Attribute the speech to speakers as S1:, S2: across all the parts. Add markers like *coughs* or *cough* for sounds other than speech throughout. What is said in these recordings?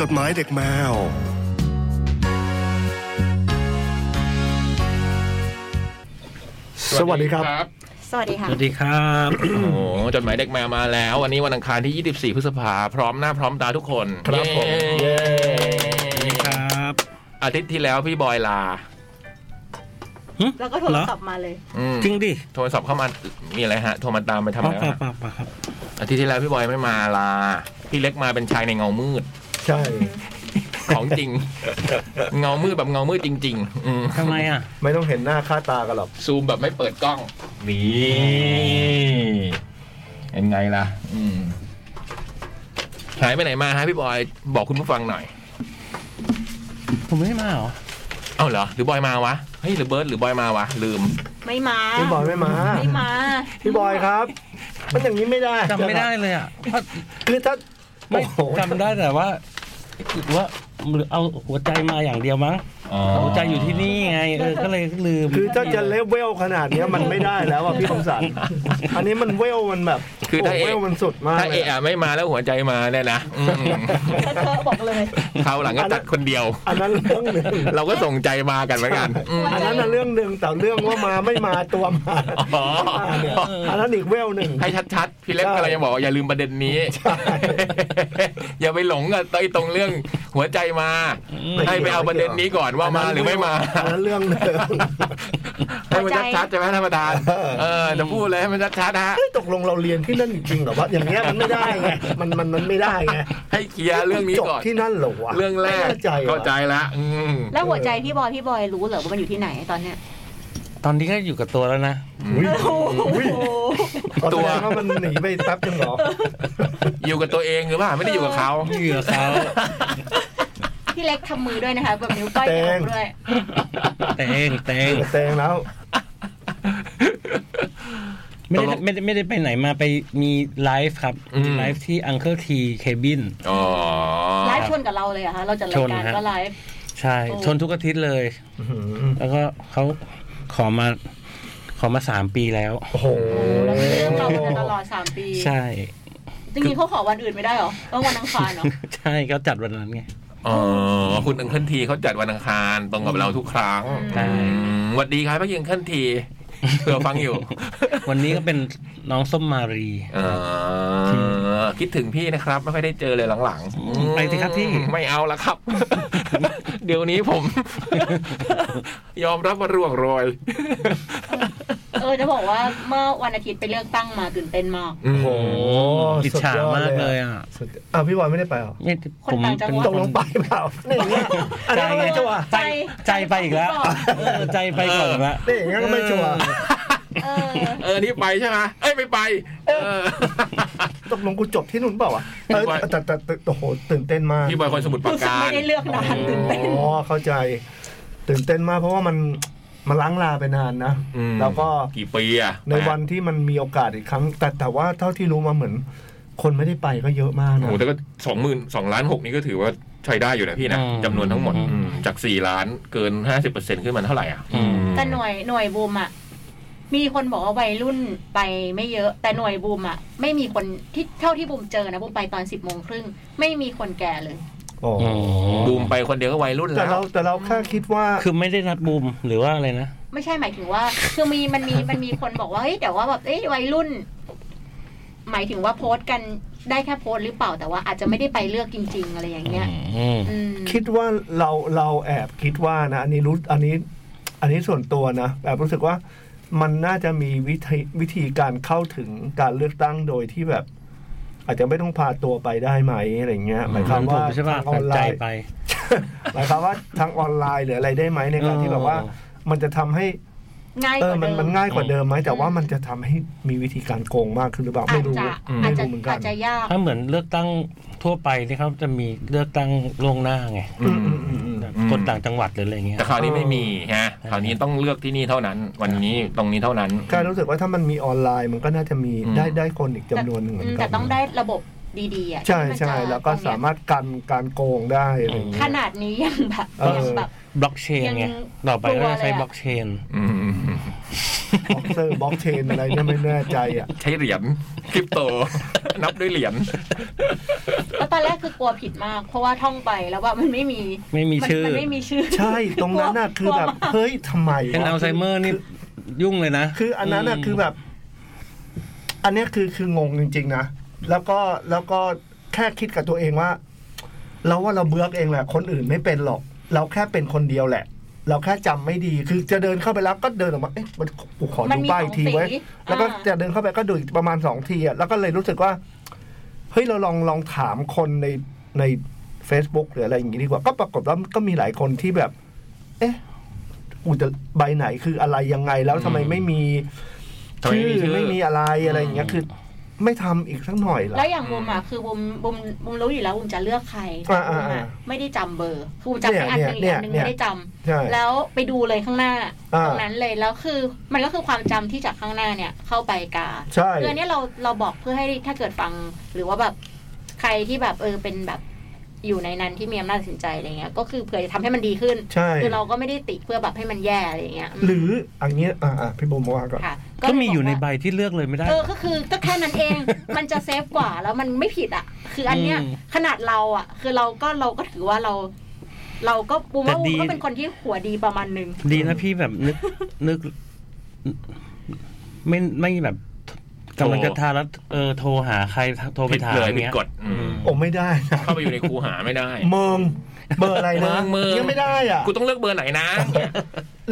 S1: จดหมายเด็กแมว
S2: สวัสดีครับ
S3: สวัสดีค่ะ
S4: สวัสดีครับ
S2: อืม
S5: โอ้จดหมายเด็กแมวมาแล้ว วันนี้วันอังคารที่ 24 พฤษภาพร้อมหน้าพร้อมตาทุกคน
S2: ครับผมเย้
S5: เย้
S4: ครับ
S5: อาทิตย์ที่แล้วพี่บอยลา
S3: แล้วก็โทรศัพท์มาเลย
S5: อืม
S4: จริงดิ
S5: โทรศัพท์เข้ามามีอะไรฮะ โทรมาตามไปทำ
S4: เป
S5: อะไร
S4: ล่าเปล่าว
S5: ะ
S4: เปล่าเปล่าครับ
S5: อาทิตย์ที่แล้วพี่บอยไม่มาลา พี่เล็กมาเป็นชายในเงามืด
S2: ใช่
S5: ของจริง เงามืดแบบเงามืดจริง ๆ อืม
S4: ทำไมอ่ะ
S2: ไม่ต้องเห็นหน้าค่าตากันหรอก
S5: ซูมแบบไม่เปิดกล้องนี่เป็นไงล่ะ อืมหายไปไหนมาฮะพี่บอยบอกคุณผู้ฟังหน่อย
S4: ผมไม่ได้มาเหรอ
S5: เอ้าเหรอหรือบอยมาวะเฮ้ยหรือเบิร์ดหรือบอยมาวะ ลืม
S3: ไม่มา
S2: พี่บอยไม่มา
S3: ไม่มา
S2: พี่บอยครับ มันอย่างนี้ไม่ได้
S4: จำไม่ได้เลยอ่ะเพราะ
S2: คือถ้า
S4: ไม่
S2: โอ้โห
S4: จำได้แต่ว่าว่าหรือเอาหัวใจมาอย่างเดียวมั้ง หัวใจอยู่ที่นี่ไง เออ ก็เลยลืม
S2: คือถ้าจะเลเวลขนาดเนี้ยมันไม่ได้แล้วอ่ะพี่คมสันอันนี้มันเวลมันแบบ
S5: คือถ้า
S2: โโห
S5: เอ
S2: เวลมันสุดมาก
S5: ถ้า
S2: เล
S5: เอย
S2: อะ
S5: อะไม่มาแล้วหัวใจมาเนี่ย
S2: *laughs*
S5: นะอืม
S3: เธอบอกเลย
S5: คราวหลังก็ตัดคนเดียว
S2: อันนั้นเรื่องหนึ่ง
S5: เราก็ส่งใจมากันเหมือนกันอืม
S2: อันนั้นน่ะเรื่องหนึ่งแต่เรื่องว่ามาไม่มาตัวมา
S5: อ๋อ
S2: มาเนี่ยอันนั้นอีกเวลหนึ่ง
S5: ให้ชัดๆ พี่เล็กกำลังจะบอกว่าอย่าลืมประเด็นนี้ อย่าไปหลงกับไอ้ตรงเรื่องหัวใจมา ให้ไปเอาประเด็นนี้ก่อนว่ามาหรือไม่มา
S2: อันนั้นเรื่องหนึ่ง
S5: ให้มันชัดๆใช่ไหมท่านประธานเออจะพูดเลยให้มันชัดๆฮะ
S2: เฮ้ยตกลงเราเรียนที่นั่นจริงๆเหรอวะอย่างเงี้ยมันไม่ได้ไงมันมันมันไม่ได้ไง
S5: ให้เคลียร์เรื่องนี้
S2: จบ
S5: ก่อน
S2: ที่นั่นเหรอวะ
S5: เรื่องแรก
S2: ไม่เข้าใจ
S5: เข้าใจ
S2: วะ
S5: ละอืม
S3: แล้วหัวใจพี่บอยพี่บอยรู้เหรอว่ามันอยู่ที่ไหนตอนเนี้ย
S4: ตอนนี้ก็อยู่กับตัวแล้วนะ
S2: อุ๊ย
S3: โอ้โห
S2: ขอ
S5: ตั
S2: แส
S5: ว
S2: ดงว่ามันหนีไปแป๊บนึงเหรอ
S5: อยู่กับตัวเองหรือเปล่าไม่ได้อยู่กับเขา
S4: เหยื่อเขา
S3: พี่เล็กทำมือด้วยนะคะแบบนิ้วก้อยนิ้วโป้งด้วย
S4: เตงเตง
S2: แซงแล้ว
S4: ไม่
S5: ตกล
S4: ได้
S5: ง
S4: ไม่ได้ไม่ได้ไปไหนมาไปมีไลฟ์ครับ
S5: อืม
S4: ไลฟ์ที่ Uncle T Cabin
S5: อ๋อ
S3: ไลฟ์ชวนกับเราเลยเหรอะคะเราจะรายการก็ไลฟ์
S4: ใช่
S3: โอ้
S4: ชนทุกอาทิตย์เลย แล้วก็เขาขอมา ขอมาสามปีแล้ว
S2: โอ้โห
S3: เรามีเรื่องเรามาตลอดสามปี
S4: ใช่
S3: จริงๆเขาขอวันอื่นไม่ได้เหรอต้องวันอังคารเหรอ
S4: ใช่เขาจัดวันนั้นไง
S5: อ๋อคุณอังคันทีเขาจัดวันอังคารตรงกับเราทุกครั้ง
S4: ใช่
S5: อืมสวัสดีครับพี่อังคันทีเผื่อฟังอยู่
S4: วันนี้ก็เป็นน้องส้มมารี
S5: เออคิดถึงพี่นะครับ ไม่ค่อยได้เจอเลยหลังๆอืม
S4: ไปสิครับพี่
S5: ไม่เอาละครับ *laughs* เดี๋ยวนี้ผม *laughs* ยอมรับว่าร่วงโรย
S3: เออจะบอกว่าเมื่อวันอาทิตย์ไปเลือกตั้งมาตื่นเต้นมาก
S5: อืม
S2: โอ้โห
S4: อิจฉามากเลยอ่ะ
S2: สุดยอดอ่ะพี่บอยไม่ได้ไปเหรอ
S4: เนี่ยผม
S3: คนต่างจัง
S4: เป็น
S3: หวัด
S2: ตกลงไปเปล่านี่อย่างเงี้ยอัน
S4: ใจ
S2: นี้นก็
S4: ไง
S2: ไม่ชัวร์
S4: ใจใจไปอีกแล้วเออใจไปก่อนละ
S2: นี่อย่างนั้นก็ไม่ชัวร์
S3: เออ
S5: เออนี่ไปใช่ไหมเอ้ยไม่ไป เออ
S2: ตกลงกูจบที่นู่นเปล่าวะเออ
S5: พี่บอย
S2: แต่แต่แต่โอ้โหตื่นเต้นมาก
S5: พี่บอยคนสมุทรปรา
S3: รู้สึก
S5: การ
S3: ไม่ได้เลือกนานตื่นเต้น
S2: อ๋อเข้าใจ ตื่นเต้นมากเพราะว่ามันมันล้างลาไปนานนะ
S5: อืม
S2: แล้วก็
S5: กี่ปีอะ
S2: ในวันที่มันมีโอกาสอีกครั้ง แต่แต่ว่าเท่าที่รู้มาเหมือน คนไม่ได้ไปก็เยอะมาก
S5: โอ้
S2: นะ
S5: โหแต่ก็สองหมื่นสองล้านหกนี่ก็ถือว่าใช้ได้อยู่นะพี่นะ
S4: อืม
S5: จำนวนทั้งหมด
S4: อืม
S5: อืมจากสี่ล้านเกินห้าสิบเปอร์เซ็นขึ้นมาเท่าไหร่อ่ะ
S4: อืม
S3: แต่หน่วยหน่วยบูมอะมีคนบอกว่าวัยรุ่นไปไม่เยอะ แต่หน่วยบูมอะไม่มีคนที่เท่าที่บูมเจอนะบูมไปตอนสิบโมงครึ่งไม่มีคนแก่เลย
S2: โอ้
S4: โอ้
S5: บูมไปคนเดียวก็วัยรุ่น
S2: แต่
S5: แล้
S2: เรา
S5: ว
S2: แต่เราแค่คิดว่า
S4: คือไม่ได้นัดบูมหรือว่าอะไรนะ
S3: ไม่ใช่หมายถึงว่า คือมีมันมีมันมีคนบอกว่าเฮ้ยแต่ว่าแบบเอ้ยวัยรุ่น หมายถึงว่าโพสต์กันได้แค่โพสต์หรือเปล่าแต่ว่าอาจจะไม่ได้ไปเลือกจริง ๆ อะไรอย่างเงี้ย
S4: อืม
S3: อืม
S2: คิดว่าเราเราแอบคิดว่านะอันนี้รู้อันนี้ อันนี้ส่วนตัวนะแอบรู้สึกว่ามันน่าจะมีวิธีวิธีการเข้าถึงการเลือกตั้งโดยที่แบบ อาจจะไม่ต้องพาตัวไปได้ไหมอะไรเงี้ยหมายความ
S4: ถ
S2: ว่า
S4: ผมใช่ป่ะ
S2: ทา
S4: ส
S2: งออนนไล
S4: ใจ
S2: น์
S4: ไป
S2: *laughs* หมายความว่าทางออนไลน์หรืออะไรได้ไหมในการ
S4: เออ
S2: ที่แบบว่า มันจะทำให้
S3: ง่าย
S2: เอก อ
S3: ว่า
S2: มัน
S3: เดิม
S2: มันง่ายกว่าเดิมไหมแต่ว่ามันจะทำให้มีวิธีการโกงมากขึ้นหรือเปล่า
S3: อา
S2: ไม่
S3: จ
S2: รู้
S3: จะ
S5: อืม
S3: อา
S2: ไม่
S3: จจะ
S2: รู้เหมือนกั
S3: อาน จจะยาก
S4: ถ้าเหมือนเลือกตั้งทั่วไปนี่ครับจะมีเลือกตั้งล่วงหน้าไง
S2: อืมอืมอืมอืม
S5: อืม
S4: คนต่างจังหวัดหรืออะไรเงี้ย
S5: แต่คราวนี้ไม่มีฮะคราวนี้ต้องเลือกที่นี่เท่านั้น วันนี้ตรงนี้เท่านั้น
S2: การรู้สึกว่าถ้ามันมีออนไลน์มันก็น่าจะมี
S5: อืม
S2: ได้ได้คนอีกจำนวนหนึ่งเหมื
S3: อื
S2: อน
S3: ม
S2: กั
S3: แต่
S2: น
S3: ต้องได้ระบบดีๆอ่ะ
S2: ใช่
S3: ที่มันจะ
S2: ใช่แล้วก็
S3: ตรงเนี้
S2: สาย มารถกันการโกงได้อะไรอย่างเงี้
S3: *laughs* ข
S2: ย
S3: นาดนี้ยังแบบ
S2: เออ
S3: ยังแบบ
S4: บล็อกเชนไง
S3: ยัง
S4: ต่อไป
S3: กลั
S4: ก็
S3: ว
S4: จะใช้
S3: เลยอะ
S4: บล็อกเชน
S5: อืม
S2: บล็อกเซอร์บล็อกเชนอะไรเนี่ยไม่แน่ใจอ่ะ
S5: ใช้เหรียญคริปโต *laughs* นับด้วยเหรียญ
S3: ก็ตอนแรกคือกลัวผิดมาก เพราะว่าท่องไปแล้วว่ามันไม่มี
S4: ไม่มีชื่อ
S3: นไม่มีชื่อ
S2: ใช่ตรงนั้นน่ะ
S3: ก
S2: คื
S3: ลั
S2: อ
S3: ว
S2: แบบ
S3: มาก
S2: เฮ้ยทำไมวะ
S4: เป็นอัลไซเมอร์นี่ยุ่งเลยนะ
S2: คืออันนั้นน่ะ
S4: ม
S2: คือแบบ อันเนี้ยคือคืองงจริง ๆ นะ แล้วก็แล้วก็แค่คิดกับตัวเองว่า เราว่าเราเบือกเองแหละ คนอื่นไม่เป็นหรอก เราแค่เป็นคนเดียวแหละ เราแค่จำไม่ดีคือจะเดินเข้าไปแล้วก็เดินออกมาเอ๊ะมันกูขอดูป้ายอีกทีไว้ยแล้วก็จะเดินเข้าไปก็ดูอีกประมาณสองทีอ่ะแล้วก็เลยรู้สึกว่า เฮ้ยเราลองลองถามคนในใน Facebook หรืออะไรอย่างงี้ดีกว่า ก็ปรากฏว่าก็มีหลายคนที่แบบ เอ๊ะกูจะใบไหนคืออะไรยังไงแล้วทำไมไม่มี
S5: ทำไมไม่มีชื่อ
S2: ไม่มีอะไรอะไรอย่างเงี้ยคือ ไม่ทำอีกสักหน่อยเหรอ
S3: แล้วอย่างบุมอ่ะคือบุมบุมบุมรู้อยู่แล้วบุมจะเลือกใคร
S2: อ่า
S3: บุ
S2: อ่า
S3: มอะ
S2: อ่า
S3: ไม่ได้จำเบอร์คือบุมจำไปอันหนึง
S2: เนี่
S3: อีก
S2: ย
S3: อันหนึง
S2: เนี่ย
S3: ไม่ได้จำ
S2: ใช่
S3: แล้วไปดูเลยข้างหน้า
S2: อ่า
S3: ตรงนั้นเลยแล้วคือมันก็คือความจำที่จากข้างหน้าเนี่ยเข้าไปกา
S2: ใช่
S3: คืออันเนี้ยเราเราบอกเพื่อให้ถ้าเกิดฟังหรือว่าแบบใครที่แบบเออเป็นแบบอยู่ในนั้นที่มีอำนาจตัดสินใจอะไรเงี้ยก็คือเผื่อจะทำให้มันดีขึ้น
S2: ใช่
S3: คือเราก็ไม่ได้ติเพื่อแบบให้มันแย่อะไรเงี้ย
S2: หรืออันเนี้ยอ่ะอ่ะพี่บมว่าก่อน
S3: ค่ะ
S4: ก็มีอยู่ใน
S3: บ
S4: ใบที่เลือกเลยไม่ได้
S3: เออก็คือก็แค่นั้นเอง *laughs* มันจะเซฟกว่าแล้วมันไม่ผิดอ่ะ คืออันเนี้ย
S4: อืม
S3: ขนาดเราอ่ะ คือเราก็เราก็ถือว่าเรา เราก็ปู
S4: แต่
S3: ว่า
S4: ดี
S3: ปูก็เป็นคนที่หัวดีประมาณนึง
S4: ดีนะพี่แบบนึกนึก ไม่ไม่แบบกำลังจะทานแล้วเออโทรหาใครโทรไป
S5: ผิด
S4: ถาม
S5: เลยผิด
S4: เงี้ย
S5: กฎอืม
S2: โอ้ไม่ได้นะ
S5: เข้าไปอยู่ในคูหาไม่ได้
S2: เมิงเบอร์อะไรนะ
S5: เมิงเมิง
S2: ยังไม่ได้อ่ะ
S5: กูต้องเลือกเบอร์ไหนนะ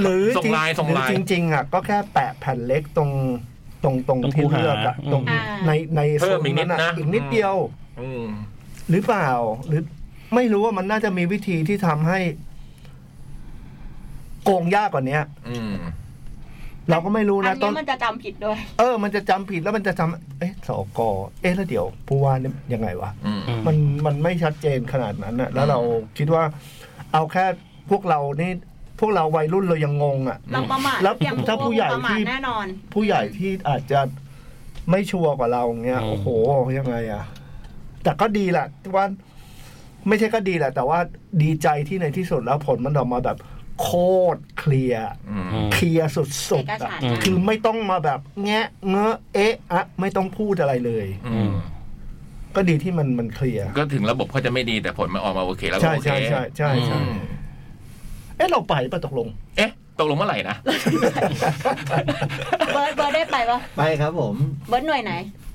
S2: หรือ
S5: ส่งไลน์ส่งไลน์
S2: จริงจริงๆอ่ะก็แค่แปะแผ่นเล็กตรงตรงตรง
S4: ตรง
S2: ที่
S4: คูหา
S2: เลือกอะ
S4: อืม
S2: ตรง
S3: อ่า
S2: ในใน
S5: เพิ่มอีกนิดนะ
S2: ส่วอีกนิดเดียว
S5: อืม
S2: หรือเปล่า หรือไม่รู้ว่ามันน่าจะมีวิธีที่ทำให้ โกงยากกว่าเนี้ย
S5: อืม
S2: เราก็ไม่รู้
S3: อั
S2: นะ
S3: น
S2: ต้
S3: เนี้
S2: น
S3: ยมันจะจำผิดด้วย
S2: เออ มันจะจำผิดแล้วมันจะจำเอ๊ะสอกอเอ๊ะแล้วเดี๋ยวผู้ว่าเนี่ยยังไงวะ
S5: อืม
S4: อืม
S2: มันมันไม่ชัดเจนขนาดนั้นนะแล้ว
S5: อืม
S2: เราคิดว่า เอาแค่พวกเรานี่ พวกเราวัยรุ่นเรายังงงอ่ะ
S3: เราประมาท
S2: แล้ว
S3: อย่าง
S2: ถ้าผู้ใหญ่
S3: ประมาท
S2: ที่
S3: แน่นอน
S2: ผู้ใหญ่ที่อาจจะไม่ชัวร์กว่าเราเงี้ย
S4: อืม
S2: โอ้โหยังไงอะแต่ก็ดีแหละว่าไม่ใช่ก็ดีแหละ แต่ว่าดีใจที่ในที่สุดแล้วผลมันออกมาแบบ โคตรเคลียร์
S5: อืม
S4: อืม
S2: เคลียร์สุด
S3: เอก
S2: ๆอะ
S3: สาร
S2: คือไม่ต้องมาแบบ แงะเงอะเอ๊ะอะไม่ต้องพูดอะไรเลย
S5: อืม
S2: ก็ดีที่มันมันเคลียร์
S5: ก็ถึงระบบเขาจะไม่ดีแต่ผลมันออกมาโอเคแล้วก็
S2: ใช่
S5: โอเค
S2: ใช่ใช่ใช่ใช่
S5: อืม
S2: เอ๊ะเราไปปะตกลง
S5: เอ๊ะตกลงเมื่อไหร่นะ
S3: เบิร์ดเบิร์ดได้ไปปะ
S1: ไปครับผม
S3: เบิร์ดหน่วยไหน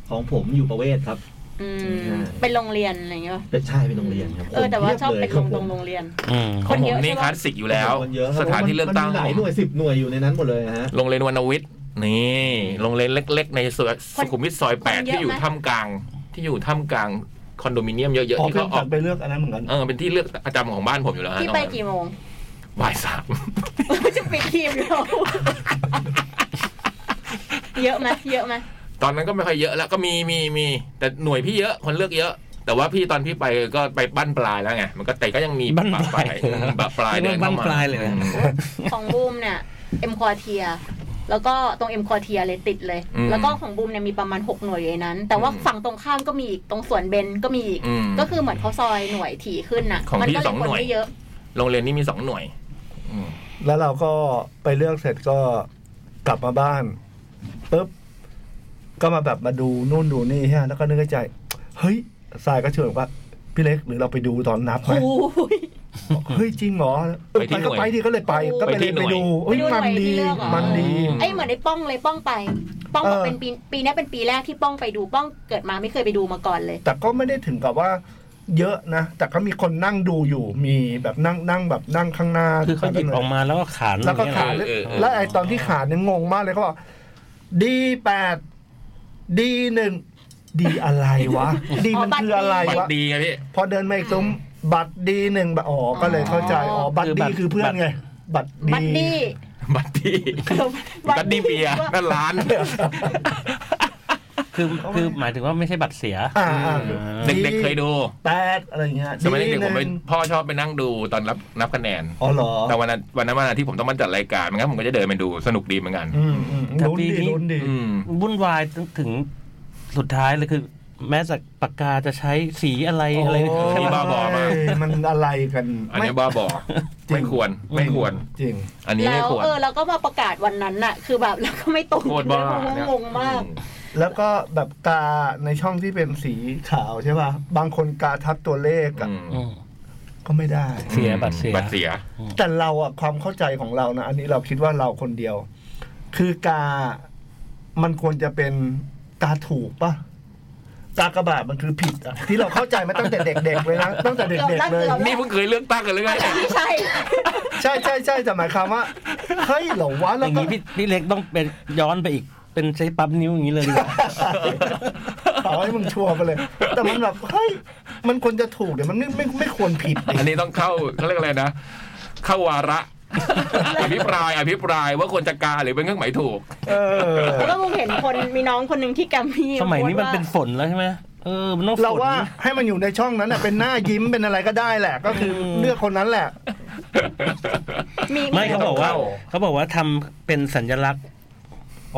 S1: ของผมอยู่ประเวศครับ
S3: อื
S1: ใช่
S3: มเป็นโรงเรียนอะไรอย่างเงี้ยป่ะ
S1: เป็นใช่เป็นโรงเรียนครับ
S3: เออแต่ว่า
S1: ค
S3: ชอบเป็นโรงตรง
S1: ล
S3: โรงเรียน
S4: อืม
S5: ของผ
S3: คนเย
S5: ม
S3: อะ
S5: นี่
S3: ใช่ปะ
S5: คลาสสิกอยู่แล้ว
S1: คนเยอะครับ
S5: สถานที่เลือกตั้ง
S1: มันมีหลายหน่วยสิบหน่วยอยู่ในนั้นหมดเลยฮะ
S5: โรงเรียนวรรณวิทย์นี่โรงเรียนเล็ก ๆ ในสวนสุขุมวิทซอยแปด
S3: คนเยอะ
S5: ที่อยู่
S3: ไหม
S5: ท่ามกลาง ที่อยู่ท่ามกลางคอนโดมิเนียมเยอะ
S2: อ๋
S5: ๆ
S2: อ
S5: ที่
S2: เพิ่
S5: เขา
S2: ง
S5: อ
S2: ตั
S5: อก
S2: ดไปเลือกอันนั้นเหมือนกัน
S5: เออเป็นที่เลือกประจำของบ้านผมอยู่แล้วฮะ
S3: ที่
S5: ตรง
S3: ไป
S5: นั้น
S3: กี่โมง *laughs*
S5: บ่ายสาม *laughs*
S3: จะปิดทีมอยู่แล้ว *laughs* เยอะไหมเยอะไหม
S5: ตอนนั้นก็ไม่ค่อยเยอะแล้วก็มีมีมีแต่หน่วยพี่เยอะคนเลือกเยอะ แต่ว่าพี่ตอนพี่ไปก็ไปบ้านปลายแล้วไงมันก็แต่ก็ยังมี
S4: บั้นปลาย
S5: อืมบั้นปลายเดินเข้ามา
S4: เรียกว่าบั้นปลายเลยนะ
S3: *laughs* ของบูมเนี่ยเอ็มคอเทีย แล้วก็ตรงเอ็มคอเทียเลยติดเลย
S5: อืม
S3: แล้วก็ของบูมเนี่ยมีประมาณ 6 หน่วยอยู่ในนั้น แต่ว่า
S5: อืม
S3: ฝั่งตรงข้ามก็มีอีกตรงสวนเบนก็มีอีก
S5: อืม
S3: ก็คือเหมือนเขาซอยหน่วยถี่ขึ้นน่ะ
S5: ของ
S3: มั
S5: พี่
S3: ก็เล
S5: สอง
S3: ค
S5: หน่วย
S3: ไม่เยอะ
S5: โรงเรียนนี้มีสองหน่วยอืม
S2: แล้วเราก็ไปเลือกเสร็จก็กลับมาบ้านปุ๊บก็มาแบบมาดูนู่นดูนี่ฮะแล้วก็นึกในใจ เฮ้ยทรายก็ชวนบอกว่าพี่เล็กหรือเราไปดูตอนนับไหม
S3: โอ้ย
S2: บอกเฮ้ยจริงเหรอเออ
S5: ไปที่
S2: ไป
S5: ห
S2: ก็
S5: น่วย
S2: ไปดิก็เลยไป ก็ไป
S5: ไปที่ห
S2: เลย
S5: น่
S2: ไป
S5: วย
S2: ดูเฮ้ย
S3: ไปดูหน่วย
S2: มันดี
S3: ที่เลือกเหรอ
S2: มันดี
S3: ไอ้ยเหมือนไอ้ป้องเลยป้องไป ป้องบอก
S2: เออ
S3: เป็นปีปีนี้เป็นปีแรกที่ป้องไปดูป้องเกิดมาไม่เคยไปดูมาก่อนเลย
S2: แต่ก็ไม่ได้ถึงกับว่า เยอะนะแต่ก็มีคนนั่งดูอยู่ มีแบบนั่งนั่งแบบนั่งข้างหน้า
S4: คือเขาหยิบออกมาแล้วก็ขาน
S2: แล้วก็
S4: อย่งเงี้ย
S2: ขา
S5: ด
S2: น
S4: เหรอ
S5: เออเออ
S2: แล้วไอ้ตอนที่ขาดเนี่ยงงมากเลยเขาบอกดีแปดดีหนึ่งดีอะไรวะ ดีมันคืออะไร
S5: บัต
S2: วะ
S5: รดีไงพี่ *laughs*
S2: พอเดินมาอีกซุ้มบัตรดีหนึ่งแบบอ๋อก็เลยเข้าใจอ๋อบัตรดีคือเพื่อนไง บัตร
S3: บัด
S2: ดี
S3: ดี้
S5: บัตรดี *laughs* บัตรดีเบียร์นั่นร้าน
S4: คือคือหมายถึงว่าไม่ใช่บัตรเสีย
S2: อ่าอ่า
S5: เด็กๆเคยดู
S2: แปดอะไรเงี้ย
S5: สมัยเด็กๆผมไป
S2: หนึ่ง
S5: พ่อชอบไปนั่งดูตอนรับนับคะแนน
S2: อ๋อเหรอ
S5: แต่วันนั้นวันนั้นวันอาทิตย์ผมต้องมาจัดรายการไม่งั้นผมก็จะเดินไปดูสนุกดีเหมือนกัน
S2: อืมอืม
S4: แต่
S2: ลุ้น
S4: ปี
S2: ดี
S4: นี้
S2: ลุ้นดี
S5: อืม
S4: วุ่นวายถึงสุดท้ายเลยคือ แม้แต่ปากกาจะใช้สีอะไร
S2: โอ้
S4: อะไรเนี่ย
S5: มี
S4: ใช่ปะ
S5: บ้าบอมาก
S2: มันอะไรกัน
S5: อันนี้บ้าบอไม่ควรไม่ควร
S2: จริง
S5: อันนี้
S3: แล้
S5: ไม่
S3: ว
S5: ควร
S3: เออแล้วก็มาประกาศวันนั้นน่ะ คือแบบแล้วก็ไม่ตรง
S5: โคตรบ้า
S3: ด้วย
S5: เนี่ย
S3: งงมาก
S2: แล้วก็แบบกาในช่องที่เป็นสีขาวใช่ป่ะ บางคนกาทับตัวเลขอะ
S5: อืม
S4: อืม
S2: ก็ไม่ได้
S4: เสียบัตรเสีย
S5: บัตรเสีย
S2: แต่เราอะความเข้าใจของเรานะอันนี้เราคิดว่าเราคนเดียว คือกา มันควรจะเป็นกาถูกป่ะกากระบาดมันคือผิดอะที่เราเข้าใจมาตั้งแต่เด็กๆเลยนะตั้งแต่เด็กๆเลย
S3: เรา
S5: นี่เพิ่งเคยเลือกตั้งกันหรือไง
S3: ไม่ใช่
S2: ใช่ใช่ใช่แต่หมายความว่าเฮ้ยเหรอวะ
S4: อ
S2: แล้ว
S4: ย่าง
S2: ก็
S4: นี้พี่พี่เล็กต้องเป็นย้อนไปอีก เป็นใช้ปั๊มนิ้วอย่างนี้เลยดีกว่า
S2: ต่อให้มึงชัวร์ไปเลย แต่มันแบบเฮ้ยมันควรจะถูกเดี๋ยวมันไม่ไม่ไม่ควรผิดดิ
S5: อันนี้ต้องเข้าเขาเรียกอะไรนะ เข้าวาระ อภิปรายอภิปรายว่าควรจะกาหรือเป็นเครื่องหมายถูก
S2: เออ
S3: แล้วมึงเห็นคนมีน้องคนหนึ่งที่แกรมมี่
S4: สมัยนี้มันเป็น
S3: โพสต์
S4: ฝนแล้วใช่ไหมเออ มันต้องฝน
S2: เราว่าให้มันอยู่ในช่องนั้นน่ะเป็นหน้ายิ้มเป็นอะไรก็ได้แหละ ก็คือ
S4: อืม
S2: เลือกคนนั้นแหละ
S3: ว่ามี
S4: ไม่เขาบอกว่า
S5: เข้า
S4: เขาบอกว่าทำเป็นสัญลักษณ์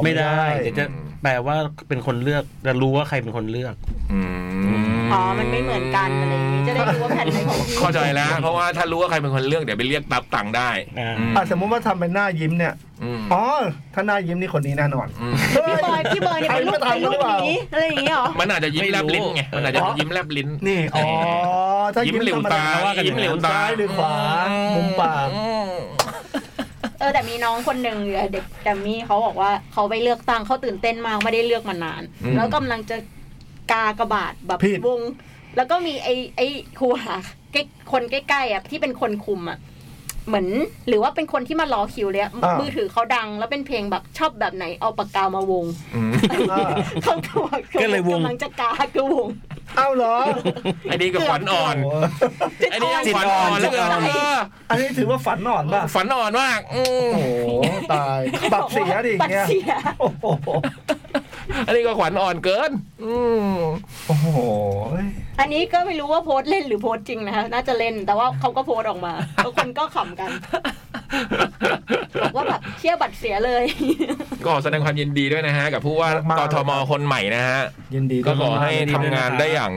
S4: ไม่ได้ เดี๋ยวจะแปลว่าเป็นคนเลือกจะรู้ว่าใครเป็นคนเลือก
S5: อืม
S3: อ๋อ มันไม่เหมือนกันอะไรอย่างงี้จะได้รู้ว่าแผ่นไหนของพี่
S5: เข้าใจแล้ว เพราะว่าถ้ารู้ว่าใครเป็นคนเลือกเดี๋ยวไปเรียกตับตังค์ได้
S4: อ่า
S5: อืม
S2: อ่ะสมมุติว่าทำเป็นหน้ายิ้มเนี่ย
S5: อืม
S2: อ๋อ ถ้าหน้ายิ้มนี่คนนี้แน่นอน
S5: อืม
S2: เฮ้ย
S3: พี่บอยพี่บอยเนี่ยเป็นลูก
S2: ใคร
S3: เป็น
S2: มาทำ
S3: ลูก
S2: หรือเปล่า
S3: หนีอะไรอย่างงี้เหรอ
S5: มันอาจจะยิ้มแลบลิ้นไง มันอาจจะยิ้มแลบลิ้น
S2: นี่ อ๋อ ถ้า
S5: ยิ้
S2: ยิ้
S5: ม
S2: ม
S5: เหลว
S2: ธรรม
S5: ตา
S2: ดา
S4: ว่ากันอ
S5: ยิ้
S4: ย่าม ง
S5: เห
S4: นั้
S5: ล
S4: น
S5: วตา
S2: ซ้ายหรือขวา มุมปาก
S5: อืม
S3: เออแต่มีน้องคนหนึ่งเนี่ยเด็กแกรมมี่เขาบอกว่าเขาไปเลือกตั้งเขาตื่นเต้นมากไม่ได้เลือกมานาน
S5: อืม
S3: แล้วกำลังจะกากระบาดแบบ
S2: ผิด
S3: วง แล้วก็มีไอ้ไอ้ครูหาใกล้คนใกล้ๆอ่ะที่เป็นคนคุมอ่ะเหมือนหรือว่าเป็นคนที่มารอคิวเลยอะ
S2: อ่ามื
S3: มือถือเขาดัง แล้วเป็นเพลงแบบชอบแบบไหนเอาปากกามาวง
S5: อืม
S2: อ่า
S3: *laughs* เขาตัวา
S4: ก็เลยวง
S3: กำลังจะกาคือวง
S2: เอ้าเหรอ
S5: อันนี้ก็ขวัญอ่อน
S2: โอ้โห
S5: อันนี้ยังขวัญอ่อนเหลือเกินเออ
S2: อันนี้ถือว่าฝันอ่อนป่ะ
S5: ฝันอ่อนมากอืม
S2: โอ้โห ตาย บัตรเสียดิอย่างเงี้
S3: บั
S2: ย
S3: ตรเสีย
S2: โอ้โห
S5: อันนี้ก็ขวัญอ่อนเกิน อืม
S2: โอ้โห
S3: อันนี้ก็ไม่รู้ว่าโพสต์เล่นหรือโพสต์จริงนะคะน่าจะเล่นแต่ว่าเขาก็โพสต์ออกมาแล้วคนก็ขำกันบอกว่าแบบเชี่ยบัตรเสียเลย *laughs*
S5: ก็ขอแสดงความยินดีด้วยนะฮะ กับผู้ว่าม
S2: าก
S5: ก
S2: ๆ
S5: ทมคนใหม่นะฮะ
S2: ยินดี
S5: ก็
S2: ด้วย
S5: ขอให้
S2: มากๆ
S5: ทำงานได้อย่าง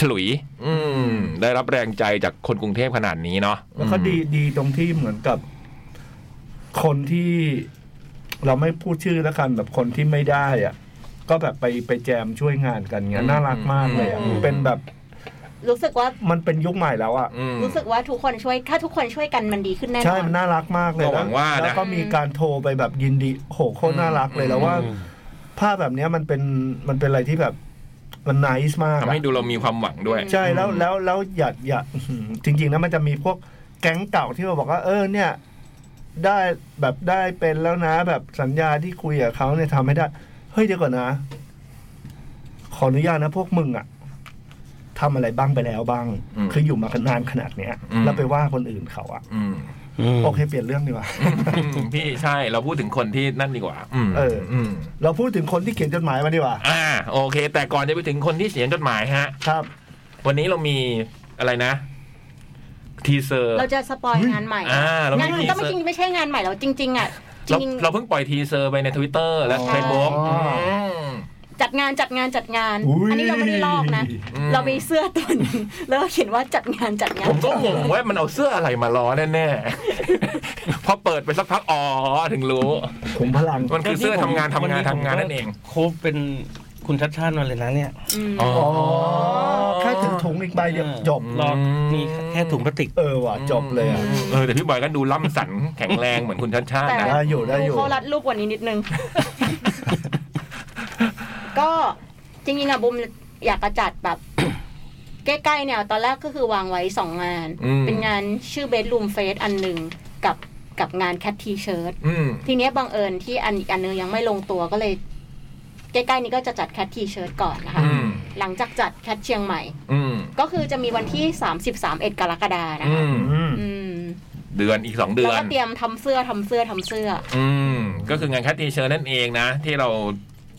S5: ฉลุย อืม ได้รับแรงใจจากคนกรุงเทพขนาดนี้เนาะ
S2: แล้วก็ดีดีตรงที่เหมือนกับ คนที่เราไม่พูดชื่อแล้วกันแบบคนที่ไม่ได้อะก็แบบไปไปแจมช่วยงานกันเงี้ยน่ารักมากเลยอะ
S3: อืม
S2: เป็นแบบ
S3: รู้สึกว่า
S2: มันเป็นยุคใหม่แล้วอะ
S5: อืม
S3: รู้สึกว่าทุกคนช่วยถ้าทุกคนช่วยกันมันดีขึ้นแน่นอน
S2: ใช่มันน่ารักมากเลย
S5: ก็หวังว่านะ
S2: แล้วก็มีการโทรไปแบบยินดีโหโคตรน่ารักเลยแล้วว่า ภาพแบบเนี้ยมันเป็นมันเป็นอะไรที่แบบมันไนส์มาก
S5: ทำ
S2: อะ
S5: ให้ดูเรามีความหวังด้วย
S2: ใช่แล้วแล้วแล้วอย่าอย่า *laughs* อื้อหือจริงๆนะมันจะมีพวกแก๊งเก่าที่มาบอกว่า เออเนี่ย ได้แบบได้เป็นแล้วนะ แบบสัญญาที่คุยกับเขาเนี่ยทำให้ได้ เฮ้ยเดี๋ยวก่อนนะ ขออนุญาตนะพวกมึงอะทำอะไรบ้างไปแล้วบ้าง
S5: อืม
S2: คืออยู่มากันนานขนาดเนี้ย
S5: อืม
S2: แล้วไปว่าคนอื่นเขาอะ
S5: อื
S2: *laughs*
S5: ม
S4: อืม
S2: โอเคเปลี่ยนเรื่องดีกว่า
S5: อืมพี่ใช่เราพูดถึงคนที่นั่นดีกว่า อืม
S2: เอออื
S5: ม
S2: เราพูดถึงคนที่เขียนจดหมายมาดีกว่า
S5: อ่าโอเค แต่ก่อนจะไปถึงคนที่เขียนจดหมายฮะ
S2: ครับ
S5: วันนี้เรามีอะไรนะ ทีเซอร์
S3: เราจะสปอยงานใหม่
S5: อ่าเราไม่
S3: งาน
S5: มี
S3: ก็ไม่จริงไม่ใช่งานใหม่แล้วจริง ๆ อ่ะจ
S5: เรา
S3: ริงๆ
S5: เราเพิ่งปล่อยทีเซอร์ไปใน Twitter และ
S2: อ๋อ
S5: Facebook
S2: อื
S5: ม
S3: จัดงานจัดงานจัดงาน
S2: อุ๊ย
S3: อันนี้เราไม่ได้ลอกนะ
S5: อืม
S3: เรามีเสื้อตัวหนึงแล้วก็เขียนว่าจัดงานจัดงา
S5: ผ
S3: น
S5: มก็งงว่ามันเอาเสื้ออะไรมาล้อแน่ๆ *laughs* พอเปิดไปสักพักอ๋อถึงรู้
S2: ขุมพลัง
S5: มันคือเสื้อทำงานทำงานทำงานนั่นเอง
S4: โคบเป็นคุณชัดชาติมาเลยนะเนี่ย
S3: อืม
S5: อ๋อ
S2: อ๋อแค่ถึงถุงอีกใบเดียว
S4: อืม
S2: จบ
S4: รอมีแค่ถุงพลาสติก
S2: เออว่ะจบเลยอ่ะ
S5: เออแต่พี่บอยก็ดูล่ำสันแข็งแรงเหมือนคุณชาติชาติ
S3: แต่
S5: นะ
S2: ได้อยู่ได้
S3: ดู
S2: อยู่
S3: เขารัดรูปกว่านี้นิด
S5: *laughs*
S3: นึง ก็จริงๆอะบุมอยากจะจัดแบบ *coughs* ใกล้ๆเนี่ยตอนแรกก็คือวางไว้สองงาน
S5: อืม
S3: เป็นงานชื่อเบด o ูมเฟสอันหนึ่งกับกับงานแคททีเชิร์ต
S5: อืม
S3: ทีเนี้ยบังเอิญที่อันอีกอันนึงยังไม่ลงตัวก็เลย ใกล้ๆนี้ก็จะจัดแคททีเชิร์ตก่อนนะคะ
S5: อืม
S3: หลังจากจัดแคทเชียงใหม่
S5: อืม
S3: ก็คือจะมีวันที่ 33เอ็ดกรกฎานะ
S5: อื
S3: คะ
S5: ม
S2: อืม
S3: อืม
S5: เดือนอีกสองเดื
S3: แล้ว
S5: อน
S3: ก็เตรียมทำเสื้อทำเสื้อทำเสื้อ
S5: อืม ก็คืองานแคททีเชิร์นั่นเองนะ ที่เรา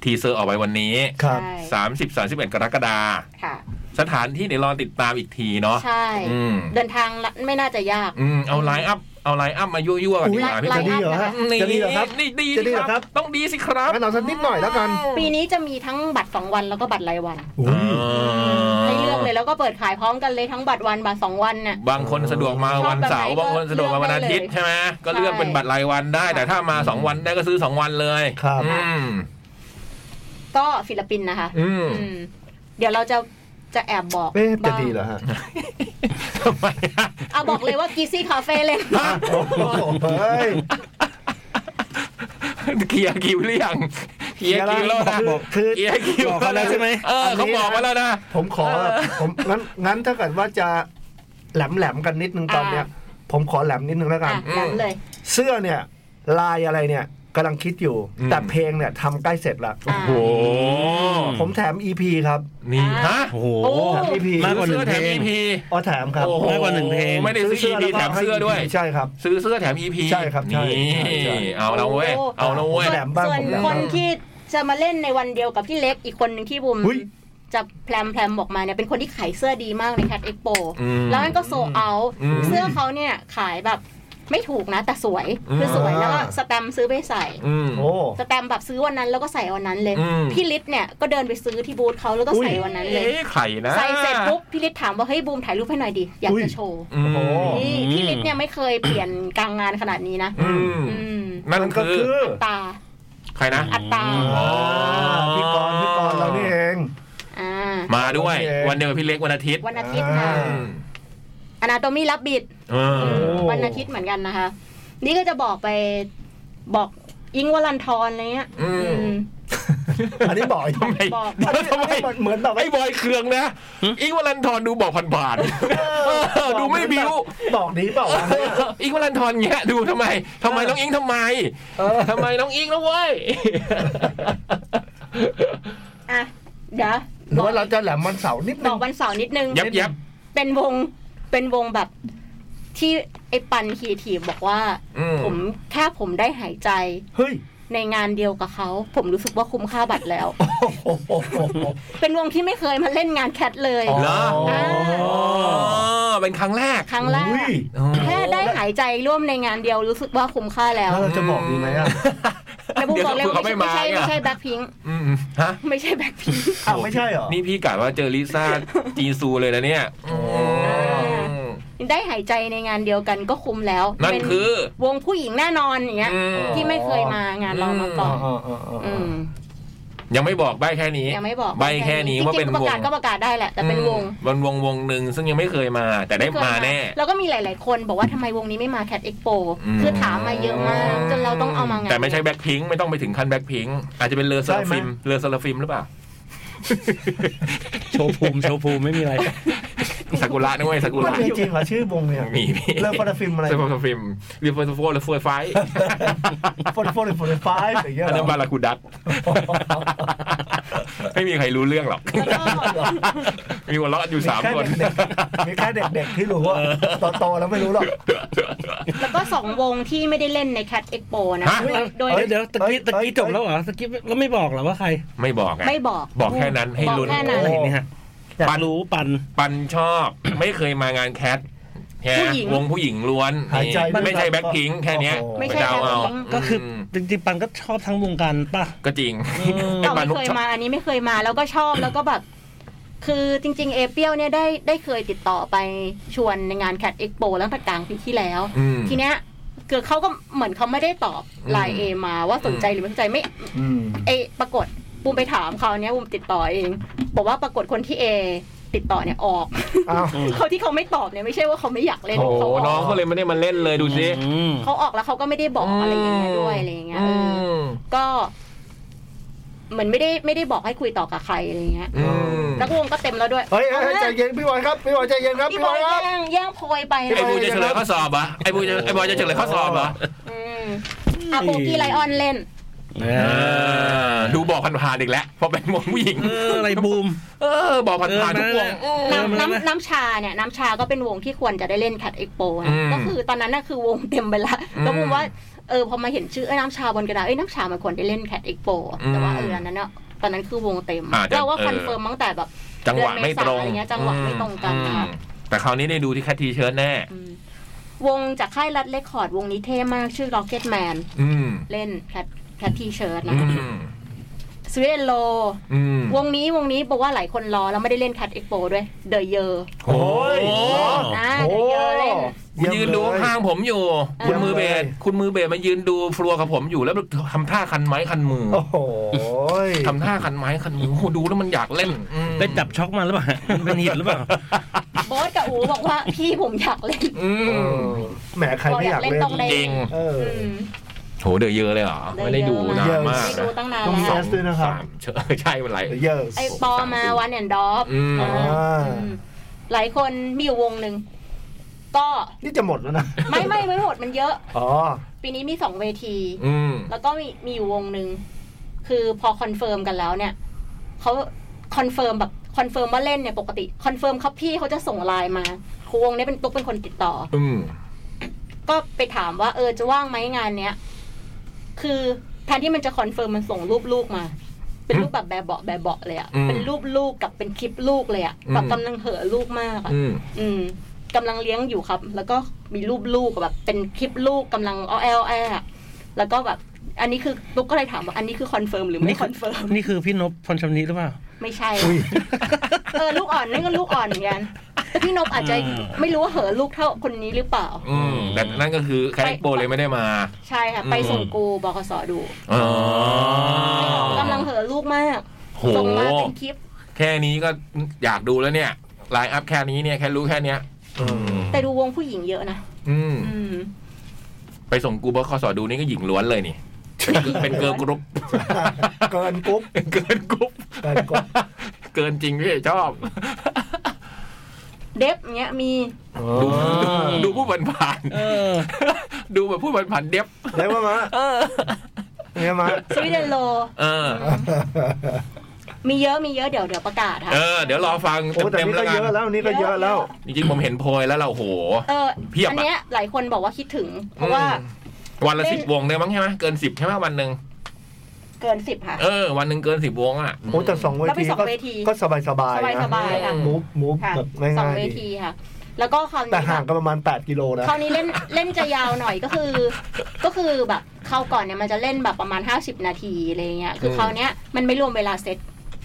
S5: ทีเซอร์ออกไปวันนี้
S2: ครับ
S3: ใช่
S5: 30 31 กรกฎาคม
S3: ค่ะ
S5: สถานที่เดี๋ยวรอติดตามอีกทีเนาะ
S3: ใช่
S5: อืม
S3: เดินทางละไม่น่าจะยาก
S5: อืมเอาไลน์อัพ เอาไลน์อัพมายั่วๆกันดีกว่าพี่
S3: ไล
S5: ตุ๊
S3: น์
S5: ก
S3: อั
S2: จะดี
S3: พ
S2: เหรอฮะ
S5: นี่
S2: จะดีเหรอครับ
S5: นี่ดี
S2: จะดี
S5: สิ
S2: เหรอ
S5: ค
S2: ครั
S5: รับ
S2: บ
S5: ต้องดีสิครับ
S2: งั้นเอาสักนิดหน่อยแล้วกัน
S3: ปีนี้จะมีทั้งบัตรสองวันแล้วก็บัตรรายวัน
S2: โอ้
S5: อ่า
S2: ย
S3: ให้เลือกเลยแล้วก็เปิดขายพร้อมกันเลยทั้งบัตรวันบัตรสองวันน่ะ
S5: บางคนสะดวกมา
S3: ชอบ
S5: วันเสาร์
S3: แบบ
S5: บา
S3: ไหน
S5: งคนสะดวกมาวันอาทิตย์
S3: ก็
S5: ใช่ไหมก็
S3: เลือกได้เลย
S5: เลือกเป็นบัตรรายวันได้
S3: ใช่
S5: แต่ถ้ามาสองวันได้ก็ซื้อสองวันเลย
S2: ครับ
S5: อืม
S3: ก็ศิลปินนะคะ
S5: อืม
S3: อืมเดี๋ยวเราจะจะแอบบอก
S2: เอ๊ะจะ
S3: บ้าง
S2: ดีเหรอฮะ
S5: ทำไมอะ
S3: เอาบอกเลยว่ากีซี่คาเฟ่เลย
S2: โอ้โหเฮ้ย
S5: เคลียร์คิวหรือยังเคลียร์คิวแล้วนะ
S2: คือ
S5: เคลียร์คิว
S4: บอกเขาแล้วใช่ไหม
S5: เออเขาบอกมาแล้วนะ
S2: ผมขอ
S5: เออ
S2: ผมงั้นงั้นถ้าเกิดว่าจะแหลมแหลมๆกันนิดนึงตอนเนี้ย
S3: อ่
S2: ผมขอแหลมนิดนึงแล้วกัน
S3: อ่ะ
S5: อืม
S3: ดังเลย
S2: เสื้อเนี่ย ลายอะไรเนี่ยกำลังคิดอยู่
S5: อืม
S2: แต่เพลงเนี่ยทำใกล้เสร็จละ
S3: อ่า
S5: โอ้โห
S2: ผมแถม EP ครับ
S5: นี่ฮะ
S4: โอ้โห
S2: แถม EP
S4: มากกว่าหนึ่ง
S5: ซื้อแถม
S4: เพลง
S5: EP
S2: อ๋อแถมครับ
S5: โอ้โ
S4: มากกว่าหนึ่งเพลง
S5: ไม่ได้ซื้อ EP
S2: ล้วก็
S5: แถมเสื้อด้วย
S2: ใช่ครับ
S5: ซื้อเสื้อแถม EP
S2: ใช่ครับใช่
S5: นี่
S2: ใช่ใช่
S5: เอาละเว้ย
S3: โอ้
S5: เอาละเว้ย
S2: แถมบ้าง
S3: ส่ว
S2: ผ
S3: น
S2: มแถม
S3: ค
S2: บ้านง
S3: ที่จะมาเล่นในวันเดียวกับพี่เล็กอีกคนหนึ่งที่บุม
S2: หุ้ย
S3: จะแพรมแพรมบอกมาเนี่ยเป็นคนที่ขายเสื้อดีมากในแคทเอ็กโป
S5: อืม
S3: แล้วมันก็โซเอา
S5: อืม
S3: เสื้อเขาเนี่ยขายแบบไม่ถูกนะ แต่สวยคือสวยแล้วก็สแตมป์ซื้อไปใส่
S5: อืม
S2: โอ้
S3: สแตมป์แบบซื้อวันนั้นแล้วก็ใส่วันนั้นเลย
S5: อืม
S3: พี่ลิศเนี่ยก็เดินไปซื้อที่บูธเขาแล้วก็ใส่วันนั้นเลย
S5: อ๊ะไข่นะ
S3: ใส่เสร็จปุ๊บพี่ลิศถามว่าเฮ้ยบูมถ่ายรูปให้หน่อยดิอยากจะโชว์
S5: อืม
S2: โอ้โห
S3: นี่
S4: อืม
S3: พี่ลิศเนี่ยไม่เคยเปลี่ยนกลางงานขนาดนี้นะ
S5: อืม
S3: อืม
S5: นั่น
S2: มันก็
S5: คือ
S2: คือ
S3: ตา
S5: ใครนะ
S3: อัตรา
S2: อ่าพี่กรณ์พี่กรณ์เรานี่เอง
S3: อ่า
S5: มาด้วย
S2: โอเค
S5: วันเดียวกับพี่เล็กวันอาทิตย์
S3: วันอาทิตย์นะ
S5: อืม
S3: อนาโตมีรับบิด
S5: เออ
S3: วันอาทิตย์เหมือนกันนะคะ นี่ก็จะบอกไปบอกอิงค์วลันทรอะไรเงี้ย
S5: อืม
S3: อืม
S2: อันนี้บอกอีก
S5: ทำไม
S3: บอก
S2: อันนี้
S5: ทำไม
S2: เหมือนแบบ
S5: ไอ้บอยเครืองนะ อิงค์วลันทรดูบอกผ่านๆเออดูไม่บิ้ว
S2: บอกดีเปล่าวะ
S5: *laughs* อิงค์วลันทรเงี้ยดูทำไมทำไมน้องอิงค์ทำไมทำไมน้องอิงค์นะเว้ย *laughs*
S3: อ่ะเดี๋ยว
S2: หรือว่า
S3: บ
S2: เรา
S3: อก
S2: จะแหลมวันเสาร์นิด
S3: บ
S2: นึ
S3: อง กวันเสาร์นิดนึง
S5: ยับยับ
S3: เป็นวงเป็นวงแบบที่ไอ้ปันคีทีฟบอกว่า
S5: อืม
S3: ผมแค่ผมได้หายใจ
S2: เฮ้ย
S3: ในงานเดียวกับเขา ผมรู้สึกว่าคุ้มค่าบัตรแล้ว
S2: โอ้โห
S3: เป็นวงที่ไม่เคยมาเล่นงานแคทเลย
S5: เหรอ
S3: อ่า
S5: อ๋อเป็นครั้งแรก
S3: ครั้งแรก
S2: อุ้ย
S3: แค่ได้หายใจร่วมในงานเดียวรู้สึกว่าคุ้มค่าแล้ว
S2: แล้วเราจะบอกดีไหมอ่ะ
S3: แต่บุมบอกเลยว่าไม่ใช่
S5: เดี๋ยว
S3: ไม่
S5: เขาไม่
S3: ใช่
S5: มา
S3: แบ็คพิง
S5: อืมฮะ
S3: ไม่ใช่แบ็คพิง
S2: อ้าวไม่ใช่เหรอ
S5: นี่พี่กะว่าเจอลิซ่า *laughs* จีนซูเลยนะเนี่ยอืม
S3: *laughs* ได้หายใจในงานเดียวกันก็คุ้มแล้ว
S5: นั่น
S3: เป็น
S5: คือ
S3: วงผู้หญิงแน่นอนอย่างเงี้ย
S5: อืม
S3: ที่ไม่เคยมางานเรามาก่อน
S2: อ๋ออ๋ออ๋ออ๋อ
S3: อืม
S5: ยังไม่บอกใบแค่นี้
S3: ยังไม่บอก
S5: ใบแค่นี้
S3: จริงๆ
S5: ว่าเป็น
S3: ประ
S5: วง
S3: กาศก็ประกาศได้แหละ แต่เป็นวง
S5: อืมเป็นวงวงหนึ่งซึ่งยังไม่เคยมา แต่ได้มาแน่
S3: แล้วก็มีหลาย ๆ คนบอกว่าทำไมวงนี้ไม่มาแคดเอ็กโป
S5: อืม
S3: คือถามมาเยอะมาก จนเราต้องเอามางาน
S5: แต่ไม่ใช่แบ็คพิงไม่ต้องไปถึงขั้นแบ็คพิงอาจจะเป็นเรือซาลาฟิมเรือซาลาฟิมหรือเปล่า
S4: โชว์ภูมิโชว์ภูมิไม่มีอะไร
S5: ซากุระนะเว้ยซากุ
S2: มั
S5: ระ
S2: นมีจริงเหรอชื่อวงเนี่ย
S5: มีพี่
S2: เลิฟฟอร์ฟิล์มอะไร
S5: ซากุระฟิมเรือฟอร์โฟเรือฟอร์ไฟ
S2: ฟอร์ฟอร์ฟอร์ไฟฟ์อย่างเงี้ย
S5: อัน
S2: เหร
S5: นั้
S2: อน
S5: บาราคูดัต *laughs* ไม่มีใครรู้เรื่องหรอก *laughs*
S3: แล้วก็
S5: มีหัวเราะอยู่
S2: มี
S5: สาม
S2: แค่
S5: คน
S2: เด็กๆมีแค่
S5: *laughs*
S2: เด็กๆที่รู้ว่าโตๆแล้วไม่รู้หรอก
S3: *laughs* แล้วก็สองวงที่ไม่ได้เล่นในแคดเอ็กโปนะ
S5: ฮะ
S3: โดย
S2: เฮ้
S4: เดี๋ยวเดี๋ยวตะกี้ตะกี้จบแล้วเหรอตะกี้แล้วไม่บอกเหรอว่าใคร
S5: *laughs* ไม่บอกไง
S3: ไม่บอก
S5: บอกแค่นั้นให้ลุ้น
S3: บอกแค่นั้น
S4: อะไรเนี่ยฮะอยาก
S5: ปัน
S4: รู้ปัน
S5: ปันชอบ ไม่เคยมางานแคทแค่
S3: ผู้หญิง
S5: วงผู้หญิงล้วน
S2: หายใจ
S5: นี่ไม่ใช่
S2: ด้วย
S5: แบ็คพิงค์แค่เนี้ย
S2: โอ้โห
S3: ไม่ใช่
S5: ปเดาเอา
S3: Blackpink
S4: ก็คือจริงๆปันก็ชอบทั้งวงการป่ะ
S5: ก็จริง
S4: อืม
S5: อ้
S3: เรา
S5: ปั
S3: ไม่
S5: น
S3: เคย
S5: ชอบ
S3: มาอันนี้ไม่เคยมาแล้วก็ชอบแล้วก็แบบ คือจริง ๆ เอเปียวเนี่ยได้ได้เคยติดต่อไปชวนในงานแคดเอ็กโปแล้วแต่กลางปีที่แล้ว
S5: อืม
S3: ทีเนี้ยคือเขาก็เหมือนเขาไม่ได้ตอบไลน์เอมาว่าสนใจหรือไม่สนใจไม่
S2: อืม
S3: เอปรากฏปูมไปถามเขาเนี้ยปูมติดต่อเอง บอกว่าปรากฏคนที่เอติดต่อเนี่ยออก
S2: อ้าว
S3: เขาที่เขาไม่ตอบเนี่ยไม่ใช่ว่าเขาไม่อยากเล่น
S5: โอ้โห
S3: เขาอ
S5: น้อ
S3: อง ก
S5: ก็เลยไม่ได้มาเล่นเลยดูสิ
S4: อืม
S3: เขาออกแล้วเขาก็ไม่ได้บอกอะไรอย่างเงี้ยด้วยอะไรอย่างเงี้ยเอออ
S5: ม
S3: ก็เหมือนไม่ได้ไม่ได้บอกให้คุยต่อกับใครอะไรอย่างเงี้ย
S5: อืม
S3: นักวงก็เต็มแล้วด้วย
S2: เฮ้ยเฮ้ยเฮ้ย
S3: อา
S2: ใจ
S3: ละ
S2: เย็นพี่บอยครับพี่บอยใจเย็นครับ
S3: พี่
S2: พี่
S3: บบ อ
S2: อย ยครับ
S3: แย่งแย่งโพยไป
S5: ไอ้
S3: นะ
S5: บูจะเฉลยข้อสอบเหรอ่ะไอ้บูจะไอ้บอยจะเฉลยข้อสอบเหรอ่ะ
S3: อืมอ่ะโปกี้ไลออนเล่น
S4: เอ
S5: ดูบอกผ่านๆอีกแล้วเพอเป็นมงผู้หญิง
S4: ออะไรบูม
S5: เออ บอกผ่านๆทุกวง
S4: เออ
S3: น้ำ
S4: มันนะ
S3: น้ำน้ำชาเนี่ยน้ำชาก็เป็นวงที่ควรจะได้เล่นแคดเอ็กโป
S5: อื
S3: นะ
S5: ม
S3: ก็คือตอนนั้นน่ะคือวงเต็มไปละ
S5: อืม
S3: ก็พูดว่าเออพอมาเห็นชื่อเอ้ยน้ำชาบนกระดาษเอ้ยน้ำชามันควรได้เล่นแคดเอ็กโปแต่ว่า
S5: อืม
S3: เอออันนั้นเนี่ยตอนนั้นคือวงเต็ม
S5: อ่าแต่
S3: เราว่า
S5: เออ
S3: คอนเฟิร์มตั้งแต่แบบ
S5: จังหวะไม่ตรง
S3: เดือนเมษาอะไรเงี้ยจังหวะไม่ตรงกัน
S5: อืม
S3: ค่ะ
S5: แต่คราวนี้ได้ดูที่แคททีเชิร์ตแน่
S3: อืม วงจากค่ายรัดเลคคอร์ดวงนี้เท่มากชื่อ Rocket Man
S5: อืม
S3: เล่นแพลทแพลททีเชิร์ต
S5: อื
S3: นะคะ
S5: ม
S3: สวีเอนโล
S5: อืม
S3: วงนี้วงนี้บอกว่าหลายคนรอแล้วไม่ได้เล่นแคทเอ็กโปด้วยเดอะเยอร์
S5: โอ้ย
S3: นะเดอะเยอร์เล่น
S5: มันยืนดูข้างๆผมอยู่
S3: เออ
S5: คุณมือเบสคุณมือเบสมันยืนดูฟลัวกับผมอยู่แล้วทำท่าคันไม้คันมือ
S2: โอ้โห
S5: ทำท่าคันไม้คันมือโอ้โหดูแล้ว *laughs* มันอยากเล่นอืม
S4: ไปจับช็อกมาหรือเปล่ามันเป็นหินหรือเปล่า
S3: โบสกับอูบอกว่า พี่ผมอยากเล่น
S5: อื
S2: เอ
S5: ม
S2: อแหมใครไม่อยากเล่น
S3: ต้องเล่
S5: จริ
S3: น
S5: ง
S2: เออ
S3: อืม
S5: โหเดือเยอะเลยเหรอไม่ได้ดูนานมาก
S3: ไม่ดูตั้งนาน
S2: ต้องมี
S3: แล้ว
S2: แอสด้วยนะครับ
S5: สามเชอ *laughs* ใช่เป็นไร
S2: เยอะ
S3: ไอปอมาวันแอนด์ดอฟ
S5: อืม
S3: หลายคนมีอยู่วงหนึ่ง ก็
S2: นี่จะหมดแล้วนะ
S3: ไม่ไม่ไม่หมดมันเยอะ *laughs*
S2: อ๋อ
S3: ปีนี้มีสองเวที
S5: อืม
S3: แล้วก็มีมีอยู่วงหนึ่ง คือพอคอนเฟิร์มกันแล้วเนี่ย เขาคอนเฟิร์มแบบคอนเฟิร์มว่าเล่นเนี่ยปกติคอนเฟิร์มครับพี่เขาจะส่งไลน์มาครูวงเนี้เป็นตุ๊กเป็นคนติดต่อ
S5: อืม
S3: ก็ไปถามว่าเออจะว่างไหมงานเนี้ย คือแทนที่มันจะคอนเฟิร์มมันส่งรูปลูกมา เป็นรูปแบบแบบเบาะแบบเบาะเลยอะ
S5: อืม
S3: เป็นรูปลูกกับเป็นคลิปลูกเลยอะ
S5: อืม
S3: แบบกำลังเห่อะลูกมากอะ
S5: อืม
S3: อืมกำลังเลี้ยงอยู่ครับ แล้วก็มีรูปลูกแบบเป็นคลิปลูกกำลังอ้อแอลแออะแล้วก็แบบ อันนี้คือลูกก็เลยถามว่าอันนี้คือคอนเฟิร์มหรือไม่คอนเฟิร์ม
S4: นี่คือพี่นพพรชำนิหรือเปล่า
S3: ไม่ใช่
S2: อุ้ย
S3: เออลูกอ่อนนั่นก็ลูกอ่อนเหมือนกันแต่พี่นพอาจจะ
S4: อืม
S3: ไม่รู้ว่าเห่อะลูกเท่าคนนี้หรือเปล่า
S5: อืมแต่นั่นก็คือแคริโปเลยไม่ได้มา
S3: ใช่ค่ะไป
S5: อืม
S3: ส่งกูบกสดู
S5: อ๋อ
S3: กำลังเหอะลูกมาก
S5: โห
S3: ส่งมาเป็นคลิป
S5: แค่นี้ก็อยากดูแล้วเนี่ยไลน์อัพแค่นี้เนี่ยแค่รู้แค่เนี้ย อืม
S3: แต่ดูวงผู้หญิงเยอะนะ
S5: อืม
S3: อืม
S5: ไปส่งกูบคสดูนี่ก็หญิงล้วนเลยนี่ เป็นเกิร์ลกรุ๊ป
S2: เกินกรุ๊ป
S5: *laughs* เกิร์ลกรุ๊ป
S2: เกินกรุ๊ป
S5: เกินจริงพี่ชอบ
S3: เดฟเนี้ยมี
S5: ดู
S4: อ๋อ
S5: ดูผู้ผ่านผ่าน
S4: เออ
S5: ๆดูแบบผู้ผ่านผ่านๆเด็บ
S2: ได้มามาเนี่ย
S3: *laughs*
S2: มา
S3: สวิเดนโล
S5: เออ
S3: มีเยอะมีเยอะเดี๋ยวเดี๋ยวประกาศค่ะ
S5: เออ เดี๋ยวรอฟัง
S2: โอ้แต่
S5: เต็ม
S2: นี่
S5: ๆแล้
S2: ก็
S5: วกัน
S2: เยอะแล้วนี่ก็เยอะแล้ว
S5: จริงๆผมเห็นโพยแล้วเราโห
S3: เออ
S5: เพียบอะ
S3: อัเนี้ยหลายคนบอกว่าคิดถึง เพราะว่า
S5: อืมวันละสิบวงได้มั้งใช่ไหมเกินสิบใช่ไหมวันหนึ่ง
S3: เกินสิบค่ะ
S5: เออ วันหนึ่งเกินสิบวงอ่ะ
S2: โอ้แต่สองเว
S3: แล้วไป
S2: ที
S3: สอง
S2: ก็
S3: เวที
S2: ก็สบายสบาย
S3: สบายๆ
S2: นะ
S3: ค่ะ
S2: มูฟมูฟ
S3: ค่ะ
S2: แบบ
S3: สอง
S2: ง่าย
S3: เว
S2: ๆดี
S3: ทีค่ะ แล้วก็คราว
S2: แต่
S3: นี้
S2: ห่า
S3: ค่ะ
S2: งกันประมาณ 8 กิโลนะ
S3: คราวนี้เล่นเล่นจะยาวหน่อยก็คือ ก็คือแบบคราวก่อนเนี่ยมันจะเล่นแบบประมาณ 50 นาทีอะไรเงี้ยคือ
S5: ม
S3: คราวเนี้ยมันไม่รวมเวลาเซต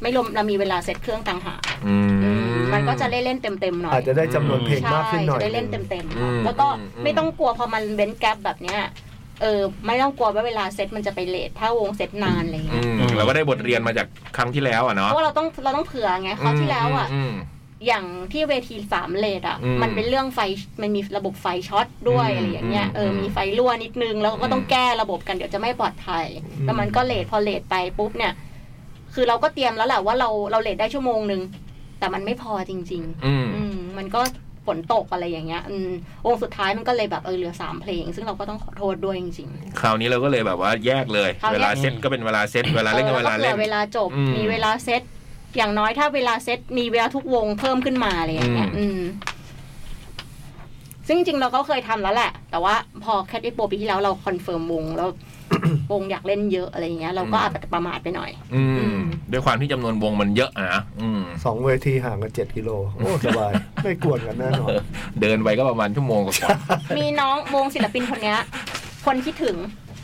S3: ไม่รวมเรามีเวลาเซตเครื่องต่างหาก
S5: อื
S3: อืมมันก็จะเล่นเล่นเต็มเต็มๆหน่อย
S2: อาจจะได้จำนวนเพลงมากขึ้นหน่อย
S3: ใช่จะได้เล่นเต็มๆ
S5: อื
S3: ค่ะ
S5: ม
S3: แล้วก็
S5: อืม
S3: ไม่ต้องกลัวพอมันเว้นแกลบแบบเนี้ย เออ ไม่ต้องกลัวว่าเวลาเซตมันจะไปเลทถ้าวงเซตนานอะไร
S5: อื
S3: เงี้ย
S5: มเราก็ได้บทเรียนมาจากครั้งที่แล้วอ่ะ
S3: เพ
S5: เนาะ
S3: ราะว่าเราต้องเราต้องเผื่อไงคราวที่แล้วอ่ะ
S5: ม
S3: อย่างที่เวทีสามเลทอ่ะ
S5: อืม
S3: มันเป็นเรื่องไฟมันมีระบบไฟช็อตด้วย
S5: อืม
S3: อะไรอย่างเงี้ย เออ
S5: อืม
S3: มีไฟรั่วนิดนึง แล้ว
S5: อื
S3: ก็
S5: ม
S3: ต้องแก้ระบบกันเดี๋ยวจะไม่ปลอดภัย
S2: อืม
S3: แล้วมันก็เลทพอเลทไปปุ๊บเนี่ย คือเราก็เตรียมแล้วแหละว่าเราเราเลทได้ชั่วโมงนึง แต่มันไม่พอจริง ๆ
S5: อืม
S3: อืมมันก็ฝนตกอะไรอย่างเงี้ยอืมองค์สุดท้ายมันก็เลยแบบเออเหลือสามเพลง ซึ่งเราก็ต้องขอโทษด้วยจริง
S5: คราวนี้เราก็เลยแบบว่าแยกเลย
S3: คราวเนี้
S5: เวย ลาเซตก็เป็นเวลาเซตเว
S3: ๆ
S5: ลาเล่นก็
S3: ออ
S5: เว
S3: แก็
S5: ลา
S3: ผื่
S5: เล่น
S3: อเวลาจบ
S5: อืม
S3: มีเวลาเซตอย่างน้อยถ้าเวลาเซตมีเวลาทุกวงเพิ่มขึ้นมาอะไรอย่างเงี้ย
S5: อืม
S3: อืมซึ่งจริงๆเราก็เคยทำแล้วแหละ แต่ว่าพอแคท i โปปีที่แล้วเราคอนเฟิร์มวงแล้ว *coughs* วงอยากเล่นเยอะอะไรอย่างเงี้ย เราก็อาจจะประมาทไปหน่อย
S5: อื
S3: อื
S5: ม
S3: ม
S5: ด้วยความที่จำนวนวงมันเยอะอะนะอืม
S2: สองเวทีห่างกันเจ็ดกิโลโอ้ส
S3: *laughs*
S2: บาย ไม่กวนกันแน่นอน
S5: เดินไปก็ประมาณชั่วโมงกว่า
S3: มีน้องวงศิลปินคนเนี้ย คนคิดถึง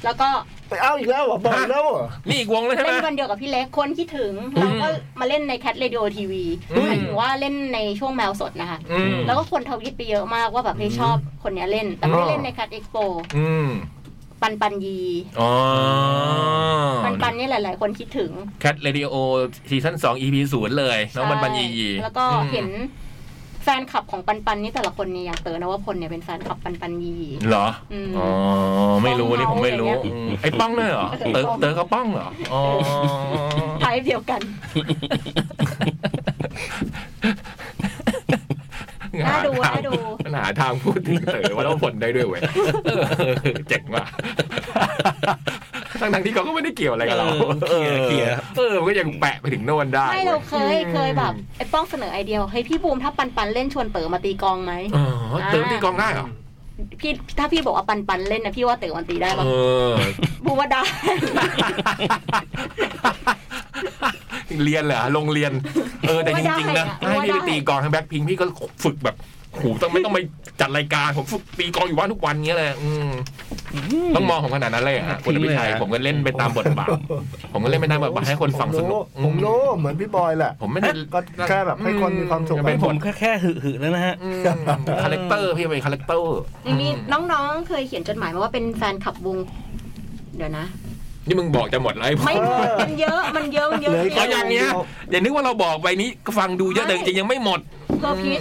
S3: แล้วก็
S2: ไปเอาอีกแล้วเหรอบอกอีกแล้วเหรอ
S5: ๆนี่อีกวงเลยใช่ไห
S3: เล่
S5: ม
S3: นวันเดียวกับพี่เล็กคนคิดถึงเราก็มาเล่นในแคทเรดิโอทีวี
S5: อืม
S3: หมายถึงว่าเล่นในช่วงแมวสดนะคะ
S5: อืม
S3: แล้วก็คนทวิตไปเยอะมากว่าแบบให้ยชอบคนเนี้ยเล่น แต่ไม่ได้เล่นในคัตเอ็กโป
S5: อืม
S3: ปันปันยี
S5: อ๋อ
S3: ปันปันเนี่ยหลาย ๆ คนคิดถึง
S5: แคทเรดิโอซีซั่นสอง EP ศูนย์เลยน้องบันบันยียี
S3: ใช่แล้วก็
S5: อืม
S3: เห็นแฟนคลับของปันปันนี่แต่ละคนเนี่ยอย่างเต๋อนวพลเนี่ยเป็นแฟนคลับปันปันยี
S5: เหรอ
S3: อืม
S5: อ๋อไม่รู้นี่ผมไม่รู้
S3: ป้องเมาส์อะไรเงี้ย
S5: อืมไอ้ป้องเนี่ยเหรอเต๋อเต๋อเขาป้องเหรออ๋อ
S3: ไทยเดียวกัน น่าดู
S5: หทง
S3: น่าดู
S5: หาทางพูดถึงเต๋อว่าเราผลได้ด้วยเว้ยเออเจ๋งว่ะทั้งๆที่เขาก็ไม่ได้เกี่ยวอะไรกับเรา
S4: เออเขี่ยเขี่ย
S5: เออมันก็ยังแปะไปถึงโน่นได้
S3: ไม่เราเคย
S5: ว้
S3: เคยแบบไอ้ป้องเสนอไอเดียว่าเฮ้ยพี่บูมถ้าปันปันเล่นชวนเต๋อมาตีกลองไหม
S5: อ๋อเต๋อตีกลองได้เหรอ
S3: พี่ถ้าพี่บอกว่าปันปันเล่นนะพี่ว่าเต๋อมันตีได้ปะ
S5: เออ
S3: บูมว่าได้
S5: เรียนเหรอโรงเรียน เออแต่จริงๆนะ
S3: ไม่ได้อะ
S5: ให้พี่ไป
S3: ไม่ได้
S5: ตีกลองทั้งแบ็คพิงพี่ก็ฝึกแบบ โหต้องไม่ต้องไปจัดรายการผมฝึกตีกลองอยู่บ้านทุกวันเงี้ยเลยอืมต้องมองผมขนาดนั้นเลยฮะคุณอภิชัยผมก็เล่นไปตามบทบา
S2: *laughs*
S5: ทผมก็เล่นไปตามบทบาทให้คนฟังสนุก
S2: ผมรู้ผมรู้
S5: อืม
S2: เหมือนพี่บอยแหละ
S5: ผมไม่ได้
S2: *laughs* ก็แค่แบบให้คนมีความสุข
S5: เป็น
S4: ผ
S5: ผม ม
S4: แค่แค่หึหึแล้วนะฮะ
S5: อืมคาแรคเตอร์พี่เป็นคาแรคเตอร์อื
S3: นี่
S5: ม
S3: น้องๆ เคยเขียนจดหมายมาว่าเป็นแฟนขับวง เดี๋ยวนะ
S5: นี่มึงบอกจะหมดแล้วไอ้พวก
S3: ไม่หมดมันเยอะ มันเยอะ มันเยอะ
S2: หลืก
S3: จ
S2: แค่
S5: เอาอย่างเงี้ย
S2: ว
S5: อย่านึกว่าเราบอกไปนี้ก็ฟังดูเยอะแต่จริงๆยังไม่หมด
S3: เพอร์พีช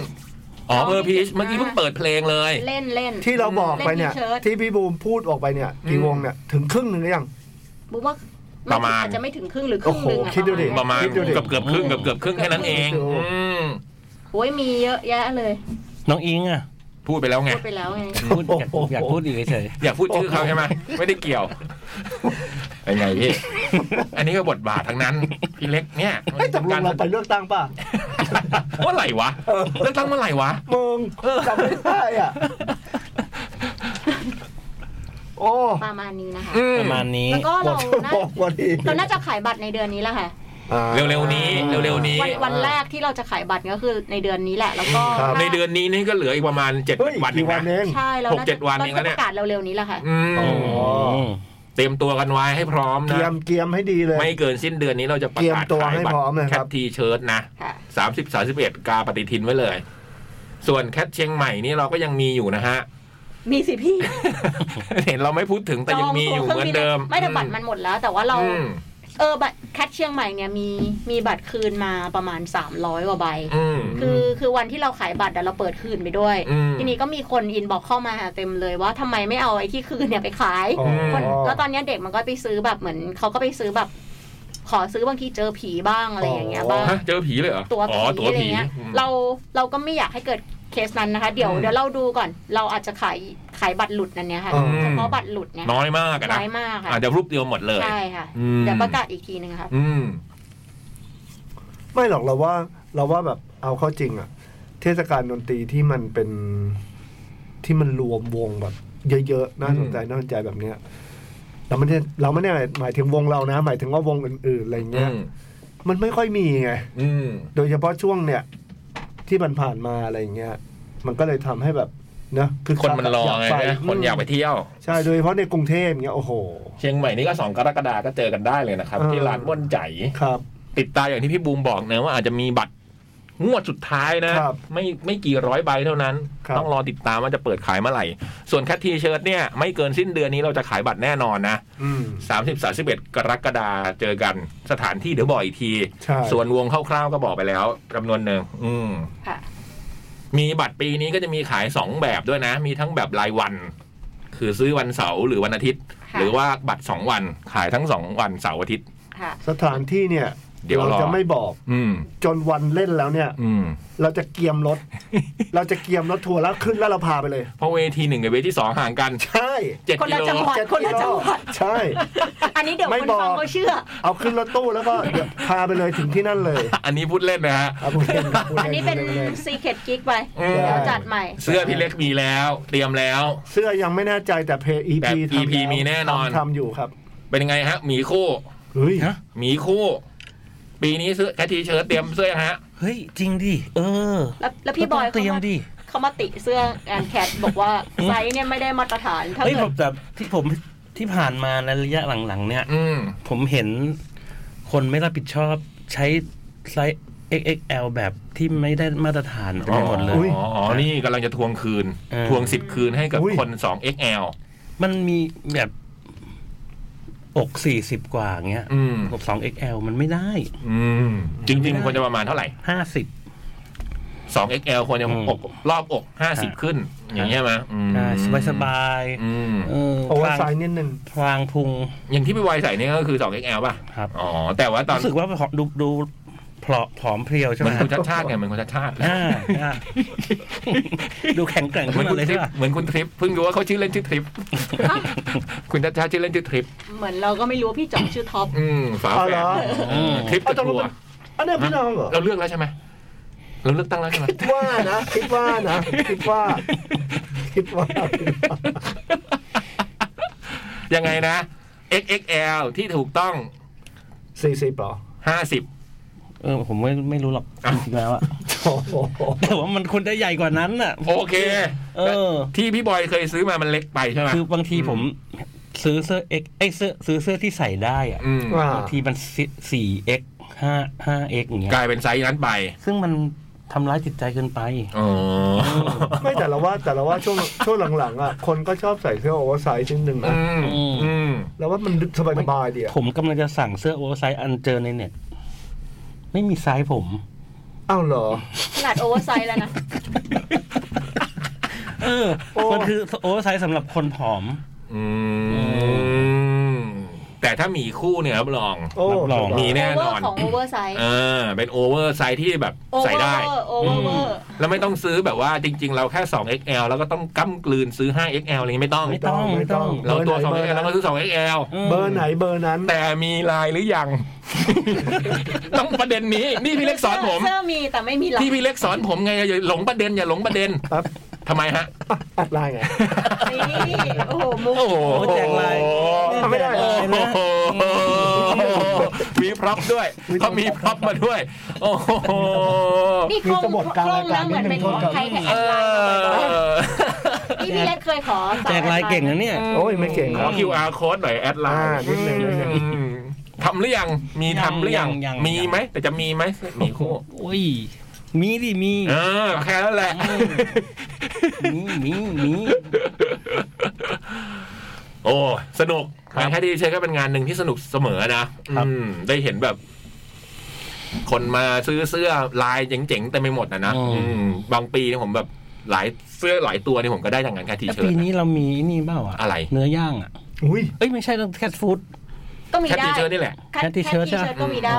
S5: อ๋อเบอร์พีช
S3: เอาไป
S5: เมื่อกี้เพิ่งเปิดเพลงเลย
S3: เล่นเล่น
S2: ที่เราบอกไปเนี่ย
S3: เล่นที่เชิด
S2: ที่พี่บูมพูดออกไปเนี่ย
S5: อืม
S2: กี่วงเนี่ยถึงครึ่งหนึ่งหรือยัง
S3: บุ๊ว่า
S5: ประมาณ
S3: อจจะไม่ถึงครึ่งหรือครึ่งหนึ่งอะ
S2: โอ้โหคิดดูดิ
S5: ประมาณ
S2: คิดดูดิ
S5: เกือบเกือบๆครึ่งเกือบเกือบๆครึ่งแค่นั้นเองอืม
S3: โอ้ยมีเยอะแยะเลย
S4: น้องอิงอ่ะ
S5: พูดไปแล้วไง
S3: พูดไปแล้วไง
S4: พูดอยากอยากพูดอีกเฉย
S5: อยากพูดชื่อเขาใช่ไหมไม่ได้เกี่ยวเป็นไงพี่ อันนี้ก็บทบาททั้งนั้น พี่เล็กเนี่ย
S2: ไอ้ยตกลงเราไปเลือกตั้ง
S3: *laughs*
S2: ป่ะ
S5: เมื่อไหร่วะเลือกตั้งเมื่อไหร่วะ
S2: มึงจำไม่ได้
S3: *laughs*
S2: อ่ะโอ้
S3: ประมาณนี้นะคะ
S5: อืม
S4: ๆประมาณนี้
S3: แล้วก็
S2: หม
S3: เรา
S2: ดชั่ว
S3: น่า
S2: โมงพอดี
S3: เราน่าจะขายบัตรในเดือนนี้แหละค่ะ
S5: เร็วๆนี้เร็วๆ นี่
S3: วันวันแรกที่เราจะขายบัตรก็คือในเดือนนี้แหละ แล้วก็
S5: ในเดือนนี้นี่ก็เหลืออีกประมาณเจ็ด
S2: เฮ้ย
S5: วันเอ
S2: กี่
S5: ง
S2: วันเอ
S5: นะ
S2: ง
S3: ใช่เรา
S5: หกเจ็ดวัน
S3: เรา
S5: เอง
S3: จะ
S5: นะเนี่
S3: ป
S5: ย
S3: ระกาศเร็วๆนี้แหละค่ะ
S5: อืม
S2: อ๋อ
S5: เตรียมตัวกันไว้ให้พร้อม
S2: เต
S5: นะ
S2: รียมเตรียมให้ดีเลย
S5: ไม่เกินสิ้นเดือนนี้เราจะประ
S2: เตรียม
S5: กาศ
S2: ตัว
S5: ขาย
S2: ให้
S5: บัต
S2: พร้อม
S5: ร
S2: นะ
S5: แค
S2: ครั
S5: ท
S2: บ
S5: ทีเชิร์ตนะ
S3: ค่ะ
S5: สามสิบสามสิบเอ็ดกาปฏิทินไว้เลย ส่วนแคทเชียงใหม่นี่เราก็ยังมีอยู่นะฮะ *laughs*
S3: มีสิพี่
S5: เห็นเราไม่พูดถึงแต่ยังมีอยู่เหมือนเดิม
S3: ไม่แต่บัตรมันหมดแล้ว แต่ว่าเรา
S5: อืม
S3: เออบัตรแคทเชียงใหม่เนี่ยมีมีบัตรคืนมาประมาณ 300กว่าใบ
S5: อืม
S3: คือคือวันที่เราขายบัตรอะเราเปิดคืนไปด้วย
S5: อืม
S3: ทีนี้ก็มีคนอินบอกเข้ามาหาเต็มเลยว่าทำไมไม่เอาไอ้ที่คืนเนี่ยไปขาย
S2: อ๋อ
S3: คนแล้วตอนเนี้ยเด็กมันก็ไปซื้อแบบเหมือนเขาก็ไปซื้อแบบ ขอซื้อบางทีเจอผีบ้างอะไรอย่างเงี้ยบ้าง
S5: ฮะเจอผีเลยเหรอ
S3: ตัว
S5: อ๋อ
S3: ผี
S5: ตัว
S3: อะไร
S5: ผี
S3: เงี้ย
S5: อืม
S3: เราเราก็ไม่อยากให้เกิดเคสนั้นนะคะ เดี๋ยว
S5: อืม
S3: เดี๋ยวเราดูก่อน เราอาจจะขายขายบัตรหลุดนั่นเนี้ยค่ะ
S2: อืม
S3: เฉพาะบัตรหลุดเนี่ย
S5: น้อยมากอะนะ
S3: น้อยมากค่ะ
S5: อาจจะรูปเดียวหมดเลย
S3: ใช่ค่ะ
S5: อืม
S3: เดี๋ยวประกาศอีกทีนึงค่ะ
S5: อืม
S2: ไม่หรอกเราว่าเราว่าแบบเอาเข้าจริงอะเทศกาลดนตรีที่มันเป็นที่มันรวมวงแบบ เยอะๆน่าสนใจน่าสนใจแบบเนี้ยเราไม่ได้เราไม่ได้หมายถึงวงเรานะ หมายถึงว่าวงอื่นๆอะไรเงี้
S5: อื
S2: ย
S5: ม
S2: มันไม่ค่อยมีไง
S5: อืม
S2: โดยเฉพาะช่วงเนี่ย ที่มันผ่านมาอะไรเงี้ยมันก็เลยทำให้แบบเนอะคือ
S5: คนมันรอไง
S2: ป
S5: นะคนอยากไปเที่ยว
S2: ใช่โดยเฉพาะในกรุงเทพเงี้ยโอ้โห
S5: เชียงใหม่นี่ก็สองกรกฎาก็เจอกันได้เลยนะครับ
S2: เออ
S5: ที่ร้านม่วนใจ
S2: ครับ
S5: ติดตามอย่างที่พี่บูมบอกนะว่าอาจจะมีบัตรงวดสุดท้ายนะ
S2: ครับ
S5: ไม่ไม่กี่ร้อยใบเท่านั้น
S2: ครับ
S5: ต้องรอติดตามว่าจะเปิดขายเมื่อไหร่ ส่วนแคททีเชิร์ตเนี่ยไม่เกินสิ้นเดือนนี้เราจะขายบัตรแน่นอนนะ
S2: อืม
S5: 30 31 กรกฎาเจอกันสถานที่เดี๋ยวบอกอีกที
S2: ใช่
S5: ส่วนวงคร่าวๆก็บอกไปแล้วจำนวนหนึ่งอืม
S3: ค่ะ
S5: มีบัตรปีนี้ก็จะมีขาย 2 แบบด้วยนะ มีทั้งแบบรายวัน คือซื้อวันเสาร์หรือวันอาทิตย์
S3: ค่ะ
S5: หรือว่าบัตร 2 วันขายทั้ง 2 วันเสาร์อาทิตย์
S3: ค่ะ
S2: สถานที่เนี่ย
S5: เดี๋ยวรอ
S2: เราจะไม่บอก
S5: อืม
S2: จนวันเล่นแล้วเนี่ย
S5: อืม
S2: เราจะเกียมร
S5: *laughs*
S2: ถ เราจะเกียมรถทัวร์แล้วขึ้นแล้วเราพาไปเลย
S5: เพราะเวทีหนึ่งกับเวทีสองห่างกัน
S2: ใช่
S5: เจ็ด
S3: คน
S5: กิ
S3: ละ
S5: โล
S3: จังหวัด
S2: เจ็ด
S3: คนละ
S2: กิ
S3: จัง
S2: โล
S3: หวัด
S2: ใช่
S3: อันนี้เดี๋ยว
S2: ไม่
S3: คน
S2: บอก
S3: ฟังเขาเชื่อ
S2: เอาขึ้นรถตู้แล้วก็เดี๋ยวพาไปเลยถึงที่นั่นเลย
S5: อันนี้พูดเล่นนะฮะ
S2: เอาพูดเล่นพูด
S3: *laughs*
S2: ล่
S3: อันนี้เป็น
S2: พูดล่
S3: ซีเค t กิ๊กไป
S5: อืม
S3: เดี๋ยวจัดใหม่
S5: เสื้อพี่เล็กมีแล้ว เตรียมแล้ว
S2: เสื้อยังไม่แน่ใจแต่เพย์อี
S5: แบบ
S2: พี
S5: EP มีแน่นอน
S2: ทำอยู่ครับ
S5: เป็นยังไงฮะหมีคู่
S2: เฮ้ย
S4: ฮะ
S5: หมีคู่ ปีนี้ซื้อแคททีเชิร์ตเตรียมเสื้อยังฮะ
S4: เฮ้ยจริงดิเออ
S3: แล้วแล้วพี่บอย
S4: ก็ต้งเตรียมดิ
S3: เขามาติเสื้อแอนแคทบอกว่าไซส์เนี่ยไม่ได้มาตรฐานถ้า
S4: เฮ้ย
S3: เกิ
S4: ผ
S3: ด
S4: มแต่ที่ผมที่ผ่านมาในระยะหลังๆ เนี่ย
S5: อืม
S4: ผมเห็นคนไม่รับผิดชอบใช้ไซส์ XXL แบบที่ไม่ได้มาตรฐานเต็มไปหมดเลย
S5: อ๋ออ๋อ นี่กำลังจะทวงคืน
S4: เออ
S5: ทวงสิบคืนให้กับคนสอง XL
S4: มันมีแบบอกสี่สิบกว่าอย่างเงี้ย
S5: อืม
S4: อกสอง XL มันไม่ได้
S5: อืม จริงๆควรจะประมาณเท่าไหร่
S4: ห้าสิบ
S5: 2 XL ควรจะ
S4: อืม
S5: อกรอบอก 50 ขึ้น อย่างเงี้ยมั้ยอืม
S4: สบายสบายๆ
S5: อืม
S4: เออ
S2: โอเวอร์
S4: พ
S2: ไซ
S4: ลาง
S2: ส์นิดนึง
S4: พลางพุง
S5: อย่างที่พี่วายใส่เนี่ยก็คือ 2 XL ป่ะ
S4: ครับ
S5: อ๋อ แต่ว่าตอน
S4: รู้สึกว่าผอมดูดูผอมผอมเพรียวใช่
S5: เห
S4: ไห
S5: มื
S4: ม
S5: อนคุณชัดชาติไงเหมือนคุณชัดชาติ
S4: อ่าอ่า *laughs* ดูแข็งแกร่ง
S5: เหมือ
S4: ขึ้
S5: น นคุ
S4: มา
S5: ณ
S4: เลย
S5: ทริป
S4: ใช่ปะ
S5: เหมือนคุณทริปเพิ่งรู้ว่าเขาชื่อเล่นชื่อ *laughs* ทริป คุณชัดชาติชื่อเล่นชื่อทริป
S3: เหมือนเราก็ไม่รู้ว่าพี่จ๋องชื่อท็อป
S5: อืมฝา
S2: เอา
S5: แฝ
S2: เหร
S5: ด
S2: อ
S5: อืมทริปตะ
S2: เอาตกล
S5: กั
S2: ง
S5: ว
S2: เป็นอันเนี้ยพี่น้องเหรอ
S5: เราเลือกแล้วใช่ไหมเราเลือกตั้งแล้วใช่ไหม
S2: คิดว่านะคิดว่านะคิดว่าคิดว่า
S5: ยังไงนะ XXL ที่ถูกต้อง
S2: สี่สิบเหรอ
S5: 50
S4: เออผมไม่ไม่รู้หรอก
S5: อ้าว
S4: จริงๆแล้วอะ *laughs*
S5: *laughs*
S4: แต่ว่ามันควรได้ใหญ่กว่านั้นน่ะ
S5: โอเค
S4: เออ
S5: ที่พี่บอยเคยซื้อมามันเล็กไปใช่ไหม
S4: คือบางทีผมซื้อเสื้อ X เอ้ยเสื้อซื้อเสื้อที่ใส่ได้อะ
S5: อืม
S2: ว่า
S4: บางทีมันสี่ X ห้าห้า X อย่างเงี้ย
S5: กลายเป็นไซส์นั้นไป
S4: ซึ่งมันทำร้ายจิตใจเกินไป
S5: อ๋อ
S2: ไม่แต่ละว่าแต่ละว่าช่วงช่วงหลังๆอ่ะคนก็ชอบใส่เสื้อโอเวอร์ไซส์ชิ้นหนึ่ง
S5: อื
S2: นะ
S5: มอืม
S2: แล้วว่ามันสบายๆดีอะ
S4: ผมกำลังจะสั่งเสื้อโอเวอร์ไซส์อันเจอในเน็ต ไม่มีไซส์ผม
S2: อ้าวเหรอ
S3: ขนาดโอเวอร์ไซส์แล้วนะ
S4: เออ
S2: โอ้
S4: มันคือโอเวอร์ไซส์สำหรับคนผอม
S5: อืมแต่ถ้ามีคู่เนี่ยรับรอง
S2: โอ้
S4: รับรอง
S5: มี แน่
S3: โอเวน อ
S5: อน
S3: ร์ของโอเวอร์ไซส์
S5: เออเป็นโอเวอร์ไซส์ที่แบบ
S3: โอเว
S5: ใส่
S3: อร์
S5: ได้
S3: โอเวอร์เวอร์
S5: แล้วไม่ต้องซื้อแบบว่าจริง ๆ เราแค่ 2 XL แล้วก็ต้องกั้มกลืนซื้อ 5 XL อะไรอย่างงี้ไม่ต้อง
S4: ไม่ต้องไม่ต้อง
S5: เราตัว
S2: เบอ
S5: 2
S2: ร์
S5: XL
S2: ไหน
S5: แล้วก็ซื้อ 2 XL
S2: เบอร์ไหนเบอร์นั้น
S5: แต่มีลายหรือยัง ต้องประเด็นนี้ นี่พี่เล็กสอนผม
S3: เสื้อมีแต่ไม่มีหลัง
S5: ที่พี่เล็กสอนผมไงอย่าหลงประเด็นอย่าหลงประเด็น
S2: ครับ
S5: ทำไมฮะ
S2: อัดไลน์ไง
S3: นี่โอ้โหมุก
S5: โอ้โห
S4: แจกลาย
S2: เอาไม่ได้เหร
S5: โอ้โหมีพร็อพด้วยเขามีพร็อพมาด้วย โอ้โห
S3: นี่โครง
S2: มีกบฏกลาง
S3: โคร
S2: ราย
S3: งนะ
S2: การ
S3: เหมือน
S2: นิ
S3: เป็น
S2: ดนึ
S3: ของ ง
S2: ครับ
S3: ใครแข่ง
S5: เอ
S3: แอดไล
S5: อ
S3: น์มาไว้นี่พี่เล็กเคยขอส
S4: แจกลายเก่งนะเนี่ย
S2: โอ้ยไม่เก่ง
S5: ข
S2: ค
S5: อ
S2: รับ
S5: QR code หน่อยแอดไล
S2: อ่า
S5: น์
S2: นิดหนึ่งนิดหนึ่ง
S5: อืมทำหรือยัง มี
S4: ยัง
S5: ทำหรือยัง
S4: ยังยัง
S5: มี
S4: ยัง
S5: ไหม แต่จะมีไหม มีคู่
S4: โอ้ย มีดิมี
S5: เออแค่นั้นแหละ
S4: มีมีมี
S5: โอ้สนุก
S4: ครับ
S5: งานแคดีเชก็เป็นงานหนึ่งที่สนุกเสมอนะอืมได้เห็นแบบ คนมาซื้อเสื้อลายเจ๋งๆเต็ไมไปหมดนะนะอืมบางปีเนี่ยผมแบบหลายเสื้อหลายตัวเนี่ยผมก็ได้จากงานแคดี
S4: แต่
S5: เชิ
S4: ปี
S5: ญ
S4: นี้เรามีนี่เปล่าอะ
S5: อะไร
S4: เนื้อย่างอะ
S2: อุ้ย
S4: เอ้ยไม่ใช่แคทฟู้ด
S3: ก็มี
S5: แค
S3: ได้
S5: ดีเชิญนี่แหละ
S3: แค่
S4: แคท T-shirt
S3: แค่ที
S4: ใช่
S3: เชิ
S4: ไห
S3: ต
S4: ม
S3: ก็มีได้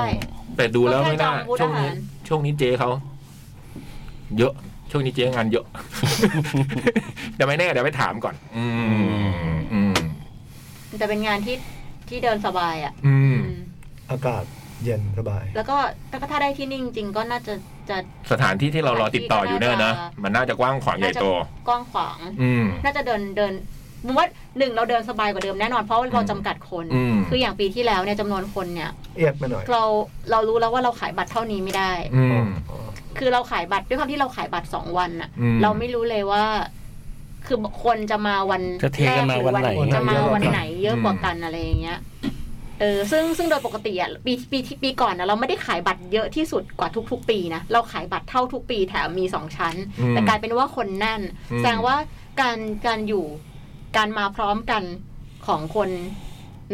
S5: แต่ดูแล้วไม่น่า
S3: ต้องให้จองบูธ
S5: ช่วงนี้ช่
S3: อาหาร
S5: วงนี้เจ๊เขาเยอะ ช่วงนี้เจ๊งานเยอะ เดี๋ยวไม่แน่เดี๋ยวไปถามก่อน อืมอืม
S3: แต่เป็นงานที่ที่เดินสบายอ่ะ
S5: อืม
S3: อืม
S2: อากาศเย็นสบาย
S3: แล้วก็ถ้าถ้าได้ที่นิ่งจริงก็น่าจะจะ
S5: สถานที่ที่เรารอติดต่ออยู่เนี่ยนะมันน่าจะกว้างขวางใหญ่โต
S3: กว้างขวาง
S5: อืม
S3: น่าจะเดินเดินผมว่าหนึ่งเราเดินสบายกว่าเดิมแน่นอนเพราะว่าเราจำกัดคน
S5: อืม
S3: คืออย่างปีที่แล้วเนี่ยจำนวนคนเนี่ย
S2: เอียดไปหน่อย
S3: เราเรารู้แล้วว่าเราขายบัตรเท่านี้ไม่ได้
S5: อืม
S3: คือเราขายบัตรด้วยความที่เราขายบัตรสองวันอะ
S5: อืม
S3: เราไม่รู้เลยว่า คือคนจะมาวัน
S4: จะเทกันมา
S3: แร
S4: วันไหน
S3: รือจะมาวันไหน เยอะกว่ากันอะไรอย่างเงี้ยเออซึ่งซึ่งโดยปกติอะปีปีที่ปีก่อนนะเราไม่ได้ขายบัตรเยอะที่สุดกว่าทุก ๆ ปีนะเราขายบัตรเท่าทุกปีแถมมีสองชั้น
S5: อืม
S3: แต่กลายเป็นว่าคนแน่น
S5: อืม
S3: แสดงว่าการการอยู่การมาพร้อมกันของคน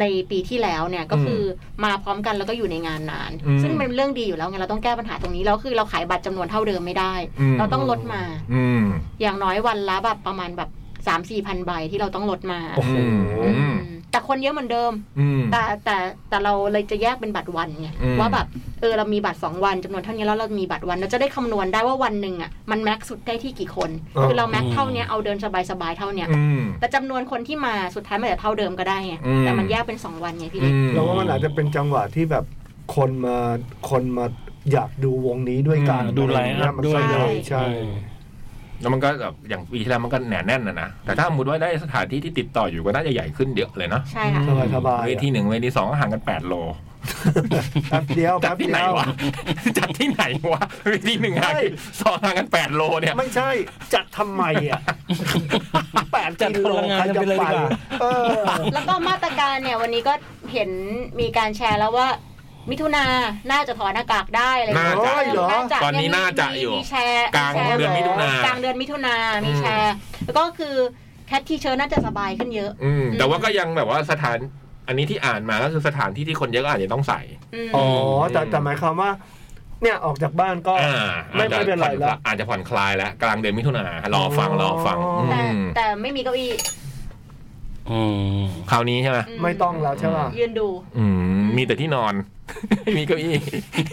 S3: ในปีที่แล้วเนี่ยก็คือมาพร้อมกันแล้วก็อยู่ในงานนาน
S5: อืม
S3: ซึ่งมันเป็นเรื่องดีอยู่แล้วไงเราต้องแก้ปัญหาตรงนี้แล้วคือเราขายบัตรจำนวนเท่าเดิมไม่ได้
S5: อืม
S3: เราต้องลดมา
S5: อืม
S3: อย่างน้อยวันละแบบประมาณแบบสามสี่พันใบที่เราต้องลดมา
S2: โอ้โห
S5: อืม
S3: อืมแต่คนเยอะเหมือนเดิม
S5: อืม
S3: แต่แต่แต่เราเลยจะแยกเป็นบัตรวันไง
S5: อืม
S3: ว่าแบบเออเรามีบัตรสองวันจำนวนเท่านี้แล้วเรามีบัตรวันเราจะได้คำนวณได้ว่าวันหนึ่งอ่ะมันแม็กซ์สุดได้ที่กี่คน
S2: อ๋อ
S3: คือเราแม็กซ์เท่าเนี้ยเอาเดินสบายๆเท่าเนี้ย
S5: อืม
S3: แต่จำนวนคนที่มาสุดท้ายมันอาจจะเท่าเดิมก็ได้ไง
S5: อืม
S3: แต่มันแยกเป็นสองวันไงพี่
S5: อื
S3: เล็ก
S5: ม
S2: เราว่ามันอาจจะเป็นจังหวะที่แบบคนมาคนมาอยากดูวงนี้ด้วยกัน
S4: อืมดูไลน์อัพ
S2: มัน
S4: ด้วย
S2: ใช่ใช่
S5: แล้วมันก็แบบอย่างปีที่แล้วมันก็แหนาแน่นนะนะแต่ถ้าสมมติว่าได้สถานที่ที่ติดต่ออยู่ก็น่าจะใหญ่ขึ้นเยอะเลยเนาะ
S3: ใช่ค่ะ
S2: สบายสบาย
S5: เวทีหนึ่งเวทีสองห่างกันแปดโล
S2: แป๊บเดียว
S5: จั
S2: แป๊
S5: ด
S2: บ
S5: ที่
S2: เดี
S5: ไหน
S2: ยว
S5: วะ จัดที่ไหนวะเวทีหนึ่งห่างกันสองห่างกันแปดโลเนี่ย
S2: ไม่ใช่จัดทำไมอ่ะแปด
S4: จัด
S2: กิ
S4: พ
S2: โล
S4: ลังงาน
S2: ใคร
S4: กัน
S2: จะ
S4: ไปเลย
S2: ไป
S4: ดีกว่า
S2: เออ
S3: แล้วก็มาตรการเนี่ยวันนี้ก็เห็นมีการแชร์แล้วว่า มิถุนาน่าจะถอดหน้ากากได้อะไรอย่างเงี้ย
S5: น่าจะ
S3: เออน่าจะ
S5: ตอนนี้
S3: เยมี
S5: น่าจะอยู่
S3: มีแชร์
S5: กลาง
S3: แชร์
S5: เดือนมิถุนาก
S3: ลางเดือนมิถุนามีแชร์ แล้วก็คือแคททีเชิร์น่าจะสบายขึ้นเยอะ
S5: อืมแต่ว่าก็ยังแบบว่าสถาน อันนี้ที่อ่านมาก็คือสถานที่ที่คนเยอะก็อาจจะต้องใส่
S3: อืม
S2: อ๋อ แต่แต่หมายความว่า เนี่ยออกจากบ้านก็
S5: อ่า
S2: ไม่ไม่เป็นไร
S5: อาจจะผ่อนค
S2: ละ
S5: ลายอาจจะผ่อนคลายแล้วกลางเดือนมิถุนารอฟังรอฟังอืม
S3: แต่แต่ไม่มีเก้าอี้
S4: อืม
S5: คราวนี้ใช่ไหม
S3: อื
S2: ไม่ต้องแล้วใช่ป่ะ
S3: ยืนดู
S5: อืมมีแต่ที่นอน *laughs* ไม่มีเก้าอี้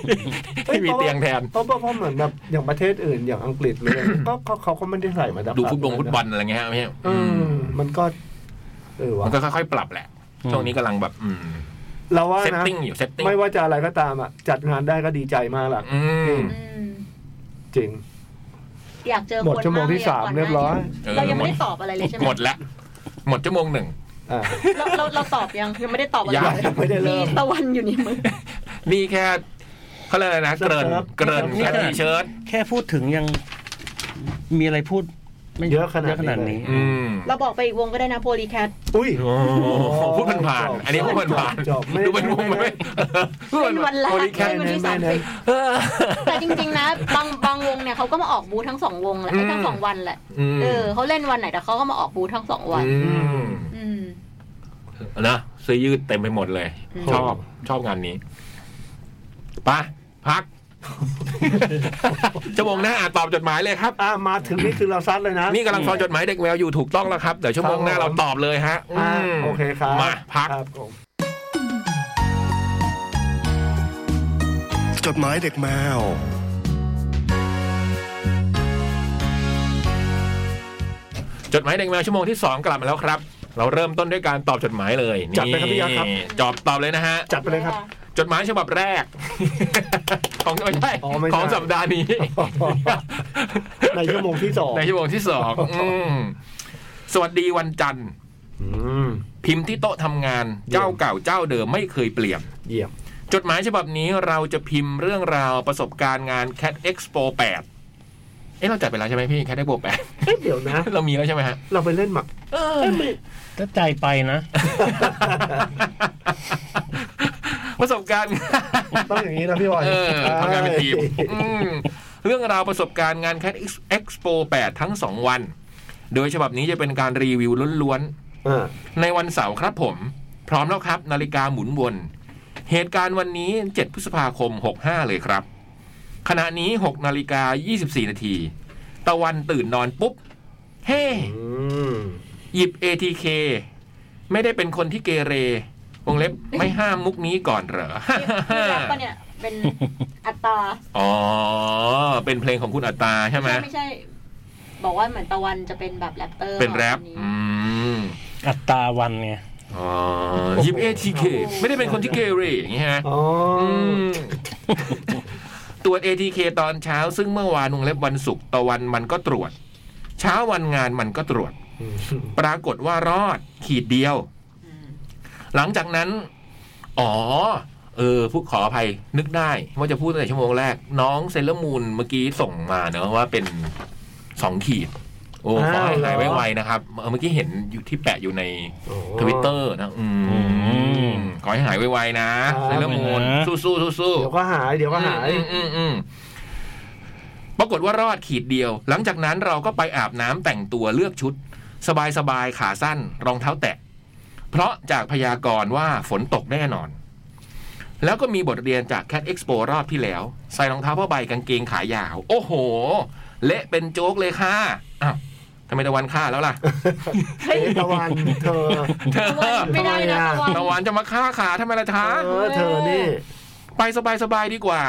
S5: *laughs* ไม่มีเตียงแทน
S2: เพราะเพราะเพราะเหมือนแบบอย่างประเทศอื่นอย่างอังกฤษ
S5: *coughs*
S2: เลยก็เขาเขาก็ไม่ได้ใส่มาจาก
S5: ดูฟุตบงฟุตบอลอะไรเงี้ยไม่ใช่
S2: อืมมันก็เออ
S5: มั
S2: วะ
S5: นก็ค่อยๆปรับแหละ ช่วงนี้กำลังแบบอืม
S2: เราว่า
S5: เซต
S2: นะ
S5: ติ้งอยู่เซตติ้ง
S2: ไม่ว่าจะอะไรก็ตามอ่ะ จัดงานได้ก็ดีใจมากล่ะ
S5: อืม
S3: อืม
S2: จริง
S3: อยากเจอคน
S2: หมดชั่วโมงที่
S3: กล
S2: สามเรียบร้อย
S5: เออ
S3: เรายังไม่ได้ตอบอะไรเลยใช่ไหม
S5: หมดละ หมดชั่วโมงหนึ่ง
S2: อ่า
S3: เราเราเราตอบยังยังไม่ได้ตอบอะไร
S5: ยัง
S3: เลย
S2: ไม่ได้เริ่ม
S3: ตะวันอยู่ในี่มือ
S5: นี่แค่ ข เขาเรียกอะไรนะ เกริ่นเกริ่น
S4: ครั
S5: กับ บทีเชิร์ต
S4: แค่พูดถึงยังมีอะไรพูดไม่
S2: เยอะขนาดนี้
S5: อืม
S3: เราบอกไปอีกวงก็ได้นะโพลีแคท
S2: อุ้ย
S5: โอ้โหพูดผ่าน
S2: จบ
S5: ๆอันนี้พูดผ่าน
S2: จบไม่
S5: ๆดูเป็นมุมไหม
S2: ไม่
S5: พูด
S3: เป็น
S5: ผ่า
S3: วัน นแรก
S5: ๆ Holy
S3: เป็
S5: Cat
S3: นวันที่
S2: แน่
S3: สาม
S2: ๆแน่
S3: สิบ
S5: เออ
S3: แต่จริง ๆ นะ บางบางวงเนี่ยเขาก็มาออกบูธทั้งสองวงแหละเอ้ยทั้งสองวันแหละ
S5: อืม
S3: เออเขาเล่นวันไหนแต่เขาก็มาออกบูธทั้งสองวัน
S5: อืม
S3: อืม
S5: นะซื้อยืดเต็มไปหมดเลย
S3: อืม
S5: ชอบชอบงานนี้ไป
S2: *laughs*
S5: พักชั่วโมงหน้าอ่านตอบจดหมายเลยครับ
S2: อ่ะมาถึงนี่คือเราซัดเลยนะ
S5: นี่กำลังฟังจดหมายเด็กแววอยู่ถูกต้องแล้วครับ เดี๋ยวชั่วโมงหน้า
S2: ครั
S5: เรา
S2: บผม
S5: ตอบเลยฮะ
S2: อ่ะ
S5: ม
S2: โอเคครับ
S5: มาพัก
S2: ครับผม
S6: จดหมายเด็กแมว
S5: จดหมายแดงแมวชั่วโมงที่ 2 กลับมาแล้วครับ เราเริ่มต้นด้วยการตอบจดหมายเลย
S2: จัดไปครับพี่ยักษ์ครับ
S5: จอบตอบเลยนะฮะ
S2: จัดไปเลยครับ
S5: จดหมายฉบับแรก *laughs* ของไม่ใช่
S2: อ๋อไม่ใช่
S5: ของสัปดาห์นี้
S2: ในชั่วโมงที่สอง
S5: ในชั่วโมงที่สองอืมสวัสดีวันจันทร์
S2: อืม
S5: พิมพ์ที่โต๊ะทำงานเจ้าเก่าเจ้าเดิมไม่เคยเปลี่ยน
S2: เยี่ยม
S5: จดหมายฉบับนี้เราจะพิมพ์เรื่องราวประสบการณ์งาน Cat Expo 8 เอ๊ะเราจัดไป *laughs* แล้วใช่ไหมพี่ Cat Expo
S2: เอ๊ะเดี๋ยวนะ
S5: 8 เรามีแล้วใช่ไหมฮะ *laughs*
S2: เราไปเล่นหมัก
S4: ถ้าใจไปนะ
S5: ประสบการณ์ *laughs*
S2: ต้องอย่างนี้นะพี่บอย
S5: เออทำงานเป็นทีมอืมเรื่องราวประสบการณ์งาน Cat Expo 8 ทั้ง 2 วัน โดยฉบับนี้จะเป็นการรีวิวล้วน
S2: เออ
S5: ๆ ในวันเสาร์ครับผม พร้อมแล้วครับ นาฬิกาหมุนวน เหตุการณ์วันนี้ 7 พฤษภาคม 65 เลยครับ ขณะนี้ 6 นาฬิกา 24 นาที ตะวันตื่นนอนปุ๊บ เฮ้
S2: อืม
S5: หยิบ ATK ไม่ได้เป็นคนที่เกเร วงเล็บไม่ห้ามมุกนี้ก่อนเหรอ *laughs*
S3: นี่แรปปะเนี่ย เป็นอัตตรา
S5: อ๋อ เป็นเพลงของคุณอัตตาใช่ไหม
S3: ไม่ใช่ บอกว่าเหมือนตะวันจะเป็นแบบแรปเตอร์
S5: เป็นแรป
S3: บบนี้
S5: อืม
S4: อัตราวันไง
S5: อ๋อยิบ ATK ไม่ได้เป็นคนที่เกเรอย่างงี้ฮะ
S2: อ๋ออ
S5: มตรวจ ATK ตอนเช้า ซึ่งเมื่อวานวงเล็บวันศุกร์ตะวันมันก็ตรวจ เช้าวันงานมันก็ตรวจ ปรากฏว่ารอดขีดเดียว
S3: อืม
S5: หลังจากนั้น อ๋อ เออผู้ขออภัยนึกได้ว่าจะพูดตั้งแต่ชั่วโมงแรก น้องเซเลอร์มูนเมื่อกี้ส่งมาเนอะว่าเป็นสองขีด โอ้ขอให้หายไวๆนะครับเออเมื่อกี้เห็นอยู่ที่แปะอยู่ใน ทวิตเตอร์นะอืมขอให้หายไวๆนะเซเลอร์มูนสู้ๆสู้ๆ
S2: เดี๋ยวก็หาย เดี๋ยวก็หาย
S5: อืมอืมอืมปรากฏว่ารอดขีดเดียว หลังจากนั้นเราก็ไปอาบน้ำแต่งตัวเลือกชุด สบายๆขาสั้น รองเท้าแตะ เพราะจากพยากรณ์ว่าฝนตกแน่นอน แล้วก็มีบทเรียนจาก Cat Expo รอบที่แล้ว ใส่รองเท้าผ้าใบกางเกงขายาว โอ้โห เละเป็นโจ๊กเลยค่ะอ้าวทำไมตะวันฆ่าแล้วล่ะ
S2: เฮ้ยตะวันเธอ
S5: เธ
S3: ตะวั
S5: อ
S3: นไม่ได้นะตะวัน
S5: ตะวันจะมาฆ่าขาทำไมล่ะ
S2: เอ
S5: คะ
S2: อเธอนี่
S5: ไปสบายๆดีกว่า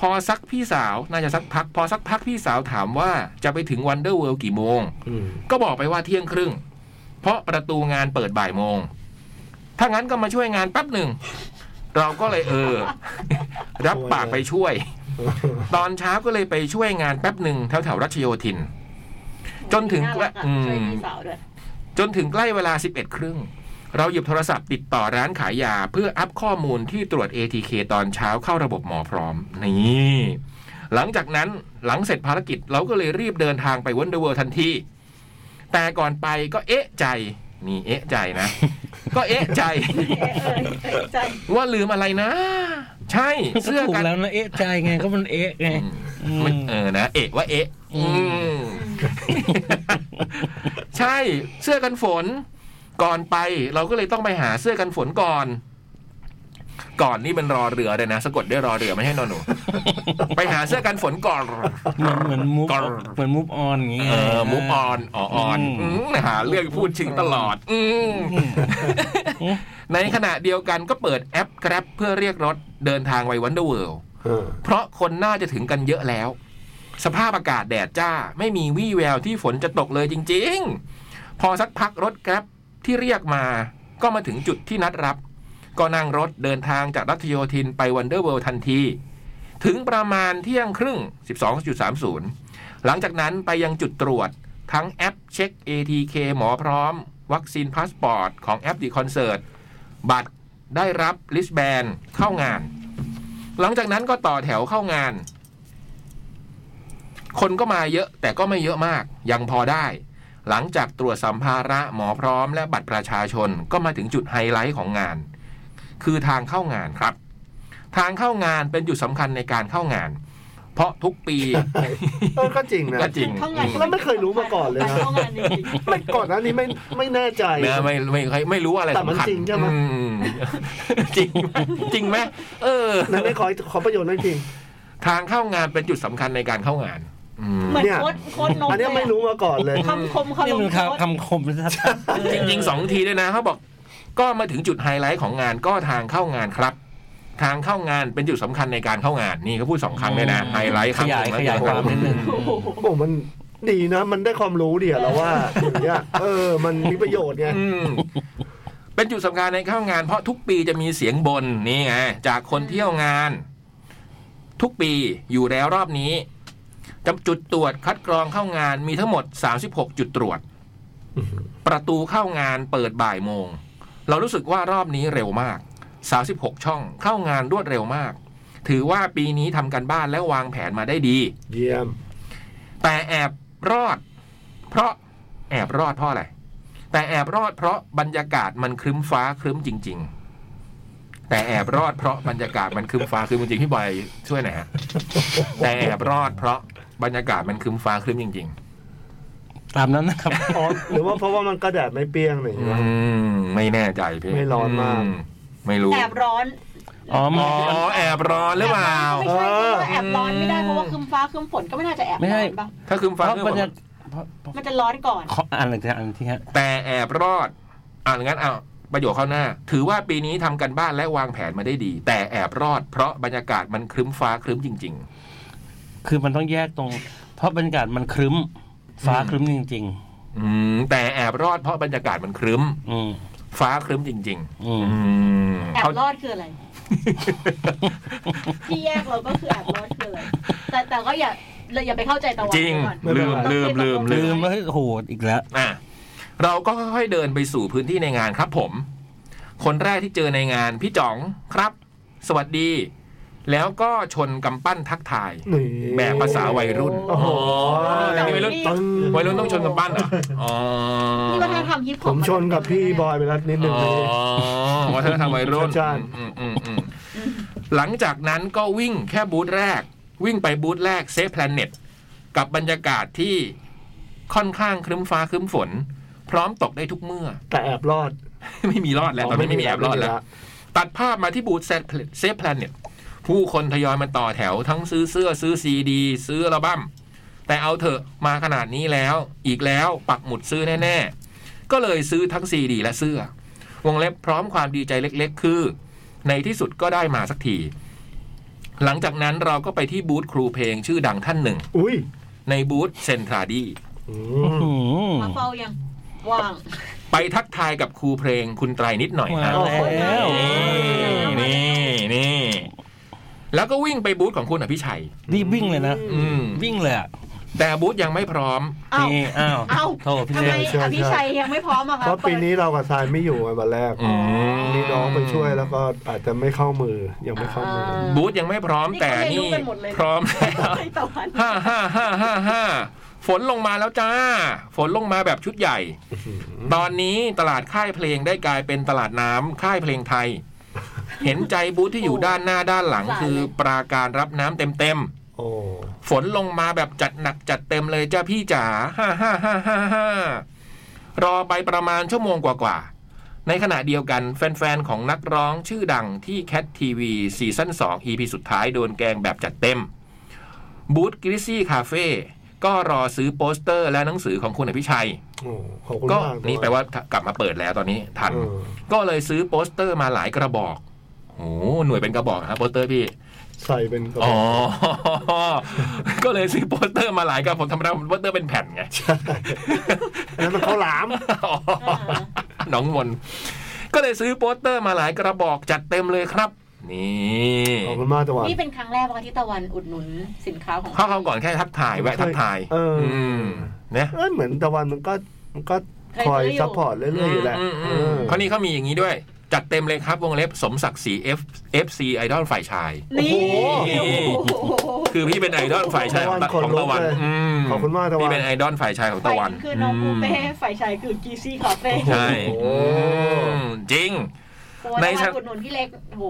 S5: พอสักพี่สาวน่าจะสักพัก พอสักพักพี่สาวถามว่าจะไปถึงวันเดอร์เวิลด์กี่โมง
S2: อืม
S5: ก็บอกไปว่าเที่ยงครึ่ง เพราะประตูงานเปิดบ่ายโมง ถ้างั้นก็มาช่วยงานแป๊บหนึ่ง เราก็เลยเอ *laughs* อ รับปากไปช่วย ตอนเช้าก็เลยไปช่วยงานแป๊บหนึ่งแถวแถวๆรัชโยธิน จนถึง
S3: น่ารักอะ
S5: อืม
S3: ช่วยพี่สาวด้วย
S5: จนถึงใกล้เวลา 11 ครึ่ง เราหยิบโทรศัพท์ติดต่อร้านขายยา เพื่ออัพข้อมูลที่ตรวจ ATK ตอนเช้าเข้าระบบหมอพร้อม นี่ หลังจากนั้นหลังเสร็จภารกิจเราก็เลยรีบเดินทางไปวันเดอร์เวิทันที แต่ก่อนไปก็เอ๊ะใจ นี่เอ๊ะใจนะ
S4: *laughs*
S5: ก็เอ๊ะใจ
S3: เอ๊ะเออเอ๊ะใจ
S5: ว่าลืมอะไรนะ ใช่
S4: ก็
S5: เสื้อ
S4: ถูก
S5: กัน
S4: แล้วนะเอ๊ะใจไงก็มันเอ๊ะไง
S5: อืมไม่เออนะ เอ๊ะว่าเอ๊ะอืม
S3: อืม
S5: *laughs* ใช่เสื้อกันฝน ก่อนไปเราก็เลยต้องไปหาเสื้อกันฝนก่อน ก่อนนี่มันรอเรือเลยนะ สะกดด้วยรอเรือไม่ให้นอนหนู *laughs* ไปหาเสื้อกันฝนก่อน
S4: เหมือนเหมือนมูฟ
S5: ก่อน
S4: เหมือนมูฟออนอย่างเงี้ย
S5: เออมูออนอ๋อออน
S4: อืม
S5: อืมหาเรื่องพูดชิงตลอด อืม *laughs* ในขณะเดียวกันก็เปิดแอป Grab เพื่อเรียกรถเดินทางไปวันเดอร์เวิลด์
S2: เออ
S5: เพราะคนน่าจะถึงกันเยอะแล้ว สภาพอากาศแดดจ้า ไม่มีวี่แววที่ฝนจะตกเลยจริง ๆ พอสักพักรถแกร็บที่เรียกมา ก็มาถึงจุดที่นัดรับ ก็นั่งรถเดินทางจากรัชโยธินไปวันเดอร์เวิลด์ทันที ถึงประมาณเที่ยงครึ่ง 12.30 หลังจากนั้นไปยังจุดตรวจทั้งแอปเช็ค ATK หมอพร้อม วัคซีนพาสปอร์ตของแอปดีคอนเสิร์ตบัตรได้รับลิสแบนเข้างาน หลังจากนั้นก็ต่อแถวเข้างาน คนก็มาเยอะ แต่ก็ไม่เยอะมาก ยังพอได้ หลังจากตรวจสัมภาระหมอพร้อมและบัตรประชาชนก็มาถึงจุดไฮไลท์ของงาน คือทางเข้างานครับ ทางเข้างานเป็นจุดสำคัญในการเข้างาน เพราะทุก
S2: *laughs*
S5: ปี
S2: เออก็จริงนะ
S5: ก็จริง
S3: เข้างาน
S2: แล้วไม่เคยรู้มาก่อนเลยนะ
S3: เข้างานจริง
S2: ไม่ก่อนหนั้านนี้ไม่ไม่แน่ใจ
S5: นะไม่ไม่ไม่ไม่รู้อะไร
S2: แต่มัน
S5: สำคัญ
S2: จริงใช่ไหม
S5: อื *laughs* จริงไหมจริงไหมเออ
S2: นั่นไม่ขอขอประโยชน์หนั่นจริง
S5: ทางเข้างานเป็นจุดสำคัญในการเข้างานอืม
S3: ๆเหมือน
S2: เนี่ย
S3: โค้ดโค้ดนก
S2: อันเนี้ยไม่รู้มาก่อนเลย
S3: คำคมคำ
S4: นี่
S3: ลง
S4: มัน
S3: โค้ด
S4: คำคำคมชัดๆ
S5: จริงๆสองทีด้วยนะเขาบอก ก็มาถึงจุดไฮไลท์ของงานก็ทางเข้างานครับ ทางเข้างานเป็นจุดสำคัญในการเข้างาน นี่เขาพูดสองครั้งเลยนะไฮไลท์ค
S4: ข
S5: รั้ง
S4: ยาย
S5: ห
S4: ข
S5: นึ่ง
S4: ยายความนิดนึง
S3: โอ้โห
S2: โอ้โหมันดีนะ มันได้ความรู้เดียวแล้วว่าอย่างเงี้ยเออ มันมีประโยชน์ไง
S5: อืมเป็นจุดสำคัญในเข้างาน เพราะทุกปีจะมีเสียงบนนี่ไงจากคนเที่ยวงาน ทุกปีอยู่แล้วรอบนี้จำจุดตรวจคัดกรองเข้างานมีทั้งหมด 36 จุดตรวจ ประตูเข้างานเปิดบ่ายโมง เรารู้สึกว่ารอบนี้เร็วมาก 36 ช่องเข้างานรวดเร็วมาก ถือว่าปีนี้ทำกันบ้านและวางแผนมาได้ดี
S2: เยี่ยม
S5: แต่แอบรอด เพราะแอบรอดเพราะอะไร แต่แอบรอดเพราะบรรยากาศมันครึ้มฟ้าครึ้มจริง ๆ แต่แอบรอดเพราะบรรยากาศมันครึ้มฟ้าครึ้มจริงๆพี่บอยช่วยหน่อยฮะแต่แอบรอดเพราะบรรยากาศมันครึ้มฟ้าครึ้มจริง
S4: ตามนั้นนะครับ
S2: อ๋อ หรือว่าเพราะว่ามันกระแดดไม่เปรี้ยงหน่อย
S5: ๆ
S2: ใช่
S5: อื
S2: ไหม
S5: มไม่แน่ใจพี่
S2: ไม่ร้อนมาก
S5: อืไม่รู้
S3: แอบร้อน
S4: อ๋อม
S5: อ๋อแอบร้อนหรือเปล่า
S3: แอบร้อนก็ไม่ใช่เพราะว่าแอบร้อนไม่ได้เพราะว่าคืมฟ้าคืมฝนก็ไม่น่าจะแอบร้อนปะ
S5: ถ้าครึ้ม
S4: เพ
S5: ฟ้า
S4: ราะ
S5: ครึ้ม
S4: บรร
S5: ฝ
S4: ยาน กเพราะเพราะ
S3: มันจะร้อนก่อน
S4: ขออ่านหน่อยจะอ่านที่ฮะ
S5: แต่แอบรอดอ่างั้นเอาประโยคเข้าหน้า ถือว่าปีนี้ทำกันบ้านและวางแผนมาได้ดี แต่แอบรอดเพราะบรรยากาศมันครึ้มฟ้าครึ้มจริง ๆ
S4: คือมันต้องแยกตรง เพราะบรรยากาศมันครึ้ม ฟ้า
S5: อืม
S4: ครึ้มจริง
S5: อืมแต่แอบรอดเพราะบรรยากาศมันครึ้ม
S4: ๆ อืม
S5: ฟ้าครึ้มจริง
S4: อื
S5: ๆ
S4: ม
S5: อืม
S3: แอบ
S5: เขา
S3: รอดคืออะไร ที่แยกเราก็คือแอบรอดคืออะไรแต่แต่ก็อย่าเราอย่าไปเข้าใจตะวัน
S5: จริง
S3: ก่อน
S2: ไม่เป็
S5: ลื
S2: น
S5: ม
S2: ไร
S5: ลืมลืม
S4: ลื
S5: ลืม
S4: มว่าเฮ้ยโหดอีกแล้ว
S5: อ่ะเราก็ค่อยๆเดินไปสู่พื้นที่ในงานครับผม คนแรกที่เจอในงานพี่จ๋องครับ สวัสดี แล้วก็ชนกำปั้นทักทาย
S2: นี่
S5: แบบภาษาวัยรุ่น
S2: โอ้โห
S5: แต่นี่วัยรุ่น
S2: ตึ้ง
S5: วัยรุ่นต้องชนกำปั้นเหรออ๋อ
S3: นี่วัฒนธรรมฮิปฮ
S2: ผ
S3: อป
S2: มชนกับพี่บอยไปแล้วนิดนึงเลย
S5: อ๋อวัฒนธรรมวัยรุ่น
S2: ชัด
S5: อืมอืมอืมหลังจากนั้นก็วิ่งแค่บูธแรก วิ่งไปบูธแรกเซฟแพลเน็ตกับบรรยากาศที่ค่อนข้างครึ้มฟ้าครึ้มฝน พร้อมตกได้ทุกเมื่อ *laughs*
S2: แต่แอบรอด
S5: ไม่มีรอดแล้วตอนนี้ไม่มีแอบรอดแล้ว ตัดภาพมาที่บูธเซฟแพลเน็ตผู้คนทยอยมาต่อแถวทั้งซื้อเสื้อซื้อซีดี ซื้ออัลบั้มแต่เอาเถอะมาขนาดนี้แล้ว อีกแล้วปักหมุดซื้อแน่ ๆ ก็เลยซื้อทั้งซีดีและเสื้อ วงเล็บพร้อมความดีใจเล็กๆ คือ ในที่สุดก็ได้มาสักที หลังจากนั้นเราก็ไปที่บูธครูเพลงชื่อดังท่านหนึ่ง
S2: อุ้ย
S5: ในบูธเซนทราดี
S2: อืม
S4: อืม
S3: มาเฝ้ายัง ว่าง
S5: ไปทักทายกับครูเพลงคุณไตรนิดหน่อยนะ
S4: มาแล้ว
S5: นี่นี่นี่ แล้วก็วิ่งไปบูธของคุณอภิชัย
S4: รีบวิ่งเลยนะ
S5: อืม
S4: วิ่งเลยอ่ะ
S5: แต่บูธยังไม่พร้อม
S3: เอ้า
S4: นี่อ้าว
S3: เอ้า
S4: โทษพี่
S3: ทำ
S4: เล
S3: ไม
S4: ก
S2: ใช่ใช่
S3: อภิชัยยังไม่พร้อมอะคะ
S2: เพราะปีนี้เรากับทรายไม่อยู่ไงวันแรก
S5: อืม
S2: มีน้องไปช่วยแล้วก็อาจจะไม่เข้ามือยังไม่เข้ามือ
S3: บู
S5: บูธยังไม่พร้อม
S3: นี่
S5: แต่
S3: เขาเรียนรู้
S5: นี่
S3: กันหมดเลยนะ
S5: พร้อมแล้ว
S3: ไอ้ตะ
S2: *laughs*
S3: วัน
S5: ฮ่าฮ่าฮ่าฮ่าฮ่าฝนลงมาแล้วจ้า ฝนลงมาแบบชุดใหญ่ ตอนนี้ตลาดค่ายเพลงได้กลายเป็นตลาดน้ำค่ายเพลงไทย เห็นใจบูธที่อยู่ด้านหน้าด้านหลัง คือปราการรับน้ำเต็มๆ
S2: โอ้
S5: ฝนลงมาแบบจัดหนักจัดเต็มเลยจ้าพี่จ๋า *laughs* ฮ่าฮ่าฮ่าฮ่าฮ่ารอไปประมาณชั่วโมงกว่าๆ ในขณะเดียวกันแฟนๆ ของนักร้องชื่อดังที่แคททีวีซีซั่น2 EP สุดท้ายโดนแกงแบบจัดเต็ม บูธกริซี่คาเฟ่ก็รอซื้อโปสเตอร์และหนังสือของคุณอภิชัย
S2: โหขอบคุณ
S5: ก็
S2: มาก
S5: นี่แปลว่ากลับมาเปิดแล้วตอนนี้ทัน
S2: เออ
S5: ก็เลยซื้อโปสเตอร์มาหลายกระบอกโอ้โหหน่วยเป็นกระบอกนะครับโปสเตอร์พี่
S2: ใส่เป็นกระบ
S5: อ๋อ
S2: อก
S5: *laughs* ก็เลยซื้อโปสเตอร์มาหลายกับผมทำได้ผมโปสเตอร์เป็นแผ่นไง *laughs*
S2: อันนั้นมันข้าวหลาม
S5: น้องมนก็เลยซื้อโปสเตอร์มาหลายกระบอกจัดเต็มเลยครับ นี่
S2: ขอบคุณมากตะวัน
S3: นี่เป็นครั้งแรกวันที่ตะวันอุดหนุนสินค้าของ
S5: เข้าคำก่อนแค่ทักทายแวะทักทาย
S2: เอออื
S5: มเนี่ย
S2: เอ้ยเหมือนตะวันมันก็มันก็คอยซัพพอร์ตเรื่อยๆอยู่แหละ
S5: อืมอืม
S2: เออ
S5: เพราะนี่เขามีอย่างนี้ด้วย จัดเต็มเลยครับวงเล็บสมศักดิ์ศรี F FC ไอดอลฝ่ายชาย
S3: นี่
S5: คือพี่เป็นไอดอลฝ่ายชายของตะ
S2: ขน
S5: ของ
S2: ลุก
S5: ตะวัน
S2: เลย
S5: อืม
S2: ขอบคุณมากตะวั
S5: พี่
S2: น
S5: เป็นไอดอลฝ่ายชายของตะ
S3: ฝ่าย
S5: วั
S3: ห
S5: น
S3: ญิงคือน้องปูเป้
S5: อืม
S3: ฝ่ายชายคือกีซี่คาเฟ่
S5: ใช่
S1: โอ้โห
S5: อืมจริง
S3: โอ้ย
S5: ใน
S3: ในชั้นอุดหนุนพี่เล็กโอ้โห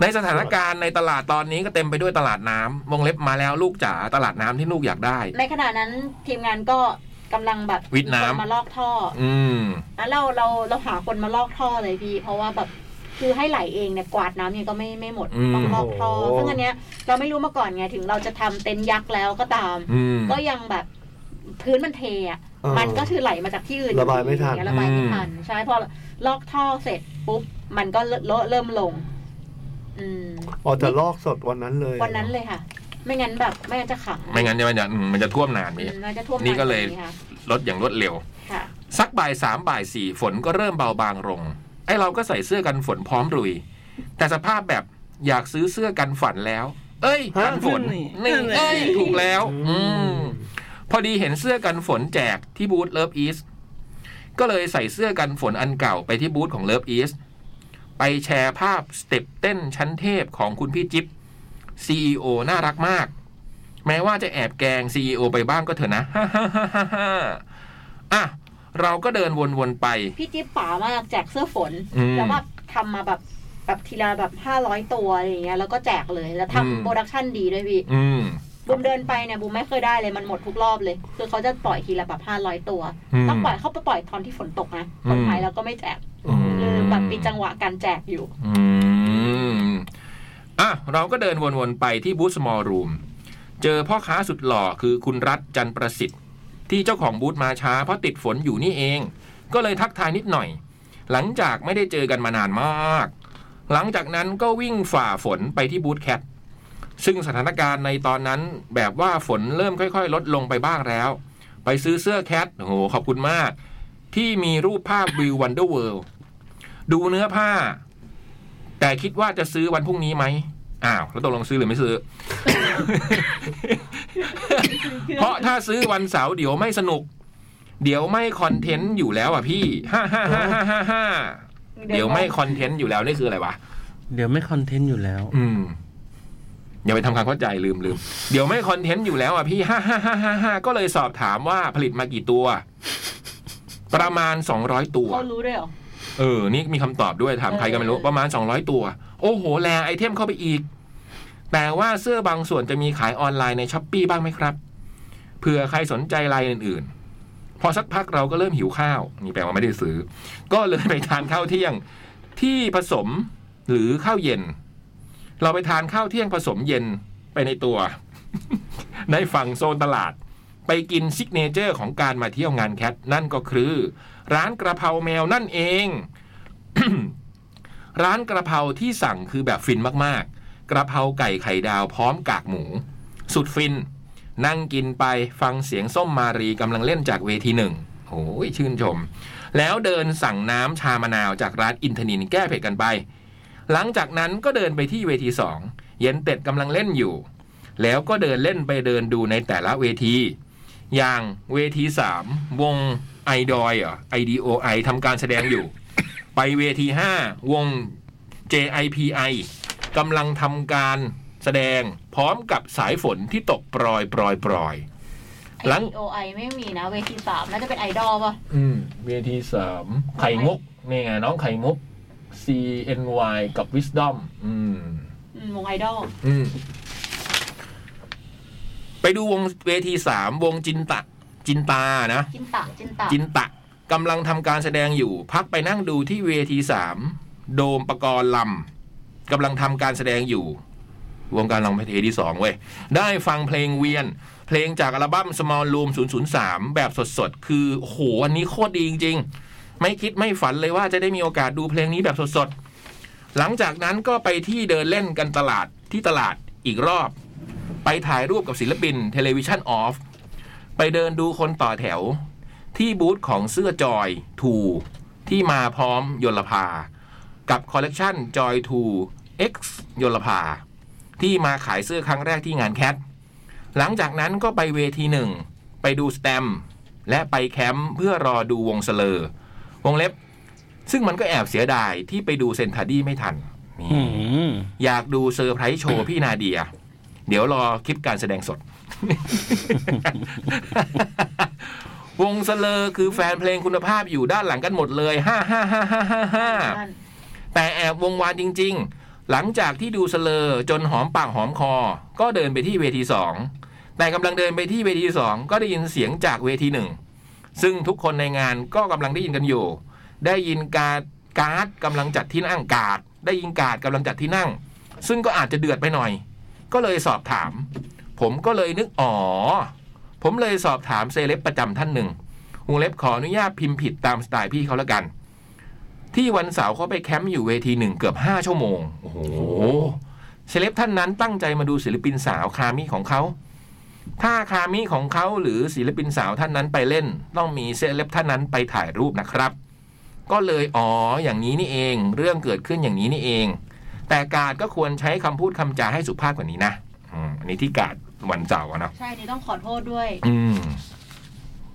S5: ในสถานการณ์ในตลาดตอนนี้ก็เต็มไปด้วยตลาดน้ำวงเล็บมาแล้วลูกจ๋าตลาดน้ำที่ลูกอยากได้
S3: ในขณะนั้นทีมงานก็กำลังแบบ
S5: วิทย์น้ำ
S3: มีคมาลอกท่อ
S5: อืม
S3: แล้วเราเราเราหาคนมาลอกท่อเลยพี่ เพราะว่าแบบคือให้ไหลเองเนี่ยกวาดน้ำยังก็ไม่ไม่หมด
S5: อืม
S3: ต้องลอกท่อ
S2: โอ้โห
S3: ซึ่งอันเนี้ยเราไม่รู้มาก่อนไงถึงเราจะทำเต็นท์ยักษ์แล้วก็ตาม
S5: อืม
S3: ก็ยังแบบพื้นมันเทอะ
S2: เออ
S3: มันก็คือไหลมาจากที่อื่น
S2: ระบายไม่ทัน
S3: อเงี้ระบายไม่ทัน ใช่พอลอกท่อเสร็จปุ๊บมันก็เลอะเริ่มลง อืม
S2: อ๋อแต่ลอกสดวันนั้นเลย
S3: วันนั้นเลยค่ะ ไม่งั้นแบบไม่งั้นจะขัง
S5: ไม่งั้นเนี่ยมันจะอืมมันจะท่วมนาน
S3: อื
S5: นี่
S3: มมันจะท่วม
S5: นี่ก็เลย
S3: หกว่าค่ะ
S5: ลดอย่างรวดเร็ว
S3: ค่ะ
S5: สักบ่ายสามบ่ายสี่ฝนก็เริ่มเบาบางลง ไอ้เราก็ใส่เสื้อกันฝนพร้อมลุย แต่สภาพแบบอยากซื้อเสื้อกันฝันแล้ว เอ้ย
S2: ฮะ
S5: กันฝน
S4: นั่
S5: นี่
S4: นแหละ
S5: เอ้ยถูกแล้ว
S2: อื
S5: อื
S2: ม
S5: มพอดีเห็นเสื้อกันฝนแจกที่บูธเลิฟอีสก็เลยใส่เสื้อกันฝนอันเก่าไปที่บูธของเลิฟอีสไปแชร์ภาพสเต็ปเต้นชั้นเทพของคุณพี่จิ๊บ CEO น่ารักมาก แม้ว่าจะแอบแกล้ง CEO ไปบ้างก็เถอะนะ *laughs* ฮ่าฮ่าฮ่าฮ่าฮ่าอ่ะ เราก็เดินวนๆไป
S3: พี่จิ๊บป๋ามากแจกเสื้อฝน
S5: อืม
S3: แล้วแบบทำมาแบบแบบทีละแบบห้าร้อยตัวอะไรอย่างเงี้ยแล้วก็แจกเลยแล้ว
S5: อืม
S3: ทำโปรดักชั่นดีด้วยพี่
S5: อืม
S3: บูมเดินไปเนี่ยบูมไม่เคยได้เลยมันหมดทุกรอบเลย คือเขาจะปล่อยทีละแบบห้าร้อยตัว
S5: อืม
S3: ต้องปล่อยเข้าไปปล่อยตอนที่ฝนตกนะ
S5: อืม
S3: ฝนหายแล้วก็ไม่แจก
S5: อืม
S3: คือแบบมีจังหวะการแจกอยู่
S5: อืม อ่ะ เราก็เดินวนๆไปที่บูธ small room เจอพ่อค้าสุดหล่อคือคุณรัฐจันทร์ประสิทธิ์ ที่เจ้าของบูธมาช้าเพราะติดฝนอยู่นี่เอง ก็เลยทักทายนิดหน่อย หลังจากไม่ได้เจอกันมานานมาก หลังจากนั้นก็วิ่งฝ่าฝนไปที่บูธแคทซึ่งสถานการณ์ในตอนนั้นแบบว่าฝนเริ่มค่อยๆ ลดลงไปบ้างแล้ว ไปซื้อเสื้อแคทโอ้โหขอบคุณมาก ที่มีรูปภาพวิววันเดอร์เวิลด์ดูเนื้อผ้า แต่คิดว่าจะซื้อวันพรุ่งนี้ไหม อ้าว แล้วตกลงซื้อหรือไม่ซื้อ เพราะถ้าซื้อวันเสาร์เดี๋ยวไม่สนุก เดี๋ยวไม่คอนเทนต์อยู่แล้วอ่ะพี่ ฮ่าฮ่าฮ่าฮ่าฮ่าฮ่าเดี๋ยวไม่คอนเทนต์อยู่แล้วนี่คืออะไรวะ
S4: เดี๋ยวไม่คอนเทนต์อยู่แล้ว
S5: อืม อย่าไปทำความเข้าใจลืมลืม เดี๋ยวไม่คอนเทนต์อยู่แล้วอ่ะพี่ ฮ่าฮ่าฮ่าฮ่าฮ่าก็เลยสอบถามว่าผลิตมากี่ตัว ประมาณสองร้อยตัว
S3: เขารู้ด้วยเหรอ
S5: เออ นี่มีคำตอบด้วยถามใครก็ไม่รู้
S3: เออ
S5: ประมาณ 200 ตัว โอ้โห แลไอเทมเข้าไปอีก แต่ว่าเสื้อบางส่วนจะมีขายออนไลน์ในช้อปปีบ้างไหมครับ เผื่อใครสนใจลายอื่นๆ พอสักพักเราก็เริ่มหิวข้าว นี่แปลว่าไม่ได้ซื้อ ก็เลยไปทานข้าวเที่ยงที่ผสมหรือข้าวเย็น เราไปทานข้าวเที่ยงผสมเย็นไปในตัว *laughs* ในฝั่งโซนตลาด ไปกินซิกเนเจอร์ของการมาเที่ยวงานแคทนั่นก็คือ ร้านกระเพราแมวนั่นเอง *coughs* ร้านกระเพราที่สั่งคือแบบฟินมากๆ กระเพราไก่ไข่ดาวพร้อมกากหมู สุดฟิน นั่งกินไปฟังเสียงส้มมารีกำลังเล่นจากเวทีหนึ่งโอ้ยชื่นชม แล้วเดินสั่งน้ำชามะนาวจากร้านอินทนินแก้เผ็ดกันไป หลังจากนั้นก็เดินไปที่เวทีสองเย็นเต็ดกำลังเล่นอยู่ แล้วก็เดินเล่นไปเดินดูในแต่ละเวที อย่างเวทีสามวงไอดอยอ่ะไอดีโอไอทำการแสดงอยู่ ไปเวทีห้าวง JIPI กำลังทำการแสดงพร้อมกับสายฝนที่ตกปรอยปรอยปรอย หลัง
S3: โอไอไม่มีนะเวทีสามน่าจะเป็นไอดอลป่ะ
S5: อืมเวทีสามไข่มุกนี่ไงน้องไข่มุก CNY กับ Wisdom อืม
S3: อืมวงไอดอล
S5: อืม ไปดูวงเวทีสามวงจินตะ จินตานะ
S3: จินตะจินตะ
S5: จินตะกำลังทำการแสดงอยู่ พักไปนั่งดูที่เวทีสามโดมประกรณ์ลำกำลังทำการแสดงอยู่ วงการลองเพลงที่สองเว้ย ได้ฟังเพลงเวียน เพลงจากอัลบั้ม Small Room 003 แบบสดๆ คือโอ้โหอันนี้โคตรดีจริงๆ ไม่คิดไม่ฝันเลยว่าจะได้มีโอกาสดูเพลงนี้แบบสดๆ หลังจากนั้นก็ไปที่เดินเล่นกันตลาดที่ตลาดอีกรอบ ไปถ่ายรูปกับศิลปินเทเลวิชันออฟไปเดินดูคนต่อแถว ที่บูธของเสื้อจอยทูที่มาพร้อมยลภา กับคอลเลกชันจอยทู X ยลภา ที่มาขายเสื้อครั้งแรกที่งานแคทหลังจากนั้นก็ไปเวทีหนึ่ง ไปดูสแตมป์และไปแคมป์เพื่อรอดูวงสเลอร์วงเล็บ ซึ่งมันก็แอบเสียดายที่ไปดูเซนทาดี้ไม่ทันนี่
S4: อืม
S5: อยากดูเซอร์ไพรส์โชว์พี่นาเดีย เดี๋ยวรอคลิปการแสดงสด วงเสเลอคือแฟนเพลงคุณภาพอยู่ด้านหลังกันหมดเลยฮ่าฮ่าฮ่าฮ่าฮ่าฮ่า แต่แอบวงวานจริงๆ หลังจากที่ดูเสลอจนหอมปากหอมคอ ก็เดินไปที่เวทีสอง แต่กำลังเดินไปที่เวทีสองก็ได้ยินเสียงจากเวทีหนึ่ง ซึ่งทุกคนในงานก็กำลังได้ยินกันอยู่ ได้ยินการดการ์ดกำลังจัดที่นั่งการ์ดได้ยินการ์ดกำลังจัดที่นั่ง ซึ่งก็อาจจะเดือดไปหน่อย ก็เลยสอบถาม ผมก็เลยนึกอ๋อ ผมเลยสอบถามเซเลบประจำท่านหนึ่งวงเล็บขออนุญาตพิมพ์ผิดตามสไตล์พี่เขาละกัน ที่วันเสาร์เขาไปแคมป์อยู่เวทีหนึ่งเกือบห้าชั่วโมง โอ้โห เซเลบท่านนั้นตั้งใจมาดูศิลปินสาวคามิของเขา ถ้าคามิของเขาหรือศิลปินสาวท่านนั้นไปเล่น ต้องมีเซเลบท่านนั้นไปถ่ายรูปนะครับ ก็เลยอ๋ออย่างนี้นี่เอง เรื่องเกิดขึ้นอย่างนี้นี่เอง แต่การดก็ควรใช้คำพูดคำจาให้สุภาพกว่านี้นะอืมอันนี้ที่การดวันเสาร์อะเนาะ
S3: ใช่นี่ต้องขอโทษด้วย
S5: อืม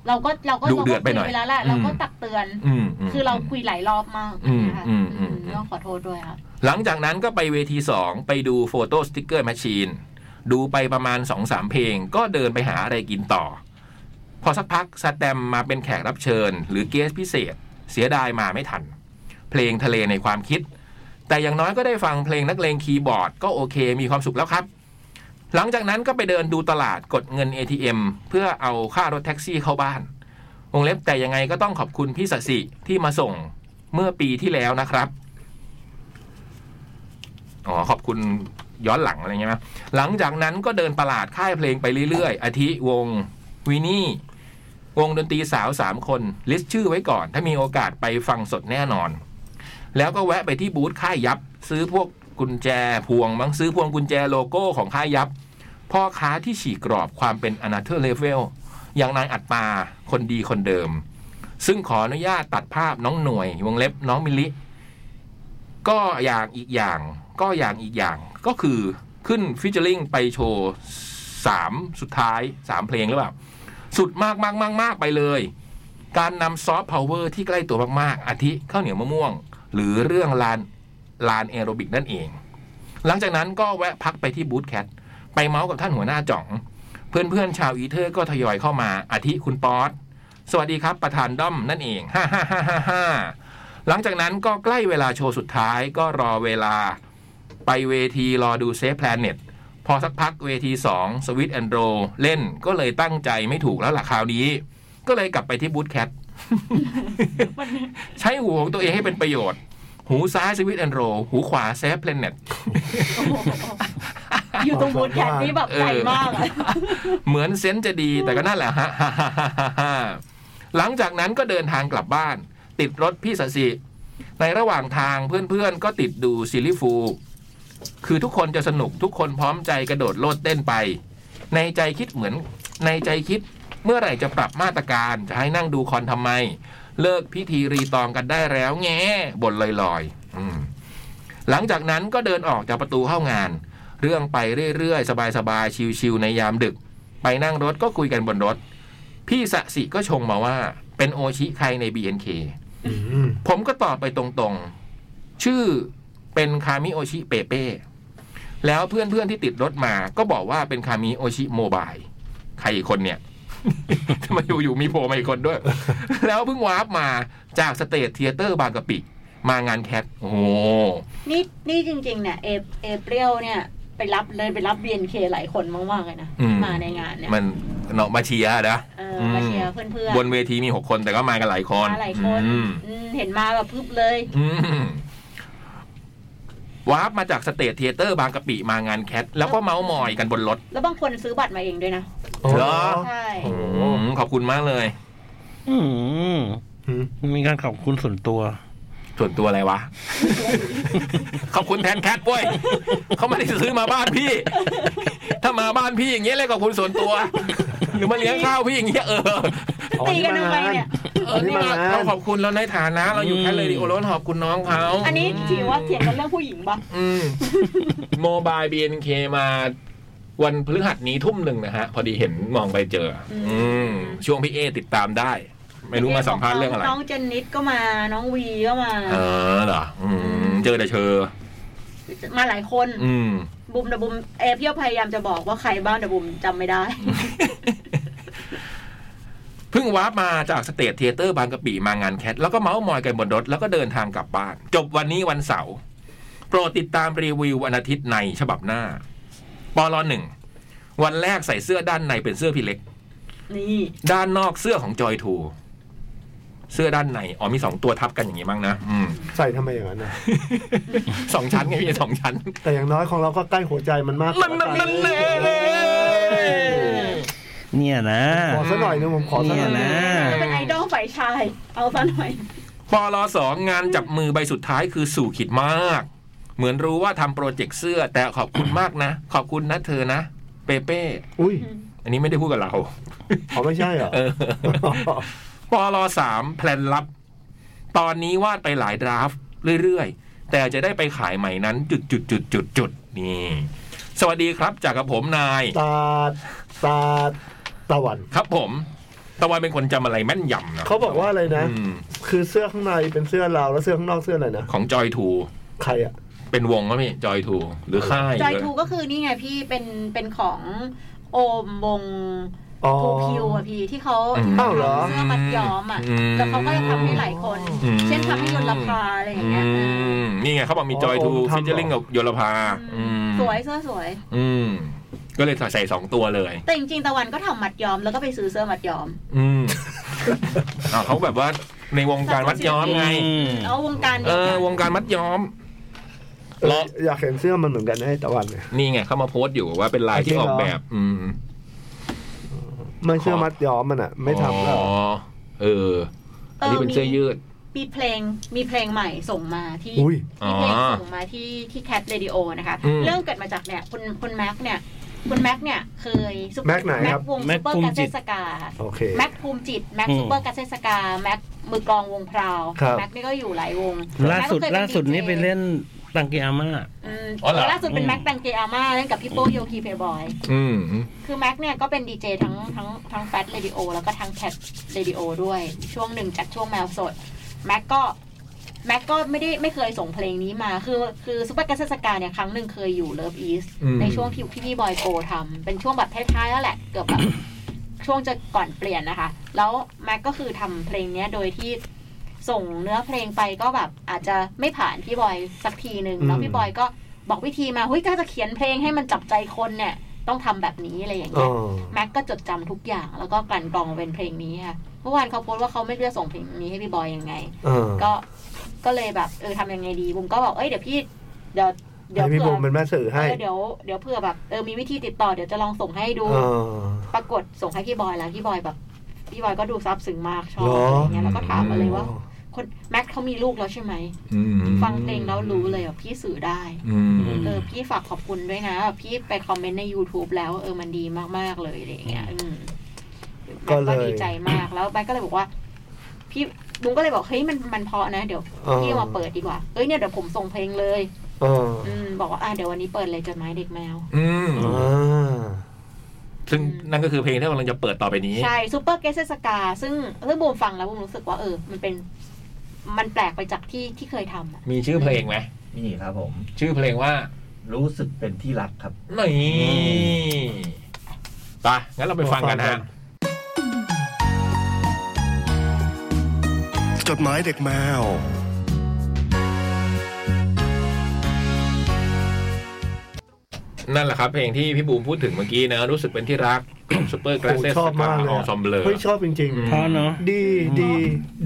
S3: เราก็เราก็
S5: ดุเดือดไปหน่อย
S3: ราก็คุเวลาละเราก็
S5: อืม
S3: ตักเตือน
S5: อืมม
S3: คือเราคุยหลายรอบมากนะคะ
S5: อืมอืมอืม
S3: อืมต้องขอโทษด้วยค่ะ
S5: หลังจากนั้นก็ไปเวที 2 ไปดูโฟโต้สติ๊กเกอร์แมชชีน ดูไปประมาณ 2-3สามเพลง ก็เดินไปหาอะไรกินต่อ พอสักพักสแตมมาเป็นแขกรับเชิญ หรือเกสพิเศษ เสียดายมาไม่ทัน เพลงทะเลในความคิด แต่อย่างน้อยก็ได้ฟังเพลงนักเลงคีย์บอร์ดก็โอเคมีความสุขแล้วครับ หลังจากนั้นก็ไปเดินดูตลาดกดเงิน ATM เพื่อเอาค่ารถแท็กซี่เข้าบ้านวงเล็บแต่ยังไงก็ต้องขอบคุณพี่สสิที่มาส่งเมื่อปีที่แล้วนะครับ อ๋อขอบคุณย้อนหลังอะไรเงี้ยไหมหลังจากนั้นก็เดินประหลาดค่ายเพลงไปเรื่อยๆ อาทิวงวินี่ วงดนตรีสาวสามคน ลิสต์ชื่อไว้ก่อน ถ้ามีโอกาสไปฟังสดแน่นอน แล้วก็แวะไปที่บูธค่ายยับ ซื้อพวกกุญแจพวงมั้งซื้อพวงกุญแจโลโก้ของค่ายยับ พ่อค้าที่ฉีกกรอบความเป็นอนาเธอร์เลเวลอย่างนายอัตตาคนดีคนเดิม ซึ่งขออนุญาตตัดภาพน้องหน่วยวงเล็บน้องมิลลิ ก็อย่างอีกอย่างก็อย่างอีกอย่างก็คือขึ้นฟิชเชอริงไปโชว์สามสุดท้ายสามเพลงหรือเปล่า สุดมากมากมากมากไปเลย การนำซอฟต์พาวเวอร์ที่ใกล้ตัวมาก ๆ อาทิข้าวเหนียวมะม่วง หรือเรื่องลานลานแอโรบิกนั่นเอง หลังจากนั้นก็แวะพักไปที่บูธแคทไปเมาส์กับท่านหัวหน้าจ่อง เพื่อน ๆ ชาวอีเทอร์ก็ทยอยเข้ามาอาทิคุณป๊อตสวัสดีครับประธานด้อมนั่นเองฮ่าฮ่าฮ่าฮ่าฮ่า หลังจากนั้นก็ใกล้เวลาโชว์สุดท้ายก็รอเวลาไปเวทีรอดูเซฟแพลเน็ตพอสักพักเวที2สวิตแอนโดรเล่นก็เลยตั้งใจไม่ถูกแล้วล่ะคราวนี้ ก็เลยกลับไปที่บูธแคท ใช้หูของตัวเองให้เป็นประโยชน์ หูซ้ายสวิตแอนโดรหูขวาเซฟแพลเน็ต
S3: *laughs* อยู่ตรงบูธแคทนี่แบบใหญ่มากอะ
S5: เหมือนเซนส์จะดีแต่ก็นั่นแหละ *laughs* ฮะ หลังจากนั้นก็เดินทางกลับบ้าน ติดรถพี่สสิ ในระหว่างทางเพื่อนๆ ก็ติดดูซีรีส์ฟู คือทุกคนจะสนุกทุกคนพร้อมใจกระโดดโลดเต้นไป ในใจคิดเหมือน ในใจคิดเมื่อไหร่จะปรับมาตรการจะให้นั่งดูคอนทำไม เลิกพิธีรีตองกันได้แล้วแง่บ่นลอยๆอืมหลังจากนั้นก็เดินออกจากประตูเข้างาน เรื่องไปเรื่อย ๆ สบายๆ ชิวๆในยามดึก ไปนั่งรถก็คุยกันบนรถ พี่สะสิก็ชงมาว่า เป็นโอชิใครใน BNK ผมก็ตอบไปตรงๆ ชื่อเป็นคามิโอชิเปเป้ แล้วเพื่อนๆที่ติดรถมาก็บอกว่าเป็นคามิโอชิโมบายใครอีกคนเนี่ย ทำไมอยู่ๆมีโผล่มาอีกคนด้วย แล้วเพิ่งวาร์ปมาจากสเตทเทียเตอร์บางกะปิ มางานแคทโอ้โห
S3: นี่นี่จริงๆเนี่ยเอเอเปรียวเนี่ยไปรับเลยไปรับเบียนเคหลายคนมากๆเลยนะ
S5: อื
S3: มาในงานเนี่ย
S5: มันเนาะมาเชียร์นะ
S3: เออมาเชียร์เพื่อน
S5: บนเวทีมีหกคนแต่ก็มากันหลายค
S3: ๆ
S5: น
S3: มาหลายคน
S5: อืม
S3: อืมเห็นมาแบบพึบเลย
S5: อืมวาร์ปมาจากสเตทเทเตอร์บางกะปิมางานแคท แล้วก็เมาส์มอยกันบนรถ
S3: แล้วบางคนซื้อบัตรมาเองด้วยนะ
S2: โอ้โห
S5: เหรอ
S3: ใช่
S5: อืมขอบคุณมากเลย
S4: อืม
S2: อืม
S4: มีการขอบคุณส่วนตัว
S5: ส่วนตัวอะไรวะ ขอบคุณแทนแคทเว้ยเขาไม่ได้ซื้อมาบ้านพี่ ถ้ามาบ้านพี่อย่างเงี้ยเลยขอบคุณส่วนตัว หรือมาเลี้ยงข้าวพี่อย่างเงี้ยเออ
S2: อ๋อ
S3: ตีกัน
S2: มา
S3: ทำไม
S2: งา
S3: เนี่ย
S5: เออนี่มาเราขอบคุณเราในฐานะ เราอยู่แค่เลยดิโอรสขอบคุณน้องเขา
S3: อันนี้ถือว่าเถียงกันเรื่องผู้หญิงปะ
S5: อืม โมบาย BNK มาวันพฤหัสนี้ทุ่มหนึ่งนะฮะ พอดีเห็นมองไปเจอ อืม ช่วงพี่เอติดตามได้ อื ไม่รู้มาสัมภาษณ์เรื่องอะไร
S3: น้องเจนนิดก็มาน้องวีก็มา
S5: เออเหรออืมเจอแต่เชอ
S3: มาหลายคน
S5: อื *laughs* ม
S3: บุมเดบุมเอฟเพียวพยายามจะบอกว่าใครบ้างเดบุมจำไม่ได้ *laughs*
S5: เพิ่งวาร์ปมาจากสเตทเทเตอร์บางกะปิมางานแคท แล้วก็เมาส์มอยกันบนรถ แล้วก็เดินทางกลับบ้าน จบวันนี้วันเสาร์โปรดติดตามรีวิววันอาทิตย์ในฉบับหน้าปลหนึ่ง วันแรกใส่เสื้อด้านในเป็นเสื้อพี่เล็ก
S3: นี่
S5: ด้านนอกเสื้อของจอยทู เสื้อด้านใน อ๋อมีสองตัวทับกันอย่างนี้บ้างนะอืม
S2: ใส่ทำไมอย่างนั้นนะ
S5: สองชั้นไงพี่สองชั้น
S2: แต่อย่างน้อยของเราก็ใกล้หัวใจมันมากกว่า
S5: มันมันมันเน
S4: เนี่ยนะ
S2: ขอสักหน่อยนึงผมขอสักหน่อย
S4: เนี่ยนะ
S2: นึง
S3: จะเป็นไอดอลฝ่ายชาย เอาซะหน่อย
S5: ปลสองงานจับมือใบสุดท้ายคือสู่ขิดมาก เหมือนรู้ว่าทำโปรเจกต์เสื้อ แต่ขอบคุณมากนะ ขอบคุณนะเธอนะ เปเป้
S2: อุ้ย
S5: อันนี้ไม่ได้พูดกับเรา *laughs*
S2: ขอไม่ใช่เหรอ
S5: เออปลสามแพลนลับ ตอนนี้วาดไปหลายดราฟต์เรื่อยๆ แต่จะได้ไปขายใหม่นั้น จุดจุดจุดจุดจุดนี่ สวัสดีครับจากกับผมนาย
S2: ตาตาตะวัน
S5: ครับผม ตะวันเป็นคนจำอะไรแม่นยำนะ
S2: เขาบอกว่าอะไรนะ
S5: อืม
S2: คือเสื้อข้างในเป็นเสื้อเราแล้วเสื้อข้างนอกเสื้ออะไรนะ
S5: ของจอยทู
S2: ใครอะ
S5: เป็นวงก็พี่จอยทูหรือค่าย
S3: จอยทูก็คือนี่ไงพี่เป็นเป็นของโอมวง
S2: อ๋อ
S3: โพคิวอะพี่ที่เขา
S2: อ้าวเหรอ
S3: ทำเสื้อมัดย้อมอะแล้วเขาก็จะทำให้หลายคน
S5: อืม
S3: เช่นทำให้ยนต์ลพาอะไรอย่างเงี้ย
S5: อืมนี่ไงเขาบอกมีจอยทู
S2: อ๋อ
S5: ฟิชเชอร์ลิง
S2: ทำเหรอ
S5: กับโยลภา
S3: อื
S5: อื
S3: ม
S5: ม
S3: สวยเสื้อสวย
S5: อืม ก็เลยใส่สองตัวเลย
S3: แต่จริงๆตะวันก็ทำมัดย้อมแล้วก็ไปซื้อเสื้อมัดย้อม
S5: อื
S2: *laughs*
S5: มอ่าเขาแบบว่าในวงการมัดย้อมไง
S4: อืม
S3: เอาวงการ
S5: เอ
S3: เดี
S5: อ
S3: ยวกัน
S5: วงการมัดย้อม
S2: เอ
S5: เหรอ
S2: ออยากเห็นเสื้อมันเหมือนกันให้ตะวันเนี่ย
S5: นี่ไงเขามาโพสต์อยู่ว่าเป็นลายที่ออกแบบ อืม
S2: ไม่เสื้อมัดย้อมมันอะไม่ทำแล้ว
S5: อ๋อเออ อันนี้เป็นเสื้อยืด
S3: มีเพลงมีเพลงใหม่ส่งมาที่
S2: อุ้ย
S3: ที่เพลงส่งมาที่ที่แคทเรดิโอนะคะ
S5: อืม
S3: เรื่องเกิดมาจากเนี่ยคุณคุณแม็กเนี่ย คุณแม็กเนี่ยเคย Super-
S2: แม็กไหนครับ
S3: แม็กวงซูเปอร์กาเซสกา
S2: โอเค
S3: แม็กภูมิจิต แม็กซูเปอร์กาเซสกา แม็กมือกลองวงพราว
S2: ครับ
S3: แม็กนี่ก็อยู่หลายวง
S4: ล่าสุด
S3: แม็กก็เคยเป็
S4: ล่าสุด
S3: DJ
S4: นี่ไปเล่นตังเกียร์มา
S3: อืม
S5: อ๋อเหรอ
S3: ล่าสุดเป็นแม็กแตงเกอาม่าเล่นกับพี่โป้โยคีเพย์บอย
S5: อืม
S3: คือแม็กเนี่ยก็เป็นดีเจทั้งทั้งทั้งแฟตเรดิโอแล้วก็ทั้งแคทเรดิโอด้วย ช่วงหนึ่งจากช่วงแมวสดแม็กก็แม็กก็ไม่ได้ไม่เคยส่งเพลงนี้มา คือคือซูเปอร์กาเซสกาเนี่ยครั้งหนึ่งเคยอยู่เลิฟอีส
S5: อืม
S3: ในช่วงที่พี่พี่บอยโกทำเป็นช่วงแบบท้ายๆแล้วแหละ เกือบแบบ ช่วงจะก่อนเปลี่ยนนะคะ แล้วแม็กก็คือทำเพลงเนี้ยโดยที่ส่งเนื้อเพลงไปก็แบบอาจจะไม่ผ่านพี่บอยสักทีหนึ่งแล้ว
S2: อืม
S3: พี่บอยก็บอกวิธีมาเฮ้ยถ้าจะเขียนเพลงให้มันจับใจคนเนี่ย ต้องทำแบบนี้อะไรอย่าง
S2: อ๋
S3: เงี้
S2: อย
S3: แม็กก็จดจำทุกอย่างแล้วก็กลั่นกรองเป็นเพลงนี้ค่ะเมื่อวานเขาโพสต์ว่าเขาไม่รู้จะส่งเพลงนี้ให้พี่บอยยังไง
S2: อ่า
S3: ก็ก็เลยแบบเออทำยังไงดีบุมก็บอกเอ้ยเดี๋ยวพี่เดี๋ยวเดี๋ยว
S2: ให้พี่
S3: เผื่
S2: บู
S3: อ
S2: มเป็นแม่สื่อ
S3: เอ
S2: ให้
S3: อเดี๋ยวเดี๋ยวเผื่อแบบเออมีวิธีติดต่อเดี๋ยวจะลองส่งให้ดู
S2: อ่า
S3: ปรากฏส่งให้พี่บอยแล้วพี่บอยแบบ พี่บอยก็ดูซับซึ้งมากชอบ
S2: เหรออ
S3: อะไรเงี้ยแล้วก็ถามมาเลยว่า คนแม็กเขามีลูกแล้วใช่ไหม
S5: อืม
S3: ฟังเพลงแล้วรู้เลยแบบพี่สื่อได้
S5: อืม
S3: เออพี่ฝากขอบคุณด้วยนะแบบพี่ไปคอมเมนต์ใน YouTube แล้วเออมันดีมาก ๆ เลยอะไรอย่างเงี้ยอืม
S2: ก็เลย
S3: แม่ดีใจมากแล้วแม่ก็เลยบอกว่า พี่บุ้งก็เลยบอกเฮ้ยมันมันเพราะนะ เดี๋ยว
S2: อ๋อ
S3: พี่เอามาเปิดดีกว่าเอ้ยเนี่ยเดี๋ยวผมส่งเพลงเลย
S2: อ่า
S3: อืมบอกว่าอ่ะเดี๋ยววันนี้เปิดเลยจดหมายเด็กแมว
S5: อืม
S2: อ่า
S5: ซึ่งนั่นก็คือเพลงที่กำลังจะเปิดต่อไปนี้
S3: ใช่ซูเปอร์เกสสกาซึ่งซึ่งบูมฟังแล้วบูมรู้สึกว่าเออ มันเป็น มันแปลกไปจากที่ที่เคยทำอะ
S5: มีชื่อเพลงไหม
S1: นี่ครับผม
S5: ชื่อเพลงว่า
S1: รู้สึกเป็นที่รักครับ
S5: นี่ไปงั้นเราไปฟังกันฮะ
S6: จดหมายเด็กแมว
S5: นั่นแหละครับ เพลงที่พี่บูมพูดถึงเมื่อกี้นะ รู้สึกเป็นที่รัก *coughs* ของซูเปอร์กราเซส
S2: โอ้ชอบมากเลย
S5: ข
S2: อะ
S5: องซอมเบลอ
S2: เฮ้ยชอบจริง
S4: เพราะเนาะ
S2: ๆ ดีดี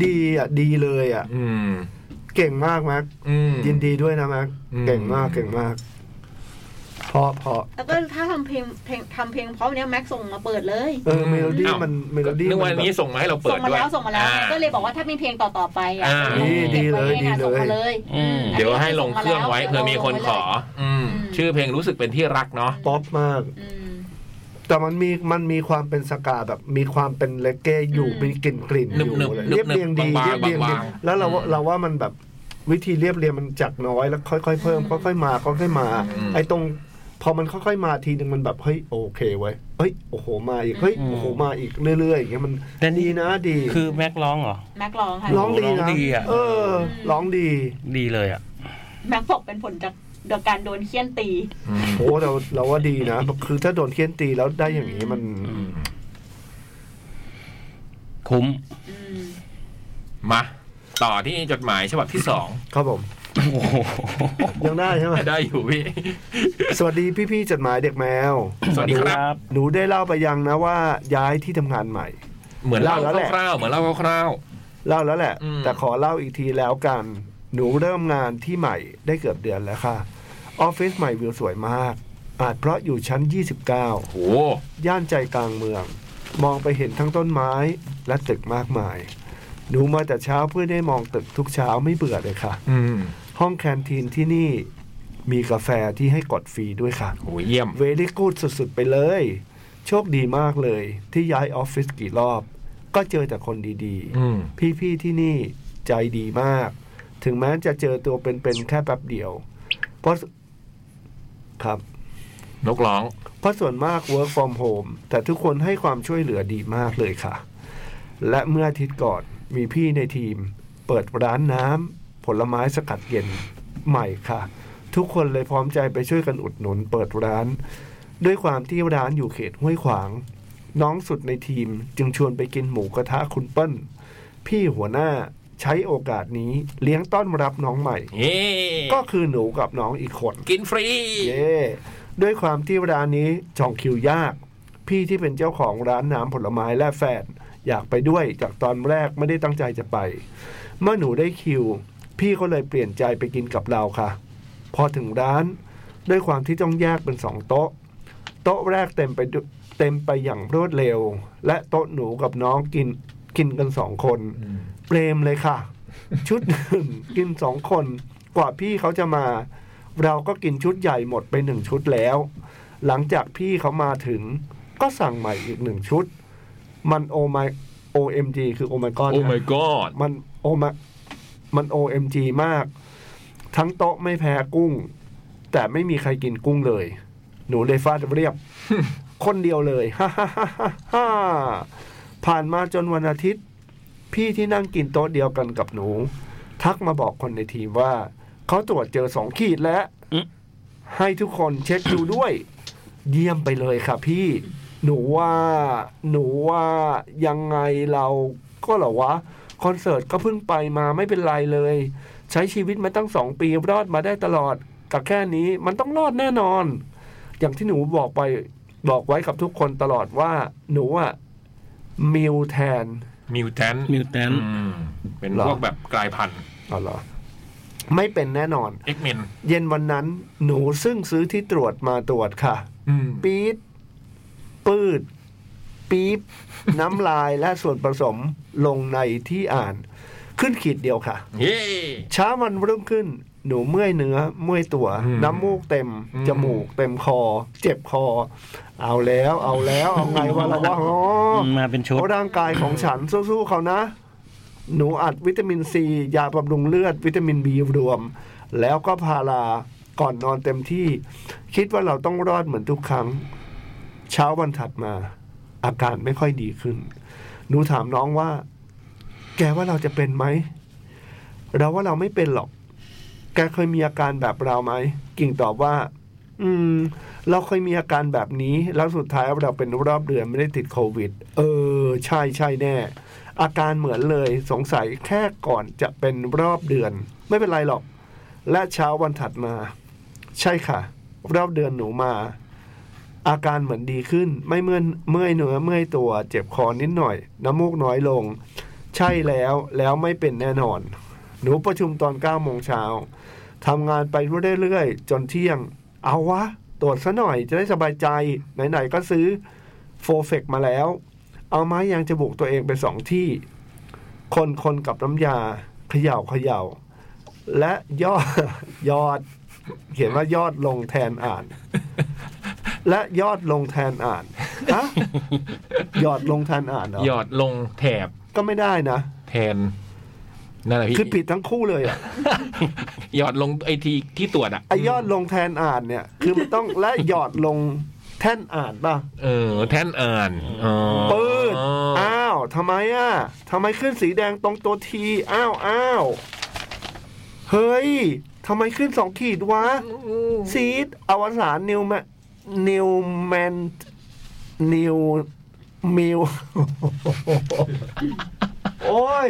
S2: ดีอ่ะดีเลยอ่ะ
S5: อืม
S2: เก่งมากแม็ก
S5: อืม
S2: ยินดีด้วยนะแม็ก
S5: อืม
S2: เก่งมากเก่งมากเพราะเพราะ
S3: แล้วก็ถ้าทำเพลงเพลงทำเพลงเพราะเนี้ยแม็กส่งมาเปิดเลย
S2: เออเมโลดี้
S5: อ้าว
S2: มันเมโลดี้
S5: นึกว่า
S2: มั
S5: อั
S2: น
S5: น
S2: แบบ
S5: นี้ส่งมาให้เราเปิ
S3: ส่
S5: ด
S3: งมา
S5: ด้วย
S3: แล้วส่งมาแล้วไง
S5: อ่
S3: ก็เลยบอกว่าถ้ามีเพลงต่อ ๆ ไปอ่ะ
S5: อ่า
S3: มีเพลง
S2: ดี
S3: ก็บไว้
S2: ดีเลย
S3: ให้นะส่งมา
S2: ดีเลย
S3: เลย
S4: อืม
S3: อันนี้
S5: เดี๋ยวให้ลง
S3: ส่มา
S5: เครื่องไว้
S3: แล้
S5: เผื่อมีคนขอ อืม ชื่อเพลงรู้สึกเป็นที่รักเนาะ
S2: ป๊อปมาก
S3: อืม
S2: แต่มันมีมันมีความเป็นสกาแบบ มีความเป็นเลเก้อยู่
S3: อืม
S2: มีกลิ่นกลิ่นๆอยู่
S5: หนึบๆ
S2: เลย
S5: หนึบๆ
S2: เรียบเรียงดี
S5: บางๆ
S2: เรียบเรียงดี
S5: บางๆ
S2: แล้วเราว่า
S5: อืม
S2: เราว่ามันแบบวิธีเรียบเรียงมันจากน้อยแล้วค่อยๆเพิ่มค่อยๆมาค่อยๆมา
S5: อืม
S2: ไอ้ตรง พอมันค่อยๆมาทีหนึ่งมันแบบเฮ้ยโอเคเว้ยเฮ้ยโอ้โหมาอีกเฮ้ย
S4: อืม
S2: โอ้โหมาอีกเรื่อยๆอย่างเงี้ยมัน
S4: แต่นี่
S2: ดีนะดี
S4: คือแม็กร้องเหรอ
S3: แม็กร้องค่ะ
S2: ร้องดี
S4: ร้อ
S2: นะ
S4: งดีอะ
S2: เออ ร้องดี
S4: ดีเลยอ่ะ
S3: แม็กบอกเป็นผลจากโดยการโดนเคี่ยนตี
S2: โอ้เราเราว่าดีนะคือถ้าโดนเคี่ยนตีแล้วได้อย่างนี้มัน
S4: คุ้ม
S3: อืม
S5: มา ต่อที่จดหมายฉบับที่ส
S2: *laughs*
S5: อง
S2: ครับผม
S4: โอ้โห
S2: ยังได้ใช่ไหม
S5: ได้อยู่พี่
S2: สวัสดีพี่ๆจดหมายเด็กแมว
S5: สวัสดีครับ
S2: หนูได้เล่าไปยังนะว่าย้ายที่ทำงานใหม่
S5: เหมือนเล่า
S2: เล่าแล้วแหละ
S5: คร่าวๆเหมือนเล่าคร่าว
S2: เล่าแล้วแหละ
S5: อืม
S2: แต่ขอเล่าอีกทีแล้วกัน หนูเริ่มงานที่ใหม่ได้เกือบเดือนแล้วค่ะออฟฟิศใหม่วิวสวยมาก อาจเพราะอยู่ชั้น
S5: ๆโห
S2: 29 ย่านใจกลางเมือง มองไปเห็นทั้งต้นไม้และตึกมากมาย หนูมาแต่เช้าเพื่อได้มองตึกทุกเช้าไม่เบื่อเลยค่ะ
S5: อืม
S2: ห้องแคนทีนที่นี่มีกาแฟที่ให้กดฟรีด้วยค่ะ
S5: โหเยี่ยม
S2: เวลี่กูดสุด ๆ ไปเลย โชคดีมากเลยที่ย้ายออฟฟิศกี่รอบ ก็เจอแต่คนดี
S5: อืม
S2: ๆ พี่ ๆ ที่นี่ใจดีมาก ถึงแม้จะเจอตัวเป็นๆแค่แป๊บเดียว เพราะครับ
S5: นกร้อง
S2: เพราะส่วนมาก work from home แต่ทุกคนให้ความช่วยเหลือดีมากเลยค่ะ และเมื่ออาทิตย์ก่อนมีพี่ในทีม เปิดร้านน้ำผลไม้สกัดเย็นใหม่ค่ะ ทุกคนเลยพร้อมใจไปช่วยกันอุดหนุนเปิดร้าน ด้วยความที่ร้านอยู่เขตห้วยขวาง น้องสุดในทีมจึงชวนไปกินหมูกระทะคุณเปิ้ล พี่หัวหน้าใช้โอกาสนี้เลี้ยงต้อนรับน้องใหม่
S5: เฮ้
S2: ก็คือหนูกับน้องอีกคน
S5: กินฟรี
S2: เย้ด้วยความที่ร้านนี้จองคิวยาก พี่ที่เป็นเจ้าของร้านน้ำผลไม้และแฟนอยากไปด้วยจากตอนแรกไม่ได้ตั้งใจจะไป เมื่อหนูได้คิว พี่ก็เลยเปลี่ยนใจไปกินกับเราค่ะ พอถึงร้านด้วยความที่ต้องแยกเป็นสองโต๊ะ โต๊ะแรกเต็มไปด้วยเต็มไปอย่างรวดเร็ว และโต๊ะหนูกับน้องกินกินกันสองคน เปรมเลย *laughs* ค่ะ ชุดหนึ่งกินสองคน กว่าพี่เขาจะมา เราก็กินชุดใหญ่หมดไปหนึ่งชุดแล้ว หลังจากพี่เขามาถึง ก็สั่งใหม่อีกหนึ่งชุด มันโอไม OMG คือโอไมก้อน
S5: โอ้ my god
S2: มันโอมามัน OMG มาก ทั้งโต๊ะไม่แพ้กุ้ง แต่ไม่มีใครกินกุ้งเลย หนูเลยฟาดเรียบ คนเดียวเลย *laughs* ฮ่าฮ่าฮ่าฮ่าฮ่าผ่านมาจนวันอาทิตย์ พี่ที่นั่งกินโต๊ะเดียวกันกับหนู ทักมาบอกคนในทีมว่า เขาตรวจเจอสองขีดแล้ว
S4: อืม
S2: ให้ทุกคนเช็คดูด้วย เยี่ยมไปเลยค่ะพี่ หนูว่า หนูว่ายังไงเราก็เหรอวะ คอนเสิร์ตก็เพิ่งไปมาไม่เป็นไรเลย ใช้ชีวิตมาตั้งสองปีรอดมาได้ตลอดกับแค่นี้มันต้องรอดแน่นอน อย่างที่หนูบอกไปบอกไว้กับทุกคนตลอดว่า หนูอะมิวแทน
S5: มิวแทน
S4: มิวแตน
S5: เป็น
S2: หรอ
S5: พวกแบบกลายพันธุ์
S2: อ๋อเหรอไม่เป็นแน่นอน
S5: เอ็กเมน
S2: เย็นวันนั้นหนูซึ่งซื้อที่ตรวจมาตรวจค่ะ ปี๊ดปืด ปี๊บ น้ำลายและส่วนผสมลงในที่อ่าน ขึ้นขีดเดียวค่ะ
S5: เย้
S2: เช้าวันรุ่งขึ้น หนูเมื่อยเนื้อ เมื่อยตัว
S5: อืม
S2: น้ำมูกเต็ม
S5: อืม
S2: จมูกเต็มคอ เจ็บคอ เอาแล้วเอาแล้วเอาไงวะละวะอ๋อ
S4: มาเป็นชุด
S2: เพราะร่างกายของฉันสู้ๆเขานะ *coughs* หนูอัดวิตามินซี ยาบำรุงเลือด วิตามินบีรวม แล้วก็พาราก่อนนอนเต็มที่ คิดว่าเราต้องรอดเหมือนทุกครั้ง เช้าวันถัดมา อาการไม่ค่อยดีขึ้น หนูถามน้องว่า แกว่าเราจะเป็นไหม เราว่าเราไม่เป็นหรอก แกเคยมีอาการแบบเราไหม กิ่งตอบว่า อืม เราเคยมีอาการแบบนี้ แล้วสุดท้ายเราเป็นรอบเดือนไม่ได้ติดโควิด เออ ใช่ใช่แน่ อาการเหมือนเลย สงสัยแค่ก่อนจะเป็นรอบเดือน ไม่เป็นไรหรอก และเช้าวันถัดมา ใช่ค่ะ รอบเดือนหนูมา อาการเหมือนดีขึ้น ไม่เมื่อยเมื่อยเนื้อเมื่อยตัว เจ็บคอนิดหน่อย น้ำมูกน้อยลง ใช่แล้วแล้วไม่เป็นแน่นอน หนูประชุมตอน9โมงเช้าทำงานไปเรื่อยๆ จนเที่ยง เอาวะ ตรวจซะหน่อยจะได้สบายใจ ไหนๆ ก็ซื้อโฟเฟกมาแล้ว เอาไม้ยางจมูกตัวเองไปสองที่ คนคนกับน้ำยาเขย่าเขย่า และยอด *laughs* ยอด เขียนว่ายอดลงแทนอ่าน *laughs* และยอดลงแทนอ่านฮะยอดลงแทนอ่านเหรอย
S5: อดลงแถบ
S2: ก็ไม่ได้นะ
S5: แทน นั่นแหละพี่
S2: คือผิดทั้งคู่เลยอ่ะ
S5: *laughs* หยอดลงไอทีที่ตรวจอ่ะ
S2: ไอยอดลงแทนอ่านเนี่ย คือมันต้องและหยอดลงแท่นอ่านป่ะ
S5: เออแท่นอ่านอ๋อ
S2: ปืนอ้าวทำไมอ่ะทำไมขึ้นสีแดงตรงตัวทีอ้าวอ้าวเฮ้ยทำไมขึ้นสองขีดวะ ซีดอวสานนิวแมนนิวแมนนิวมิว *laughs* โอ้ย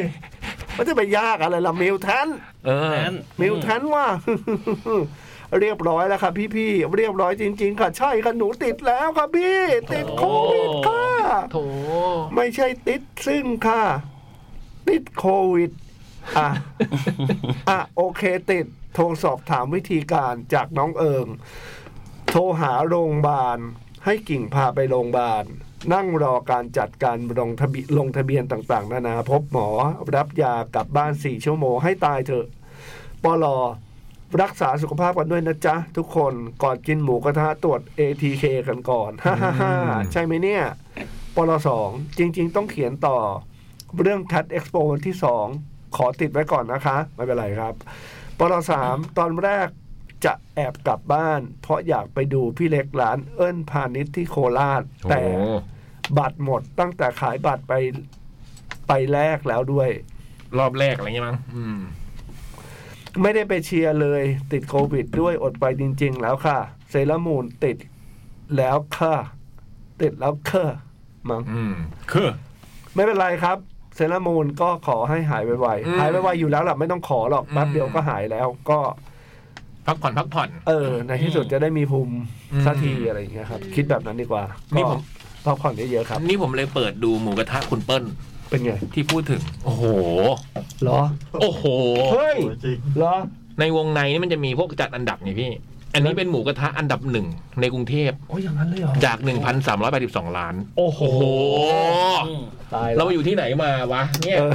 S2: มันจะไปยากอะไรล่ะ มิวแทน
S5: เออ
S4: งั้น
S2: มิวแทนว่า *laughs* เรียบร้อยแล้วครับพี่พี่ๆเรียบร้อยจริง ๆ ค่ะ ใช่ค่ะหนูติดแล้วค่ะพี่ ติดโควิดค่ะ
S5: โถ
S2: ไม่ใช่ติดซึ่งค่ะ ติดโควิด อ่ะ อ่ะ โอเคติด โทรสอบถามวิธีการจากน้องเอิง โทรหาโรงพยาบาล ให้กิ่งพาไปโรงพยาบาล นั่งรอการจัดการลงทะเบียนลงทะเบียนต่างๆ นานาพบหมอ รับยากลับบ้านสี่ชั่วโมงให้ตายเถอะปลอ รักษาสุขภาพกันด้วยนะจ๊ะ ทุกคนก่อนกินหมูกระทะตรวจ ATK กันก่อน *laughs* ฮ่าฮ่าฮ่าใช่ไหมเนี่ย ปลสองจริง ๆ ต้องเขียนต่อ เรื่องทัดเอ็กซ์โปวันที่สองขอติดไว้ก่อนนะคะ ไม่เป็นไรครับปลสามตอนแรกจะแอบกลับบ้าน เพราะอยากไปดูพี่เล็กร้านเอิ้นพาณิชย์ที่โคราช
S5: โอ้โห
S2: แต่บัตรหมดตั้งแต่ขายบัตรไปไปแลกแล้วด้วย
S5: รอบแรกอะไรเงี้ยมั้งอืม
S2: ไม่ได้ไปเชียร์เลยติดโควิดด้วยอดไปจริง ๆ แล้วค่ะ เซรามูนติดแล้วค่ะ ติดแล้วค่ะมั้ง
S5: อืม คือ
S2: ไม่เป็นไรครับ เซรามูนก็ขอให้หายไว
S5: อืม
S2: ๆหายไวๆอยู่แล้วล่ะไม่ต้องขอหรอก
S5: อืม
S2: แป๊บเดียวก็หายแล้ว ก็
S5: พักผ่อนพักผ่อน
S2: เออ ในที่สุดจะได้มีภูมิ
S5: อืม
S2: สักทีอะไรอย่างเงี้ยครับ คิดแบบนั้นดีกว่า
S5: นี่ผ
S2: ก็
S5: ม
S2: พักผ่อนเยอะๆครับ
S5: นี่ผมเลยเปิดดูหมูกระทะคุณเปิ้ล
S2: เป็นไง
S5: ที่พูดถึง โอ้โห
S2: เหรอ
S5: โอ้โห
S2: เฮ้ย
S1: จริง
S2: เหรอ
S5: ในวงในนี่มันจะมีพวกจัดอันดับนี่พี่ อันนี้เป็นหมูกระทะอันดับหนึ่งในกรุงเทพ
S2: โอ้ยอย่างนั้นเลยเหรอ
S5: จาก 1,382 ล้าน
S2: โอ้โห
S5: โอ้โห
S4: อืม
S2: ตายแล้
S5: เรา
S2: ว
S5: ไปอยู่ที่ไหนมาวะ เนี่ย
S2: เอ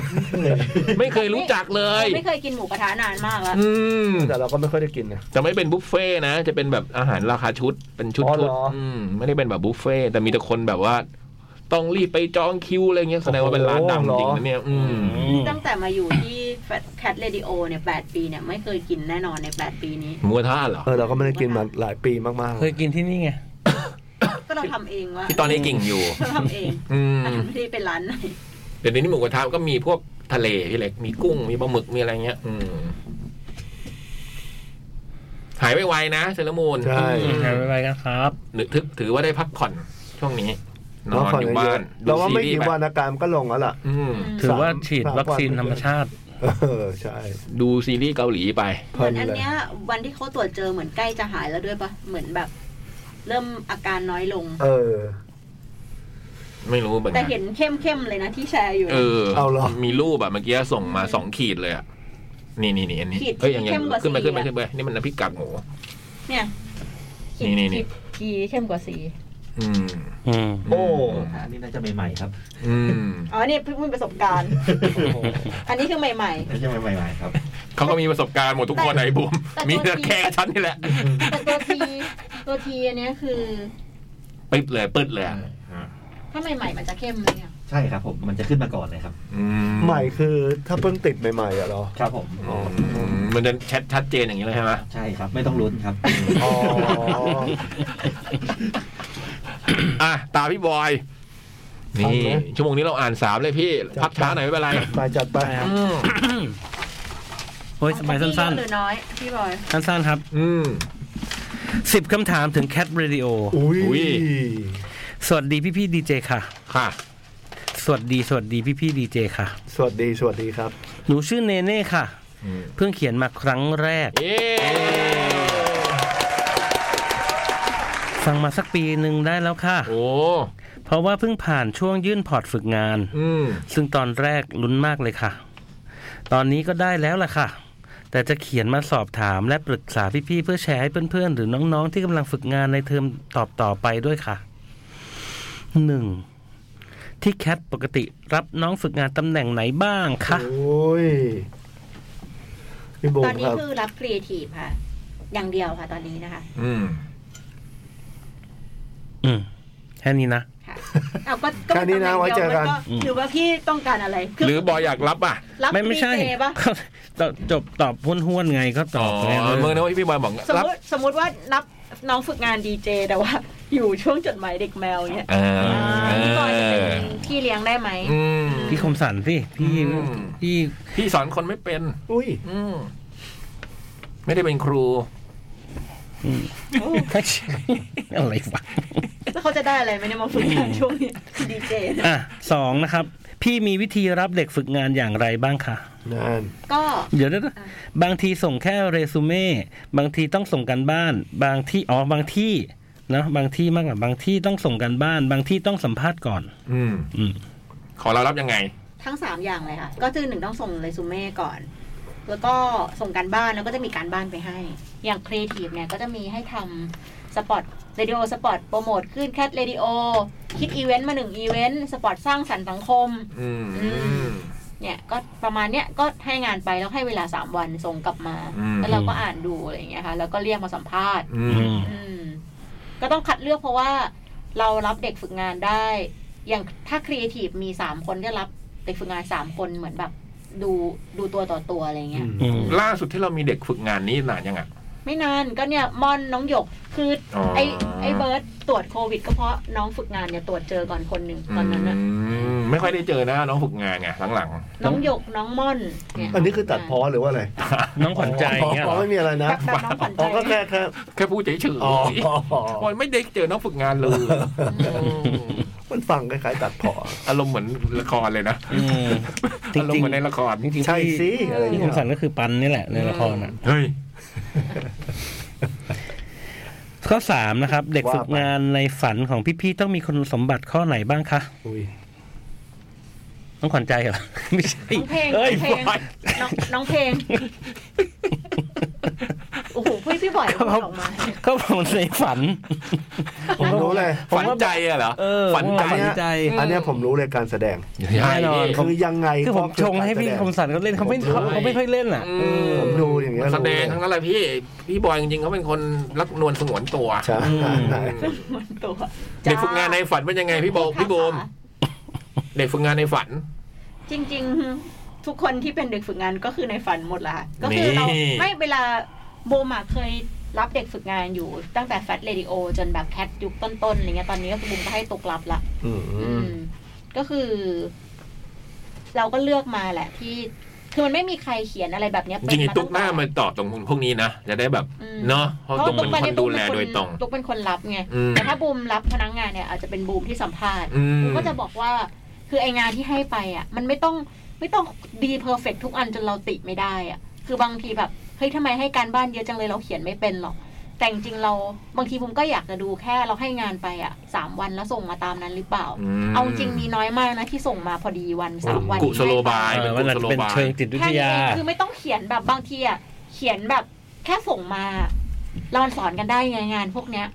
S2: อ *laughs*
S5: ไม่เคยรู้จักเลย
S3: ไม่เคยกินหมูกระทะนานมากแล้ว
S5: อืม
S2: แต่เราก็ไม่ค่อยได้กินนะ
S5: จะไม่เป็นบุฟเฟ่นะ จะเป็นแบบอาหารราคาชุด เป็นชุด
S2: อ๋อเห
S5: ชุ
S2: ร
S5: ด
S2: ออื
S5: มไม่ได้เป็นแบบบุฟเฟ่แต่มีแต่คนแบบว่า ต้องรีบไปจองคิวอะไรเงี้ยแสดงว่าเป็นร้านดังจริงนะเนี่ย อืม
S3: ตั้งแต่มาอยู่ที่แคทเรดิโอเนี่ยแปดปีเนี่ยไม่เคยกินแน่นอนในแปดปีนี้
S5: หมูกระทะเหรอ
S2: เออเราก็ไม่ได้กินมาหลายปีมากๆ
S4: เคยกินที่นี่ไง
S3: ก็เราทำเองว่า
S5: ที่ตอนนี้กิ่งอยู่
S3: เราทำเอง
S5: อืม
S3: อันที่เป็นร้านไหน
S5: เดี๋ยวนี้หมูกระทะก็มีพวกทะเลพี่เล็กมีกุ้งมีปลาหมึกมีอะไรเงี้ย อืมหายไปไวๆนะเซรามูน
S2: ใช่
S5: อืม
S4: ไปไปกันครับ
S5: นึกถึกถือว่าได้พักผ่อนช่วงนี้ นอน
S2: พัก
S5: อยู่
S2: ผ่
S5: บ้า
S2: เยะ
S5: น
S2: เราว่าไม่
S5: ซีรี
S2: กี่
S5: ส์ป
S2: วันอาการก็ลงแล้วล่ะ *laughs*
S5: อืม
S4: ถือว่าฉีด
S2: สามวัน
S4: วัคซีนธรรมชาติ
S2: เออใช่
S5: ดูซีรีส์เกาหลีไป
S3: เหมือนอันเนี้ยวันที่เขาตรวจเจอเหมือนใกล้จะหายแล้วด้วยปะเหมือนแบบ เริ่มอาการน้อยลง
S2: เออ
S5: ไม่รู้เหมือน
S3: แต่
S5: กัน
S3: เห็นเข้มๆเลยนะที่แชร์อยู่
S5: เออ
S2: เอาเหรอ
S5: มีรูปอะเมื่อกี้ส่งมาสองขีดเลยอะนี่นี่นี่อันนี้
S3: ขีด
S5: เอ้ยยังยั
S3: เข้
S5: ง
S3: มกว่า
S5: ขึ้นไป
S3: สี
S5: ขึ้นไป
S3: อะ
S5: ขึ้นไปนี่มันน้ำพริกกากหมู
S3: เนี่ย
S5: นี่นี่นี่
S3: พีเข้มกว่าสี
S5: อืม
S4: อืม
S2: โอ้
S1: อันนี้น่าจะใหม่ๆครับ
S5: อืม
S3: อ๋อนี่เพิ่งมีประสบการณ์ อันนี้คือใหม่
S1: น่าจะใหม่ๆครับ
S5: เขาก็มีประสบการณ์หมดทุกคนไอ้บุ๋ม
S3: แต่ตัว
S5: มีแต่แค่ฉันนี่แหละ
S3: ๆ แต่ตัวทีตัวทีอันเนี้ยคือ
S5: ปิดเลยปิดเลยอะ
S3: ถ้าใหม่ๆมันจะเข้มเลยอะ
S1: ใช่ครับผมมันจะขึ้นมาก่อนเลยครับ
S5: อื
S2: ใหม่คือถ้าเพิ่งติดใหม่ๆอ่ะเหรอ
S1: ครับผม
S5: อืมมันจะชัดชัดเจนอย่างนี้เลยใช่ไหม
S1: ใช่ครับ ไม่ต้องลุ้นครับ
S2: อ๋อ
S5: อ่ะ ตาพี่บอย
S2: เอา
S5: นี่
S2: เลย
S5: ชั่วโมงนี้เราอ่านสามเลยพี่
S2: จัดไป
S5: พักช้าหน่อยไม่เป็นไร
S2: ไปจัดไป
S4: ครับ
S5: อืม
S4: เฮ้ยสบายสั้น
S3: หรือน้อยพี่บอย
S4: ๆ สั้นๆครับ
S5: อืม
S4: สิบคำถามถึง Cat Radio
S2: อุ้ย
S5: อุ๊ย
S4: สวัสดีพี่พี่ดีเจค่ะ
S5: ค่ะ
S4: สวัสดี สวัสดีพี่พี่ดีเจค่ะ
S2: สวัสดี สวัสดีครับ
S4: หนูชื่อเนเน่ค่ะ
S5: อืม
S4: เพิ่งเขียนมาครั้งแรก
S5: เย้
S4: ฟังมาสักปีหนึ่งได้แล้วค่ะ
S5: โอ้
S4: เพราะว่าเพิ่งผ่านช่วงยื่นพอร์ตฝึกงาน
S5: อืม
S4: ซึ่งตอนแรกลุ้นมากเลยค่ะ ตอนนี้ก็ได้แล้วล่ะค่ะ แต่จะเขียนมาสอบถามและปรึกษาพี่ๆเพื่อแชร์ให้เพื่อนๆ หรือน้องๆ ที่กำลังฝึกงานในเทอมตอบต่อไปด้วยค่ะ 1. ที่แคทปกติรับน้องฝึกงานตำแหน่งไหนบ้างคะ
S2: โอ้ย พี่บุ๋
S3: ตอ
S2: ม
S3: นนี้
S2: ครับ
S3: คือรับครีเอทีฟค่ะ อย่างเดียวค่ะตอนนี้นะคะ
S5: อืม
S4: อืม แค่นี้นะ
S3: ค
S2: *laughs*
S3: ค่ะเอาก็ก็
S2: แค่นี้นะไว้เจอกัน
S3: หรือว่าพี่ต้องการอะไรคื
S5: หรือบอยอยากรับอ่ะ
S3: รับ
S4: ไม่ไม่ใช่
S3: ดีเจปะ
S4: ก็ *laughs* ตอบจบตอบห้วนๆไงก็ต
S5: อ๋
S4: อ
S5: อบ
S4: ไงเออ
S5: เมื่อนะว่าพี่บอยบอก
S3: สม
S5: รับ
S3: มติสมมติว่ารับน้องฝึกงานดีเจแต่ว่า อยู่ช่วงจดหมายเด็กแมวเงี้ย
S5: เอ่า
S3: อ่าพี่บอยจะเป็นพี่เลี้ยงได้ไหม
S5: อืม
S4: พี่คมสันสิพี่
S5: อืม
S4: พี่
S5: พี่สอนคนไม่เป็น
S2: อุ้ย
S5: อืมไม่ได้เป็นครู
S4: อะไรวะ
S3: แล้วเขาจะได้อะไรไหมเนี่ยมาฝึกงานช่วงนี้ดีเจเนี่ย
S4: อ่ะสองนะครับ พี่มีวิธีรับเด็กฝึกงานอย่างไรบ้างคะ
S2: นั่น
S3: ก็
S4: เดี๋ยวนะบางทีส่งแค่เรซูเม่บางทีต้องส่งกันบ้าน บางที่อ๋อบางที่นะบางที่มากกว่าบางที่ต้องส่งกันบ้าน บางที่ต้องสัมภาษณ์ก่อน
S5: อืม
S4: อืม
S5: ขอเรารับยังไง
S3: ทั้งสามอย่างเลยค่ะ ก็คือหนึ่งต้องส่งเรซูเม่ก่อน แล้วก็ส่งการบ้านแล้วก็จะมีการบ้านไปให้ อย่างครีเอทีฟเนี่ยก็จะมีให้ทำสปอตเรดิโอสปอตโปรโมทขึ้นแคทเรดิโอคิดอีเวนต์มาหนึ่งอีเวนต์สปอตสร้างสรรค์สังคม
S5: อืม
S3: อืม เนี่ยก็ประมาณเนี้ยก็ให้งานไปแล้วให้เวลาสามวันส่งกลับมา
S5: อืม
S3: แล้วเราก็อ่านดูอะไรอย่างเงี้ยค่ะ แล้วก็เรียกมาสัมภาษณ์
S5: อื
S4: อื
S5: ม
S4: ม
S3: อืมก็ต้องคัดเลือกเพราะว่าเรารับเด็กฝึกงานได้ อย่างถ้าครีเอทีฟมีสามคนก็รับเด็กฝึกงานสามคนเหมือนแบบดูดูตัวต่อตัวอะไรเงี้ย
S4: อืม
S5: ล่าสุดที่เรามีเด็กฝึกงานนี่นานยังอ่ะ
S3: ไม่นานก็เนี่ยมอนน้องหยกคืออ
S5: อ
S3: ไอไอเบิร์ตตรวจโควิดก็เพราะน้องฝึกงานเนี่ยตรวจเจอก่อนคนหนึ่งตอนนั้นนะ
S5: มไม่ค่อยได้เจอนะน้องฝึกงานไงหลัง
S3: น้องหยกน้องม่อนเนี่ย
S2: อันนี้คือตัดพอหรือว่าอะไร
S4: น้องขวัญใจเงี้ยเห
S2: อ๋
S4: ร
S2: อ
S4: อ
S2: ไม่มีอะไรนะ
S3: แบบแบบน้องขวัญใจ
S2: อ๋อก็แค่แค่
S5: ๆ แค่พูดเฉยๆ
S2: อ๋ออ๋ออ๋อ
S5: วันไม่ได้เจอน้องฝึกงานเลย *laughs*
S2: มันฟังคล้ายๆตัดพอ
S5: อารมณ์เหมือนละครเลยนะ
S4: อืมจริ
S5: อารมณ์
S4: ง
S5: เหมือนในละคร
S4: ๆจริงๆ
S2: ใช่สิ
S4: พี่
S2: อะไรอย่าง
S4: พี่ค
S2: เงี้
S4: ม
S2: ย
S4: สันก็คือปันนี่แหละในละครอ่ะ
S5: เฮ้ย
S4: ข้อสามนะครับ เด็กฝึกงานในฝันของพี่ๆต้องมีคุณสมบัติข้อไหนบ้างคะ
S2: อุ้ย
S4: น้องขวัญใจเหรอ ไม่ใช่
S3: น้องเพลง
S4: เอ้ย
S3: น้องเพลงน้องน้องเพลงโอ้โหพี่พี่บ่อยพูดออกมา
S4: ก็ผมนในฝัน
S2: ผมรู้เลย
S5: ฝันใจอะเหรอ
S4: เออ
S5: ฝันใจ
S4: ฝันใจ
S2: อันเนี้ยผมรู้เลยการแสดง
S4: แน่นอน
S2: คือยังไง
S4: คือผม
S2: ก็
S4: ชงให้พี่คมสันเขาเล่นเขาไม่เขาเขาไม่ค่อยเล่นอ่ะ
S5: อืม
S2: ผมดูอย่างเงี้ย
S5: แสดง
S2: รู้
S5: ทั้ง
S2: เลย
S5: นั้นแหละพี่ พี่บอยจริงๆเขาเป็นคนรักนวลสงวนตัว
S2: ใช่
S4: อืม
S2: ไหน
S3: ตัว
S5: เด็กฝึกงานในฝันเป็นยังไงพี่โบพี่โบม เด็กฝึกงานในฝัน
S3: จริง ๆ ทุกคนที่เป็นเด็กฝึกงานก็คือในฝันหมดละค่ะก็คือเราน
S5: นี่
S3: ไม่เวลาโบมาเคยรับเด็กฝึกงานอยู่ตั้งแต่แฟตเรดิโอจนแบบแคทยุคต้นๆอะไรเงี้ยตอนนี้ก็คือบุมก็ให้ตกรับละ
S2: อืม
S3: อืม ก็คือ เราก็เลือกมาแหละ ที่คือมันไม่มีใครเขียนอะไรแบบเนี้ย
S5: จริงๆไอ้
S3: เป็
S5: ตุ๊กหน้า
S3: ตั้งแต่
S5: มาตอบตรงพวกนี้นะ จะได้แบบ
S3: อืม
S5: เนาะเพราะตุ๊กเป็นคน
S3: เย
S5: ดูแลโดยตรง
S3: ตุ๊กเป็นคนรับไง
S5: อืม
S3: แต่ถ้าบูมรับพนักงานเนี่ยอาจจะเป็นบูมที่สัมภาษณ์
S5: อืม
S3: ผมก็จะบอกว่าคือไองานที่ให้ไปอ่ะ มันไม่ต้องไม่ต้องดีเพอร์เฟกทุกอันจนเราติไม่ได้อ่ะ คือบางทีแบบเฮ้ยทำไมให้การบ้านเยอะจังเลยเราเขียนไม่เป็นหรอก แต่จริงๆเราบางทีผมก็อยากจะดูแค่เราให้งานไปอ่ะสามวันแล้วส่งมาตามนั้นหรือเปล่า
S5: อืม
S3: เอาจริงมีน้อยมากนะที่ส่งมาพอดีวันสามวัน
S5: กุสโลบา
S4: เอย อมันอาจจะเป็นเชิงจิตวิท
S3: แค่นี้
S4: ยา
S3: เองคือไม่ต้องเขียนแบบบางทีอ่ะเขียนแบบแค่ส่งมาเรามันสอนกันได้ไงงานพวกเนี้ย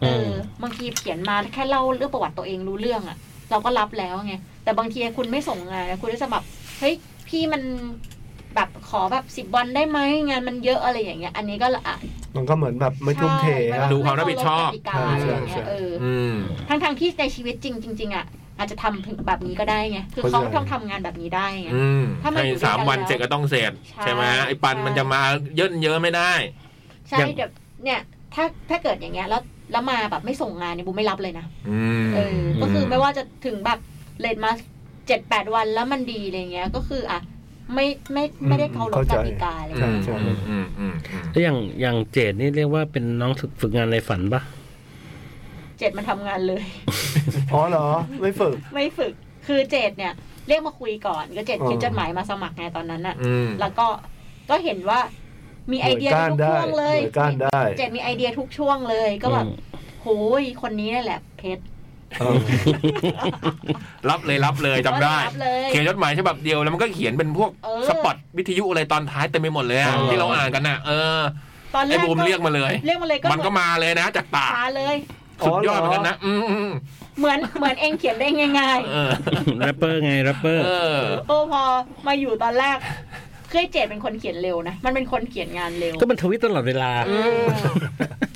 S3: เอ
S4: อืม
S3: อบางทีเขียนมาแค่เล่าเรื่องประวัติตัวเองรู้เรื่องอะเราก็รับแล้วไงแต่บางทีคุณไม่ส่งงานคุณก็จะแบบเฮ้ยพี่มันแบบขอแบบสิบ10 วันได้ไหมงานมันเยอะอะไรอย่างเงี้ย อันนี้ก็ละอ่ะ
S2: มันก็เหมือนแบบไม่ทุ่มเท
S3: ใช่
S2: อะ
S5: ดูความรับผิดชอบ
S3: ไมต้องลดกติกาอะไรอย่างเงี้ย
S2: ใช่ใช่
S3: เออ
S5: อืม
S3: ทั้งทางๆที่ในชีวิตจริงจริงๆอะอาจจะทำถึงแบบนี้ก็ได้ไงคือเขาต้องทำงานแบบนี้ได้ไง
S5: อืม
S3: ถ้ามัน
S5: ให้
S3: อยู่ด้วยกัน
S5: สามวัน
S3: แล้ว
S5: เสร็จก็ต้องเสร็จ
S3: ใช่
S5: ใช่ไหมไอ้ปัน
S3: ใช่
S5: มันจะมาเย่นเยอะไม่ได้
S3: ใช่
S4: อย่าง
S3: เดี๋ยวเนี่ยถ้าถ้าเกิดอย่างเงี้ยแล้วแล้วมาแบบไม่ส่งงานเนี่ยบูมไม่รับเลยนะ
S5: อืม
S3: เออก็คือไม่ว่าจะถึงแบบเลทมาเจ็ดแปดวันแล้วมันดีอะไรเงี้ย ก็คืออ่ะไม่ไม่ไม่ได้เคารพกติกาอะไร
S5: อื
S3: เงี้
S5: ม
S3: ย
S2: ใช่
S5: อืมอืมอืมอืม
S4: แล้วอย่างอย่างเจดนี่เรียกว่าเป็นน้องฝึกงานในฝัน *laughs* ปะ
S3: เจ็ดมันทำงานเลย *laughs*
S2: อ๋อเหรอ ไม่ฝึก
S3: ไม่ฝึกคือเจ็ดเนี่ย เรียกมาคุยก่อนก็เจ็ด
S2: อ๋อ
S3: เขียนจดหมายมาสมัครไงตอนนั้นน่ะ
S5: อืม
S3: แล้วก็ก็เห็นว่ามีไอเดีย
S2: หน่วยก้าน
S3: ทุกช่วง
S2: ได้
S3: เลย
S2: หน่วยก้านได้
S3: เจ็ดมีไอเดียทุกช่วงเลย ก็แบบโหยคนนี้นี่แหละเพชร
S5: รับเลยรับเลยจำได้
S3: ก็รับเลย
S5: เขียนจดหมายฉบับเดียวแล้วมันก็เขียนเป็นพวก
S3: เออ
S5: สปอตวิทยุอะไรตอนท้ายเต็มไปหมดเลยอะ
S2: เออ
S5: ที่เราอ่านกันน่ะเออ
S3: ตอนแร
S5: ไอ้
S3: ก
S5: บูมเรียกมาเลย
S3: เรียกมาเลยก็
S5: มันก็มาเลยนะ จากปาก
S3: มาเลย
S5: สุดยอดเหมือนกันนะอืมอืม
S3: เหมือนเหมือนเองเขียนได้ง่าย ๆ
S5: เออ
S4: แรปเปอร์ไงแรปเป *laughs* อร์
S5: เออ
S3: โอ้พอมาอยู่ตอนแรกเคยเจดเป็นคนเขียนเร็วนะ มันเป็นคนเขียนงานเร็ว
S4: ก็มันทวิตตลอดเวลา
S3: เออ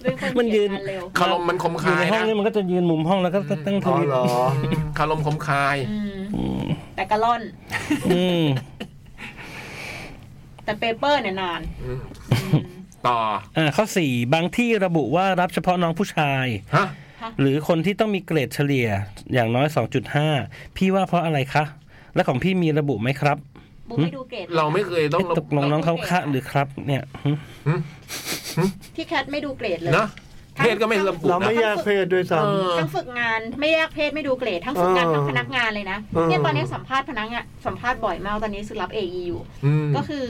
S3: ด้วยค
S4: มันยืน
S3: เขีกัเร็ว
S5: คารมมันคม
S4: อยู่
S5: คา
S4: ใน
S5: ย
S4: ห้อง
S5: นะ
S4: นี่มันก็จะยืนมุมห้องแล้วก็ตั้งท
S2: อ๋อ
S4: วิต
S2: เหรอ
S5: คารมคมคาย
S3: อืม
S4: อืม
S3: แต่กะล่อน
S4: อืม
S3: แต่เปเปอร์เนี่ยนาน
S5: อืม
S3: อืม
S5: ต่อ
S4: อ่าข้อสี่บางที่ระบุว่ารับเฉพาะน้องผู้ชาย
S5: ฮะ
S4: หรือคนที่ต้องมีเกรดเฉลี่ยอย่างน้อย 2.5 พี่ว่าเพราะอะไรคะ และของพี่มีระบุไหมครับ
S3: บูไม่ดูเกรดลย
S5: เราไม่เคยต้อง
S4: เอ๊ะตกลงน้องเขาคะหรือครับ เนี่ยหึ
S3: พี่แคทไม่ดูเกรดเลย
S5: นะเพศก็ไม่ระบุ
S2: เรา
S5: นะ
S2: ไม่แยกเพศด้วยซ้
S5: เออ
S3: ทั้งฝึกงานไม่แยกเพศไม่ดูเกรดทั้งฝึกงาน
S2: เออ
S3: ทั้งพนักงานเลยนะ
S2: เออ
S3: เนี่ยตอนนี้สัมภาษณ์พนักงานสัมภาษณ์บ่อยมากตอนนี้สุรับเอไออยู่
S5: อืม
S3: ก็คือ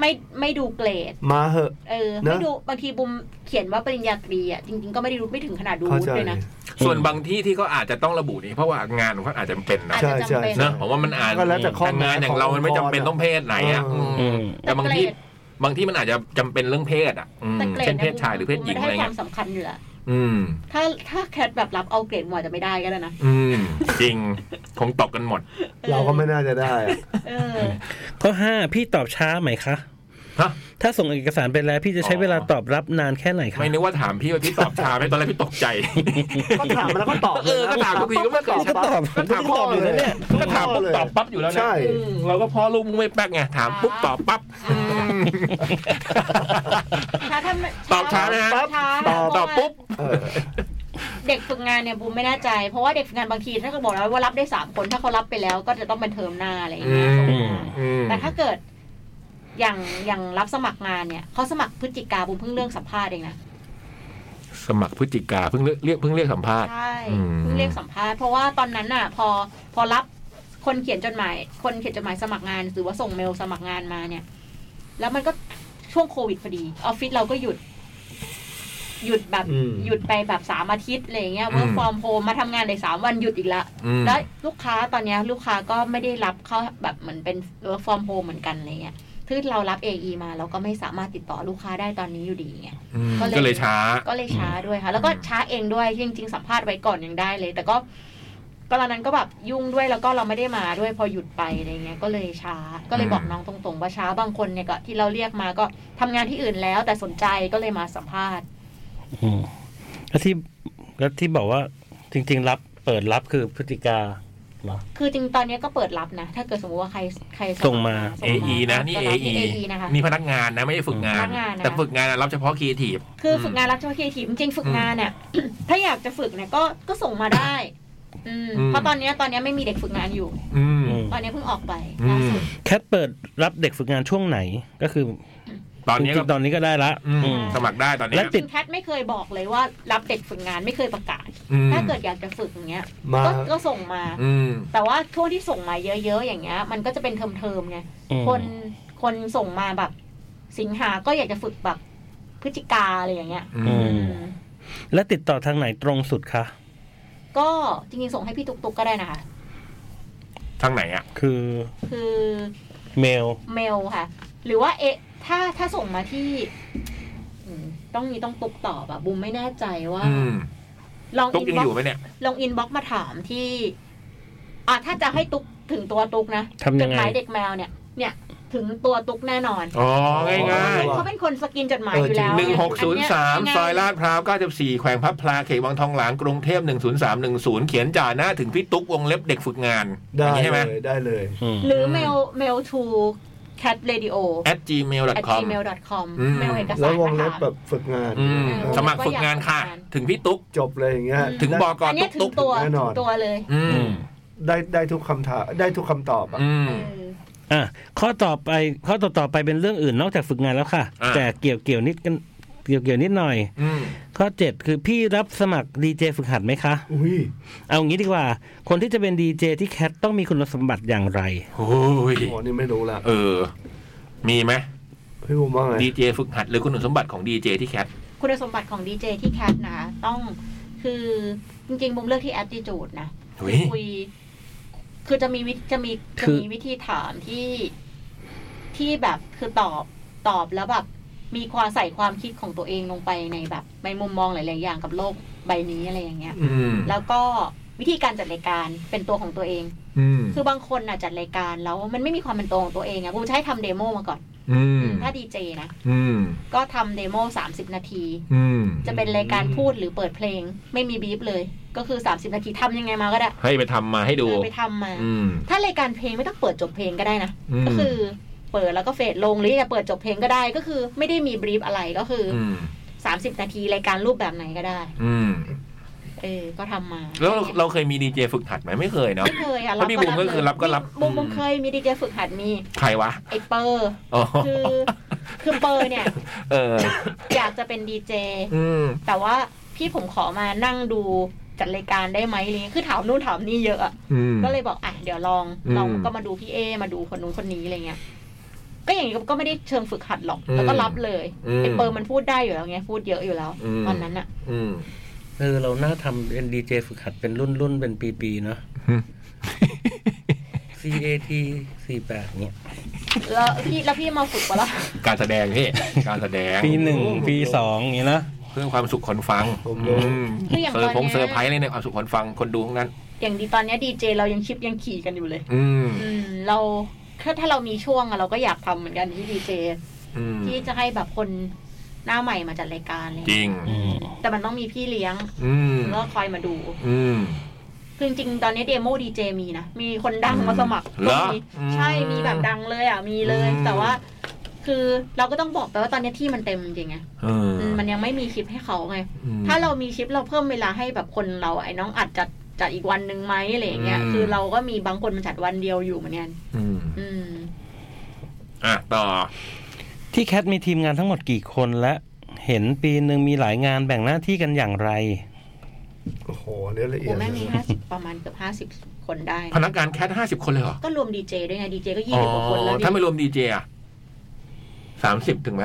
S3: ไม่ไม่ดูเกรด
S2: ำมาเหอะ
S3: เออ
S2: นะ
S3: ไม่ดูบางทีบุมเขียนว่าปริญญาตรีอ่ะจริงๆก็ไม่ได้รู้ไม่ถึงขนาดดู
S2: เข้า
S3: วุฒิ
S2: ใจ
S3: เลยนะ
S5: ส่วนบางที่ที่เขาอาจจะต้องระบุนี่เพราะว่างานของเขาอาจจะเป็นนะ
S3: อาจ
S2: ใช่
S3: จะ
S2: ใช่
S3: จำเป็น
S2: ใช่
S5: นะผมว่ามันอาจ
S2: ก็แล้วแต่ข้อ
S5: แต่งานอย่างเรามันไม่จำเป็นต้องเพศไหนอ่ะ
S2: เออ
S5: ม
S4: อืม
S5: แต่บางที่บางที่มันอาจจะจำเป็นเรื่องเพศอ่ะอืม
S3: แต่เกรด
S5: เช่นเพศชายหรือเพศหญิง
S3: มัน
S5: อะไร
S3: ให้ควา
S5: เงี้
S3: ม
S5: ย
S3: สำคัญอยู่และ
S5: อืม
S3: ถ้าถ้าแคทแบบรับเอาเกรดหมวดจะไม่ได้ก็แล้วนะ
S5: อืม จริง คงตกกันหมด
S2: เราก็ไม่น่าจะได้อะ
S3: เออ
S4: ข้อห้าพี่ตอบช้าไหมคะ
S5: ฮะ
S4: ถ้าส่งเอกสารไปแล้ว พี่จะใช้เวลาตอบรับนานแค่ไหนคะ
S5: ไม่นึกว่าถามพี่ว่าพี่ตอบชาไหมตอนแรกพี่ตกใจ
S2: ก็ถามแล้วก็ตอบ
S5: เออก็ถามทุกทีก็ไม่ตอบ
S4: นี่ก็ตอบ
S5: ก็ถามพ่อเลยนะเนี่ยก็ถามปุ๊บตอบปั๊บอยู่แล้วนะ
S2: ใช่
S5: อืมเราก็พ่อลูกมึงไม่แป๊กไงถามปุ๊บตอบปั๊บอืม
S3: ถ้าถ้าไม่
S5: ตอบช้าไหมฮะ
S3: ช้า
S2: ตอบ
S5: ตอบปุ๊บ
S2: เออ
S3: เด็กฝึกงานเนี่ยบูมไม่แน่ใจ เพราะว่าเด็กฝึกงานบางทีถ้าเขาบอกแล้วว่ารับได้สามคนถ้าเขารับไปแล้วก็จะต้องเป็นเทอมหน้าอะไรอย่างเงี้ย
S5: อื
S3: ส่งมา
S5: อืม
S3: แต่ถ้าเกิดอย่างอย่างรับสมัครงานเนี่ยเขาสมัครพฤศจิกาบูมเพิ่งเรื่องสัมภาษณ์เองนะ
S5: สมัครพฤศจิกาเพิ่งเรียกเรียกเพิ่งเรียกสัมภาษณ์
S3: ใช่
S5: อืม
S3: เพิ่งเรียกสัมภาษณ์เพราะว่าตอนนั้นน่ะ พอพอรับคนเขียนจดหมาย คนเขียนจดหมายสมัครงานหรือว่าส่งเมลสมัครงานมาเนี่ย แล้วมันก็ช่วงโควิดพอดีออฟฟิศเราก็หยุด หยุดแบบ
S2: อืม
S3: หยุดไปแบบสามอาทิตย์อะไรอย่างเงี้ยเวิร์กฟอร์มโฮมมาทำงานได้สามวันหยุดอีกละ
S5: อืม
S3: แล้วลูกค้าตอนเนี้ยลูกค้าก็ไม่ได้รับเข้าแบบเหมือนเป็นเวิร์กฟอร์มโฮมเหมือนกันอะไรเงี้ยคือเรารับ AE มาเราก็ไม่สามารถติดต่อลูกค้าได้ตอนนี้อยู่ดีไง
S5: อืม
S3: ก็เลย
S5: ก็เลยช้า
S3: ก็เลยช้าด้วยค่ะ แล้วก็
S5: อืม
S3: ช้าเองด้วยจริง ๆ สัมภาษณ์ไว้ก่อนยังได้เลย แต่ก็ก็ตอนนั้นก็แบบยุ่งด้วยแล้วก็เราไม่ได้มาด้วยพอหยุดไปอะไรเงี้ยก็เลยช้าก็เลยบอกน้องตรงๆว่าช้าบางคนเนี่ยก็ที่เราเรียกมาก็ทำงานที่อื่นแล้ว แต่สนใจก็เลยมาสัมภาษณ์
S4: อืมแล้วที่แล้วที่บอกว่าจริง ๆ รับเปิดรับคือพฤติกาเหรอ
S3: คือจริงตอนนี้ก็เปิดรับนะ ถ้าเกิดสมมติว่าใครใคร
S4: ส่งมา
S3: ส่ง
S5: AE นะนี่
S3: ก็รับ
S5: AE
S3: ที่ AE นะคะ
S5: นี่พนักงานนะไม่ใช่ฝึกงาน
S3: พนักงานนะ
S5: แต่ฝึกงานอะรับเฉพาะครีเอทีฟ
S3: คือฝึกงานรับเฉพาะครีเอทีฟจริงๆฝึกงานเนี่ย ถ้าอยากจะฝึกเนี่ยก็ก็ส่งมาได้ อืม
S5: อืม
S3: เพราะตอนเนี้ยตอนเนี้ยไม่มีเด็กฝึกงานอยู่
S5: อืม
S4: อืม
S3: ตอนเนี้ยเพิ่งออกไป
S5: อื
S3: ล่าม สุด
S4: แคทเปิดรับเด็กฝึกงานช่วงไหนก็คือ
S5: ตอนนี้
S4: จ
S5: ก็
S4: ริงๆตอนนี้ก็ได้ละ
S5: อืม
S4: อืม
S5: สมัครได้ตอนนี้
S4: และ
S3: จริงๆแพทย์ไม่เคยบอกเลยว่ารับเด็กฝึกงานไม่เคยประกาศ
S5: อืม
S3: ถ้าเกิดอยากจะฝึกอย่างเงี้ย
S2: มา
S3: ก็ก็ส่งมา
S5: อืม
S3: แต่ว่าช่วงที่ส่งมาเยอะๆอย่างเงี้ย มันก็จะเป็นเทอมๆไง
S4: อืม
S3: คนคนส่งมาแบบ สิงหาก็อยากจะฝึกแบบพฤศจิกาอะไรอย่างเงี้ย
S5: อื
S4: อื
S5: ม
S4: ม และติดต่อทางไหนตรงสุดคะ
S3: ก็จริงๆส่งให้พี่ตุกตุกก็ได้นะคะ
S5: ทางไหนอ่ะ
S4: คือ
S3: คือ
S4: เมล
S3: เมลค่ะ หรือว่าเอะถ้าถ้าส่งมาที่อืมต้องมีต้องตุกตอบอะบุมไม่แน่ใจว่า
S5: อืม
S3: ลอง
S5: ตุ๊ก
S3: อิน
S5: ยังอ
S3: บ็อก
S5: ยู่ไหมเนี่ย
S3: ลองอินบ็อกมาถามที่อ่ะถ้าจะให้ตุกถึงตัวตุกนะ
S4: ทำ
S3: จ
S4: ยั
S3: ด
S4: งไง
S3: หมายเด็กแมวเนี่ย เนี่ยถึงตัวตุกแน่นอน
S5: อ๋อ ง่าย
S3: เขาเป็นคนสกินจดหมาย
S2: เออ
S3: อ
S2: จริ
S5: ๆห
S3: ยู่แล้ว
S2: ง
S5: นึ่งหกศูนย์สาม
S3: เนี่
S5: ซอยลาดพร้าวเก้าสิบสี่แขวงพับพลาเขตวังทองหลางกรุงเทพหนึ่งศูนย์สามหนึ่งศูนย์เขียนจ่าหน้าถึงพี่ตุ๊กวงเล็บเด็กฝึกงานอ
S2: ได้
S5: ย่างนี้ใช่ไหม
S2: เลยได้เลย
S4: อืม
S3: หรือเมลเมลทู cat radio
S5: at gmail
S3: at
S5: com
S3: gmail com
S5: อืม
S3: เมลเอกสาร
S2: แล้ววง
S3: มา
S2: เล็บ
S3: ถาม
S2: แบบฝึกงาน
S5: อืม
S3: เออ
S5: สมัครฝึกงานค่ะ ถึงพี่ตุ๊ก
S2: จบเลยอย่างเงี้ย
S3: อืม
S5: ถึงบ
S2: ได้
S5: ก
S3: อันเนี้
S5: ตุ๊ก
S3: ยถึ
S5: ตุ๊
S3: ง
S5: ก
S3: ตัว
S2: แน่นอน
S3: ถึงตัวเลย
S5: อืม
S2: ได้ได้ทุกคำถามได้ทุกคำตอบอะ
S5: อืม
S3: เออ
S4: อ่ะข้อต่อไปข้อต่อต่อไปเป็นเรื่องอื่นนอกจากฝึกงานแล้วค่ะ
S5: อ่ะ
S4: แต่เกี่ยวเกี่ยวนิดกันเกี่ยวเกี่ยวนิดหน่อย
S5: อืม
S4: ข้อเจ็ดคือพี่รับสมัครดีเจฝึกหัดไหมคะ
S2: อุ้ย
S4: เอางี้ดีกว่า คนที่จะเป็นดีเจที่แคทต้องมีคุณสมบัติอย่างไร
S5: โอ้ย
S2: โหนี่ไม่รู้ละ
S5: เออ มีไหม
S2: พี่บูมว่าไง
S5: ดีเจฝึกหัดหรือคุณสมบัติของดีเจที่แคท
S3: คุณสมบัติของดีเจที่แคทนะต้องคือจริงๆบุมเลือกที่ attitude นะ
S5: เฮ้ย
S3: คุย คือจะมีวิธีจะมี
S4: คื
S3: จะ
S4: อ
S3: มีวิธีถามที่ที่แบบคือตอบตอบแล้วแบบมีความใส่ความคิดของตัวเองลงไปในแบบในมุมมองหลาย ๆ อย่างกับโลกใบนี้อะไรอย่างเงี้ย
S5: อืม
S3: แล้วก็วิธีการจัดรายการเป็นตัวของตัวเอง
S5: อืม
S3: คือบางคนน่ะจัดรายการแล้วมันไม่มีความเป็นตัวของตัวเองอะกูใช้ทำเดโมมาก่อน
S5: อืม
S3: ถ้าดีเจนะ
S5: อืม
S3: ก็ทำเดโม 30 นาที
S5: อืม
S3: จะเป็นรายการพูดหรือเปิดเพลง ไม่มีบีบเลย ก็คือ 30 นาทีทำยังไงมาก็ได้
S5: ให้ไปทำมาให้ดู
S3: เออไปทำมา
S5: อืม
S3: ถ้ารายการเพลงไม่ต้องเปิดจบเพลงก็ได้นะ
S5: อืม
S3: ก็คือเปิดแล้วก็เฟดลงหรือจะเปิดจบเพลงก็ได้ก็คือไม่ได้มีบรีฟอะไรก็คือ
S5: อืม
S3: 30 นาทีรายการรูปแบบไหนก็ได้
S5: อืม
S3: เออ ก็ทำมา
S5: แล้วเราเราเคยมีดีเจฝึกหัดไหมไม่เคยเนาะ
S3: ไม่เคยอะ
S5: เพราะพี่บุ๋มก็คือรับก็รับ
S3: บุ๋มบุ๋มเคยมีดีเจฝึกหัดมี
S5: ใครวะ
S3: ไอเปอร์
S5: อ๋อ
S3: คือคือเปอร์เนี่ย *coughs*
S5: เออ
S3: อยากจะเป็นดีเจ
S5: อืม
S3: แต่ว่าพี่ผมขอมานั่งดูจัดรายการได้ไหมอะไรเงี้ยคือถามนู่นถามนี่เยอะอะ
S5: อืม
S3: ก็เลยบอกอ่ะเดี๋ยวลอง
S5: อืม
S3: ลองก็มาดูพี่เอ มาดูคนนู้นคนนี้อะไรเงี้ยก็อย่างนี้ก็ไม่ได้เชิงฝึกหัดหรอก
S5: อืม
S3: แล้วก็รับเลย
S5: อืม
S3: ไอเปิร์มันพูดได้อยู่แล้วไงพูดเยอะอยู่แล้ว
S5: อืม
S3: ตอนนั้นอะ
S5: อืม
S4: เออเราน่าทำเป็นดีเจฝึกหัดเป็นรุ่นรุ่นๆเป็นปีๆเนาะ *laughs* CAT 48เนี่ย
S3: แล้วพี่แล้วพี่มาฝึกปะล่ะ
S5: การแสดงพี่ การแสดง
S4: ปีหนึ่งปีสองอย่างนี้นะ
S5: เพื่อความสุขคนฟัง
S2: ผมรู้
S5: อืม
S3: คืออย่าง
S5: เซอ
S3: ตอน
S5: ร์พง
S3: เนี้
S5: เซอร์ไพร
S3: ย
S5: ส์เลยในยความสุขคนฟังคนดูทั้งนั้น
S3: อย่างดีตอนเนี้ยดีเจเรายังชิปยังขี่กันอยู่เลย
S5: อืม
S3: อืม เราถ้าถ้าเรามีช่วงอะเราก็อยากทำเหมือนกันที่ดีเจ
S5: อืม
S3: ที่จะให้แบบคนหน้าใหม่มาจัดรายการอะไร
S5: จ
S3: เลย
S5: ริง
S4: อืม
S3: แต่มันต้องมีพี่เลี้ยง
S5: อืม
S3: ก็คอยมาดู
S5: อืม
S3: คือจริงๆ ตอนนี้เดโมดีเจมีนะ มีคนดังมาสมัคร
S5: เหรอ
S3: ก็มีใช่
S5: อืม
S3: มีแบบดังเลยอ่ะ มีเลย
S5: อืม
S3: แต่ว่า คือเราก็ต้องบอกไปว่าตอนนี้ที่มันเต็มจริงๆไง
S5: เออ
S3: อืมมันยังไม่มีคลิปให้เขาไง
S5: อืม
S3: ถ้าเรามีคลิปเราเพิ่มเวลาให้แบบคนเราไอ้น้องอัดจัดจัดอีกวันหนึ่งไหมอะไรอย่างเงี้ย
S5: อืม
S3: คือเราก็มีบางคนมันจัดวันเดียวอยู่เหมือนกัน
S5: อืม
S3: อืม
S5: อ่ะต่อ
S4: ที่แคทมีทีมงานทั้งหมดกี่คนและเห็นปีหนึ่งมีหลายงานแบ่งหน้าที่กันอย่างไร
S2: โอ้โหเนื้อละเอี
S3: กู
S2: ยด
S3: แม่งมีห้าสิบประมาณเกือบห้าสิบคนได้
S5: พนักงานแค่ห้าสิบคนเลยเหรอ
S3: ก็รวมดีเจด้วยไงดีเจก็ยี่
S5: อ๋อ
S3: สิบกว่าคนแล้วดิ
S5: ถ้าไม่รวมดีเจอะสามสิบถึงไหม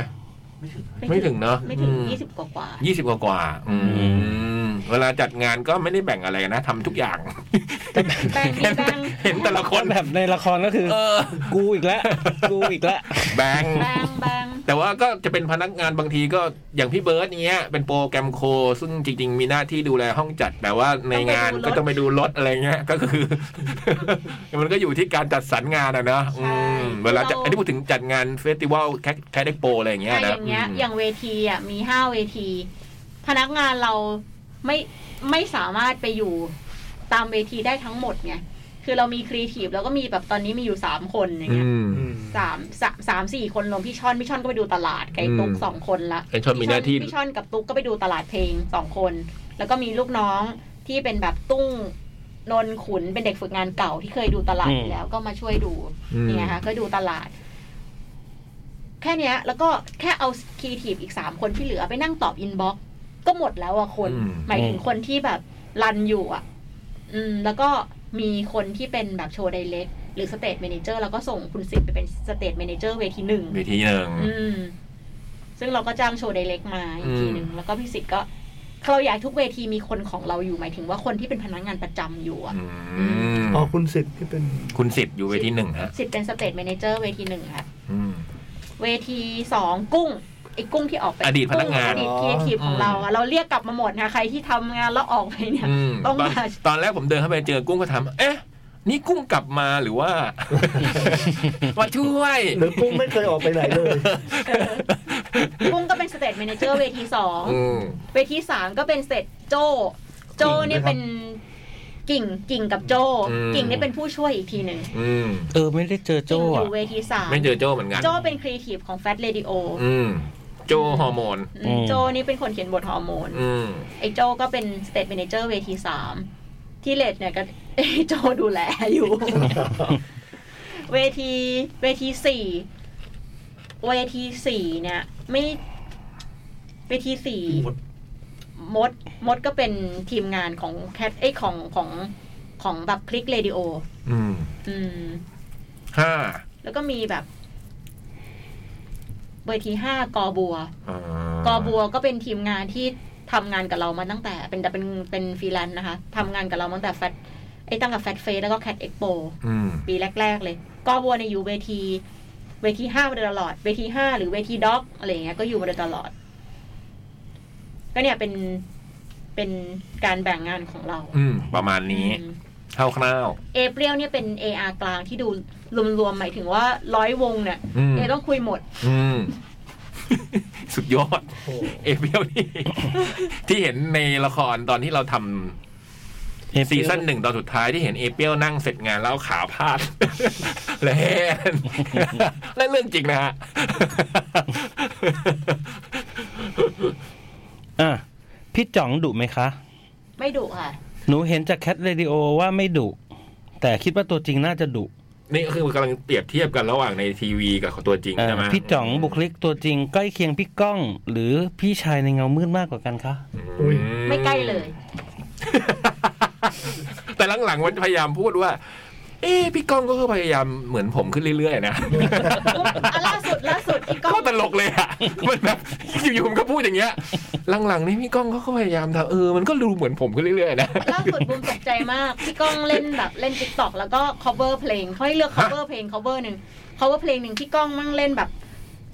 S1: ไม่ถึงครับ
S5: ไม่ถึงเนอะ
S3: ไม่ถึง
S5: อืม
S3: ยี่สิบกว่ากว่า
S5: ยี่สิบกว่ากว่าๆอื
S4: อื
S5: ม เวลาจัดงานก็ไม่ได้แบ่งอะไรกันนะทำทุกอย่าง
S3: แบ่งดิ
S5: เห็น
S3: แบ่ง
S5: เห็นแต่ละคน
S4: แบบในละครก็คือ
S5: เออ
S4: กูอีกแล้ว *laughs* กูอีกแล้ว
S5: แบ่ง
S3: แบางบาง
S5: แต่ว่าก็จะเป็นพนักงานบางทีก็อย่างพี่เบิร์ตเงี้ยเป็นโปรแกรมโค ซึ่งจริง ๆ มีหน้าที่ดูแลห้องจัด แต่ว่าในงาน
S3: ต้อง
S5: ก็
S3: ไปดูรถ
S5: ต้องไปดู *laughs* รถอะไรเงี้ยก็คือ มันก็อยู่ที่การจัดสรรงานอะนะ
S3: ใช่
S5: อืมเวลาจะ
S3: เรา
S5: อันนี้พูดถึงจัดงานเฟสติวัลแคทแคทเด็กโปอะไรอย่างเงี้ย
S3: อ่ะอ
S5: นะ
S3: ย่างเงี้ย
S5: ม
S3: อย่างเวทีอ่ะ มีห้าเวที พนักงานเราไม่ไม่สามารถไปอยู่ตามเวทีได้ทั้งหมดไง คือเรามีครีเอทีฟแล้วก็มีแบบตอนนี้มีอยู่สามคนอย่าง
S5: อื
S3: เงี้ย
S5: ม
S2: อืม
S3: สามสามสามสี่คนรวมพี่ช่อน พี่ช่อนก็ไปดูตลาดไก่ตุ๊กสองคนละ
S5: ไอ้ชอบมีหน้าที่
S3: พี่ช่อนกับตุ๊กก็ไปดูตลาดเพลงสองคน แล้วก็มีลูกน้องที่เป็นแบบตุ้งนนขุนเป็นเด็กฝึกงานเก่าที่เคยดูตลาดอยู่แล้วก็มาช่วยดู
S5: อืม
S3: เนี่ยค่ะก็ดูตลาด แค่เนี้ย แล้วก็แค่เอาครีเอทีฟอีกสามคนที่เหลือไปนั่งตอบอินบ็อกก็หมดแล้วอะคน
S5: อืม
S3: หมายถึงคนที่แบบรันอยู่อะอืม แล้วก็มีคนที่เป็นแบบโชว์ไดเล็กหรือสเต t เมนเจอร์แล้วก็ส่งคุณสิทธิ์ไปเป็นสเต t เมนเจอร์เวทีหนึ่ง
S5: เวทีหนึ่ง
S3: อืม ซึ่งเราก็จ้างโชว์ไดเล็กมาอีกทีหนึ่ง
S5: อืม
S3: แล้วก็พี่สิทธิ์ก็เราอยากทุกเวทีมีคนของเราอยู่หมายถึงว่าคนที่เป็นพนักงานประจำอยู่อะ
S5: อืม
S2: อ๋อคุณสิทธิ์ที่เป็น
S5: คุณสิทธิ์อยู่เวทีหนึ่งฮะ
S3: สิทธิ์เป็นสเต t เมนเจอร์เวทีหนึ่งค่ะ
S5: อืม
S3: เวทีสองกุ้งไอ้กุ้งที่ออกไป
S5: อดีตพนักงาน
S3: อดีตครีเอทีฟของเราอะเราเรียกกลับมาหมดค่ะใครที่ทำงานแล้วออกไปเนี่ย
S5: อืม
S3: ต้อง
S5: ต
S3: มา
S5: อนตอนแรกผมเดินเข้าไปเจอกุ้งก็ถามเอ๊ะ นี่กุ้งกลับมาหรือว่า *laughs* มาช่วย
S2: หรือกุ้งไม่เคยออกไปไหนเลย
S3: กุ้งก็เป็นสเต t เมนเจอร์เวทีสอง
S5: อืม
S3: เวทีสามก็เป็นเสร็จโจโจเนี่ยเป็นกิ่งกิ่งกับโจ
S5: อืม
S3: กิ่งเนี่ยเป็นผู้ช่วยอีกทีหนึ่ง
S5: อืม
S4: เออ ไม่ได้เจอ
S3: กิ่
S4: โจ้
S3: งอ
S4: อะ
S3: ยู่เวทีสาม
S5: ไม่เจอโจ้เหมือนกัน
S3: โจเป็นครีเอทีฟของแฟ t เ a ดิโอ
S5: อืม โจฮอร์โมน
S3: มโจนี่เป็นคนเขียนบทฮอร์โมน
S5: อืม
S3: ไอ้โจก็เป็นสเต t เมนเจอร์เวทีสามที่เลดเนี่ยก็ *laughs* ไอ้โจดูแล
S5: *laughs*
S3: อยู่ เวทีเวทีสี่เวทีสี่เนี่ย ไม่เวทีสี่
S1: หมด
S3: มดมดก็เป็นทีมงานของแคทไอยของของของแบบคลิกเรดิโอ
S5: อืม
S3: อืม
S5: ห้า
S3: แล้วก็มีแบบ เวทีห้ากอบัว
S5: อ่าก
S3: อบัวก็เป็นทีมงานที่ทำงานกับเรามาตั้งแต่เป็นแต่เป็นเป็นฟรีแลนซ์นะคะทำงานกับเรามาตั้งแต่แฟตไอ้ตั้งกับแฟตเฟสแล้วก็แคดเอ็กโป
S5: อืม
S3: ปีแรก ๆ เลย กอบัวเนี่ยอยู่เวที เวทีห้ามาโดยตลอด เวทีห้าหรือเวทีด็อกอะไรอย่างเงี้ยก็อยู่มาโดยตลอด ก็เนี่ยเป็นเป็นการแบ่งงานของเรา
S5: อืม ประมาณนี้
S3: อืม
S5: คร่าว
S3: เอเปรียวเนี่ยเป็น AR กลางที่ดูรวมๆหมายถึงว่าร้อยวงเนี่ย
S5: ๆอืม
S3: เอต้องคุยหมด
S5: อืม สุดยอด
S2: โอ้โห
S5: เอเปรียวนี่ *coughs* ที่เห็นในละครตอนที่เราทำซีซั่นหนึ่งตอนสุดท้ายที่เห็นเอเปรียวนั่งเสร็จงานแล้วเอาขาพาด *coughs* แลน *coughs* นั่นเรื่องจริงนะฮะ *coughs*
S4: อ่ะพี่จ๋องดุไหมคะ
S3: ไม่ดุค่ะ
S4: หนูเห็นจากแคทเรดิโอว่าไม่ดุแต่คิดว่าตัวจริงน่าจะดุ
S5: นี่ก็คือกำลังเปรียบเทียบกันระหว่างในทีวีกับตัวจริง
S4: เอ่อ
S5: ใช่ไหม
S4: พี่จ๋องบุคลิกตัวจริงใกล้เคียงพี่ก้อง หรือพี่ชายในเงามืดมากกว่ากันคะ
S5: อื
S3: ไม่ใกล้เลย
S5: แต่หลังๆวันพยายามพูดว่า เอ๊ะพี่ก้องก็พยายามเหมือนผมขึ้นเรื่อยๆนะ
S3: อ่ะล่าสุดล่าสุดพี่ก้
S5: ก็
S3: อง
S5: ตลกเลยอ่ะ *laughs* มันแบบอยู่ๆมันก็พูดอย่างเงี้ย หลังๆนี่พี่ก้องเขาก็พยายามทำเออ มันก็ดูเหมือนผมขึ้นเรื่อยๆนะ
S3: ล่าสุดบูมตกใจมากพี่ก้องเล่นแบบเล่น t ิ k กต k อกแล้วก็ cover เพลงเขาให้เลือก cover เพลง cover หนึ่ง cover เพลงหนึ่งพี่ก้องมั่งเล่นแบบ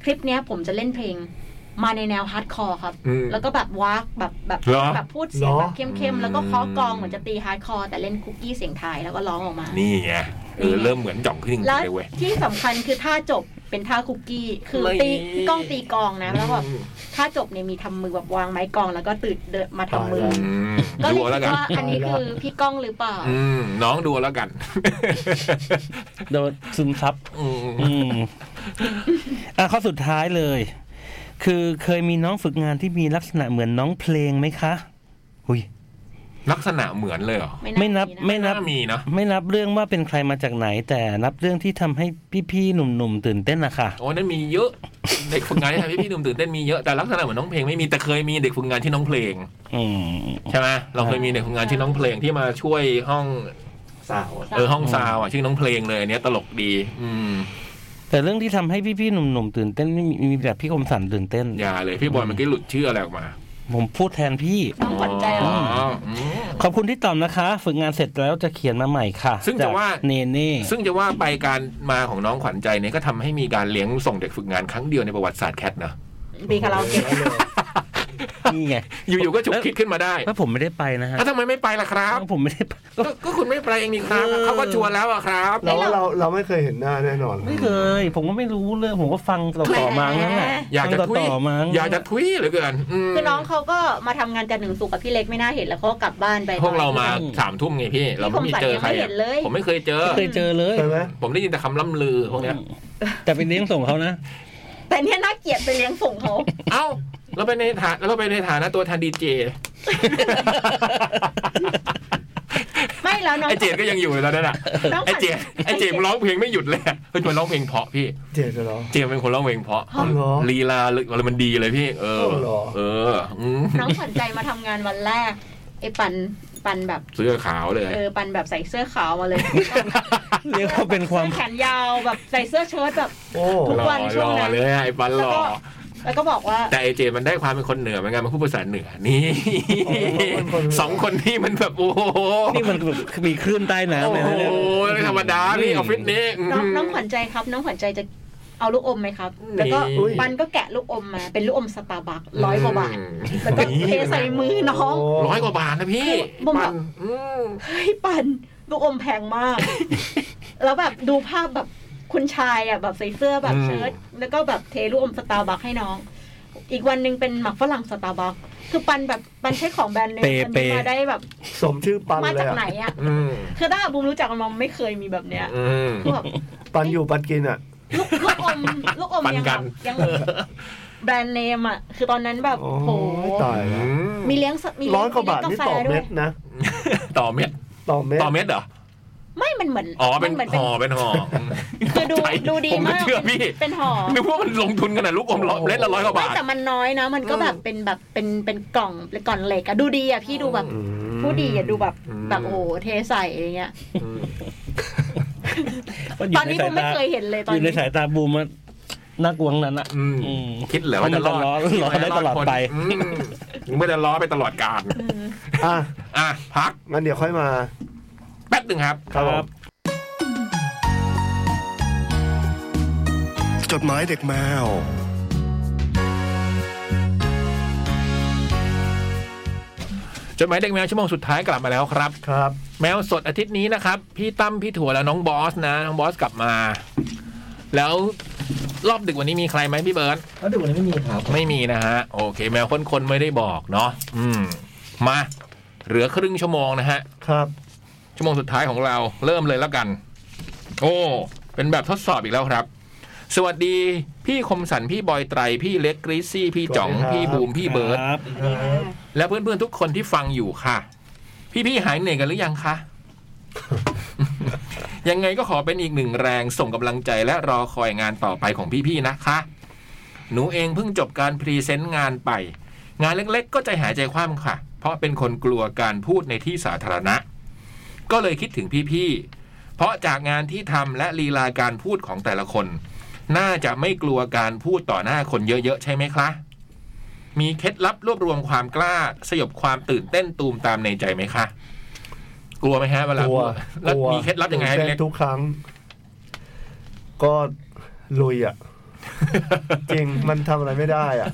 S3: คลิปเนี้ยผมจะเล่นเพลง มาในแนวฮาร์ดคอร์ครับ
S5: อืม
S3: แล้วก็แบบวากแบบแบบ
S5: เหรอ
S3: แบบพูดเสียงแบบเข้มๆ แล้วก็เคาะกลองเหมือนจะตีฮาร์ดคอร์แต่เล่นคุกกี้เสียงไทยแล้วก็ร้องออกมา
S5: นี่ไงเออเริ่มเหมือนจ่องขึ้นจริง
S3: แล้ว
S5: ๆเลยเว้ย
S3: ที่สำคัญคือท่าจบเป็นท่าคุกกี้ คือ
S5: ไม่
S3: ตีพี่ก้องตีกลองนะ แล้วแบบท่าจบเนี่ยมีทำมือแบบวางไม้กลองแล้วก็ตื่นเดินมาทำมือ
S5: อืม
S3: ก็เล
S5: ดู
S3: ย
S5: เอา
S3: คิ
S5: แล้
S3: ด
S5: วกัน
S3: ว่าอันนี้คือพี่ก้องหรือเปล่า
S5: อืมน้องดูเอาแล้วกัน *laughs*
S4: โดนซึมซับ
S5: อืม
S4: อืมอ่ะข้อสุดท้ายเลย คือเคยมีน้องฝึกงานที่มีลักษณะเหมือนน้องเพลงไหมคะหุย
S5: ลักษณะเหมือนเลยเหรอ
S4: ไม่นับไม่นับ
S5: น่ามีนะ
S4: ไม่นับเรื่องว่าเป็นใครมาจากไหน แต่นับเรื่องที่ทำให้พี่ๆหนุ่มๆตื่นเต้นนะคะ
S5: โอ้นั่นมีเยอะ เด็กฝึกงานที่ทำให้พี่หนุ่มตื่นเต้นมีเยอะแต่ลักษณะเหมือนน้องเพลงไม่มีแต่เคยมีเด็กฝึกงานที่น้องเพลง
S4: อืม
S5: ใช่ไหมเราเคยมีเด็กฝึกงานที่น้องเพลงที่มาช่วยห้อง
S1: สาว
S5: เออห้องซาวอ่ะชื่อน้องเพลงเลยอันเนี้ยตลกดี อืม
S4: แต่เรื่องที่ทำให้พี่ๆหนุ่มๆตื่นเต้นไม่มีมีแบบพี่คมสันตื่นเต้น
S5: อย่าเลยพี่บอยเมันก็หลุดชื่ออะไรออกมา
S4: ผมพูดแทนพี่
S3: น้องขวัญใจเหรอ
S5: อ๋ออืม
S4: ขอบคุณที่ตอบนะคะ ฝึกงานเสร็จแล้วจะเขียนมาใหม่ค่ะ
S5: ซึ่งจะว่า
S4: จกเนเน่
S5: ซึ่งจะว่าไปการมาของน้องขวัญใจเนี่ยก็ทำให้มีการเลี้ยงส่งเด็กฝึกงานครั้งเดียวในประวัติศาสตร์แคท
S3: *laughs*
S5: นะ
S3: มีคาราโอเกะ
S4: นี่ไง
S5: อยู่ๆก็ฉุกคิดขึ้นมา
S3: *laughs*
S5: ได้
S4: ว่าผมไม่ได้ไปนะฮะ
S5: แล้วทำไมไม่ไปล่ะครับ
S4: ว่าผมไม่ได้ไป
S5: ก็ก็คุณไม่ไปเองนี่ครับเขาก็ชวนแล้วอะครับ
S2: เราว่าเราเราไม่เคยเห็นหน้าแน่นอน
S4: ไม่เคย ผมก็ไม่รู้เรื่องผมก็ฟังต่อต่อๆมางั้นแหละ
S5: อยากจะ
S4: ฟัง
S5: ทุย
S4: ต่อๆมางั้น
S5: อยากจะทุยเหลือเกินม
S3: คือน้องเขาก็มาทำงานจันทร์ถึงศุกร์กับพี่เล็กไม่น่าเห็นแล้วเขาก็กลับบ้านไป
S5: พวกเรามาสามทุ่มไงพี่ เราไม่มีเจอใคร
S3: พี่คมสันยังไม่เห็
S5: อะ
S3: นเลย
S5: ผมไม่เคยเจอ
S4: ไม่เคยเจอเลย
S2: ใช่ไหม
S5: ผมได้ยินแต่คำล่ำลือพวกเนี้ย
S4: แต่ไปเลี้ยงส่งเขานะ
S3: แต่เนี่ยน่าเกลียดไปเลี้ยงส่งเขา
S5: เอ้าเราไปในฐานเราไปในฐานะตัวแทนดีเจ
S3: ไม่แล้วน้อง
S5: ไอเจดก็ยังอยู่เลยตอนนั้นอ่ะ
S3: น้องขวัญ
S5: ไอเจดไอเจดมันร้องเพลงไม่หยุดเลยอะเฮ้ยมันร้องเพลงเพราะพี่
S2: เจ๋งเหรอ
S5: เจมส์เป็นคนร้องเพลงเพราะ
S2: อ๋อเหรอ
S5: ลีลาอะไรมันดีเลยพี่ เออ
S2: อ๋อเหรอ
S5: เอออืม
S3: น้องขวัญใจมาทำงานวันแรกไอ้ปันปันแบบ
S5: เสื้อขาวเลย
S3: เออปันแบบใส่เสื้อขาวมาเลย
S4: เรียกว่าเป็นความ
S3: สื้อแขนยาวแบบใส่เสื้อเชิ้ตแบบ
S2: โอ้
S3: ทุก
S5: หล่อ
S3: วัน
S5: ห
S3: ช่ว
S5: ล่
S3: ง
S5: อ
S3: นั้น
S5: เลยอะไอ้ปันหล่อ
S3: แล้วก็บอกว่า
S5: แต่ไอเจมันได้ความเป็นคนเหนือเหมือนกันมันพูดภาษาเหนือ นี่ สองคนนี้มันแบบโอ้โห
S4: นี่มันแบบมีคลื่นใต้น้ำ
S5: โอ้
S4: เลยนะ
S5: โห
S4: เนี่ย
S5: ไม่ธรรมดาพี่ออฟฟิศนี้
S3: น้อง
S5: ม
S3: น้องขวัญใจครับ น้องขวัญใจจะเอาลูกอมไหมครับ
S5: นี่
S3: แล้วก็ปันก็แกะลูกอมมาเป็นลูกอมสตาร์บัคร้อยกว่าบาทแล้วก็เทใส่มือน้อง
S5: ร้อยกว่าบาทนะพี่
S3: คือผมแบบ
S5: ปันอืม
S3: เฮ้ยปันลูกอมแพงมาก แล้วแบบดูภาพแบบคุณชายอ่ะแบบใส่เสื้อแบบ
S5: อืม
S3: เชิ้ตแล้วก็แบบเทลูกอมสตาร์บัคให้น้อง อีกวันหนึ่งเป็นหมักฝรั่งสตาร์บัคคือปันแบบปันใช้ของแบรนด์เนมอันนี้มาได้แบบ
S2: สมชื่อปัน
S3: มา
S2: เลย
S3: จากไหน
S2: อะ
S3: อ่ะ
S5: อืม
S3: คือถ้าบูมรู้จักมันมันไม่เคยมีแบบ
S5: *laughs*
S3: เนี้ย
S5: อืม
S3: คือแบบ
S2: ปันอยู่ปันกินอ่ะ
S3: ลูกลูกอมลูกอม
S5: ปัน
S3: ยัง
S5: กั
S3: แบบ
S5: น
S3: ยังแบรนด์เนมอ่ะ คือตอนนั้นแบบ
S2: โอ้
S3: โห
S2: ยตาย
S5: อื
S2: แล้ว
S5: ม
S3: มีเลี้ยงสมีเลี้
S2: ร้
S3: ย
S2: อง ยกว่าบาท
S3: มี
S2: นี่
S3: เลี้ยงกา
S2: ต่อ
S3: แฟด้ว
S2: เม็
S3: ย
S2: ดนะ
S5: ต่อเม็ด
S2: ต่อเม็ด
S5: ต่อเม็ดเหรอ
S3: ไม่มันเหมือน
S5: อ๋อเป็น
S3: มัเหมือน
S5: ห่อเป็นห่อ
S3: คือดู
S5: *laughs* ใจ
S3: ดูดี
S5: ผม
S3: มา
S5: ก็
S3: ก
S5: เชื่อพี่
S3: เป็นห่อ
S5: นึกว่ามันลงทุนขนาดลูกอมร้อยเล็ดละร้อยกว่า
S3: ไม่
S5: บาท
S3: แต่มันน้อยนะ มันก็แบบเป็นแบบเป็นเป็นกล่องเป็นกล่องเหล็กอะดูดีอะพี่ดูแบบ
S2: อืม
S3: ผู้ดีอะดูแบบ
S5: อืม
S3: แบบโอ้โหเทใส่อะไรเงี้ย
S4: ก็
S3: ตอนนี้
S4: ใส
S3: บูมไม่เคยเห็นเลยตอน
S4: อยู่ใน
S3: นี้
S4: สายตาบูมมันน่ากลัวทั้งนั้นอ่ะ
S5: อืม
S4: อืม
S5: คิดเหลือว่าจะรอด
S4: เพราะมันจะล้อล้อได้ตลอดไป
S5: อืมไม่ได้ล้อไปตลอดการ
S3: อืม
S2: อ่ะ
S5: อ่ะพัก
S2: งั้นเดี๋ยวค่อยมา
S5: แป๊บหนึ่งครับ
S2: ครับผม
S6: จดหมายเด็กแมว
S5: จ จดหมายเด็กแมวชั่วโมงสุดท้ายกลับมาแล้วครับ
S2: ครับ
S5: แมวสดอาทิตย์นี้นะครับ พี่ตั้มพี่ถั่วและน้องบอสนะ น้องบอสกลับมา แล้วรอบดึกวันนี้มีใครไหมพี่เบิร์ต
S1: แล้วดูวันนี้ไม่มีครับ
S5: ไม่มีนะฮะ โอเค แมวคนๆไม่ได้บอกเนาะอืม มา เหลือครึ่งชั่วโมงนะฮะ
S2: ครับ
S5: ชั่วโมงสุดท้ายของเราเริ่มเลยแล้วกัน โอ้ เป็นแบบทดสอบอีกแล้วครับ สวัสดีพี่คมสันพี่บอยไตร พี่เล็กกรีซซี่ พี่จ๋อง พี่บูม พี่เบิร์ต
S4: ครับ
S5: และเพื่อนๆทุกคนที่ฟังอยู่ค่ะ พี่ๆหายเหนื่อยกันหรือยังคะ *laughs* ยังไงก็ขอเป็นอีกหนึ่งแรงส่งกำลังใจและรอคอยงานต่อไปของพี่ๆนะคะ หนูเองเพิ่งจบการพรีเซนต์งานไป งานเล็กๆ ก็ใจหายใจคว่ำค่ะ เพราะเป็นคนกลัวการพูดในที่สาธารณะ ก็เลยคิดถึงพี่ๆ เพราะจากงานที่ทำและลีลาการพูดของแต่ละคน น่าจะไม่กลัวการพูดต่อหน้าคนเยอะๆ ใช่ไหมคะ มีเคล็ดลับรวบรวมความกล้า สยบความตื่นเต้นตูมตามในใจไหมคะ กลัวไหมฮะเวลาก
S2: ลัว
S5: แล้ว
S2: กว
S5: มีเคล็ดลับยังไงให้
S2: ตื่น
S5: พี่
S2: เต้
S5: เล็ก
S2: นทุกครั้ง ก็ลุยอ่ะ จริงมันทำอะไรไม่ได้อ่ะ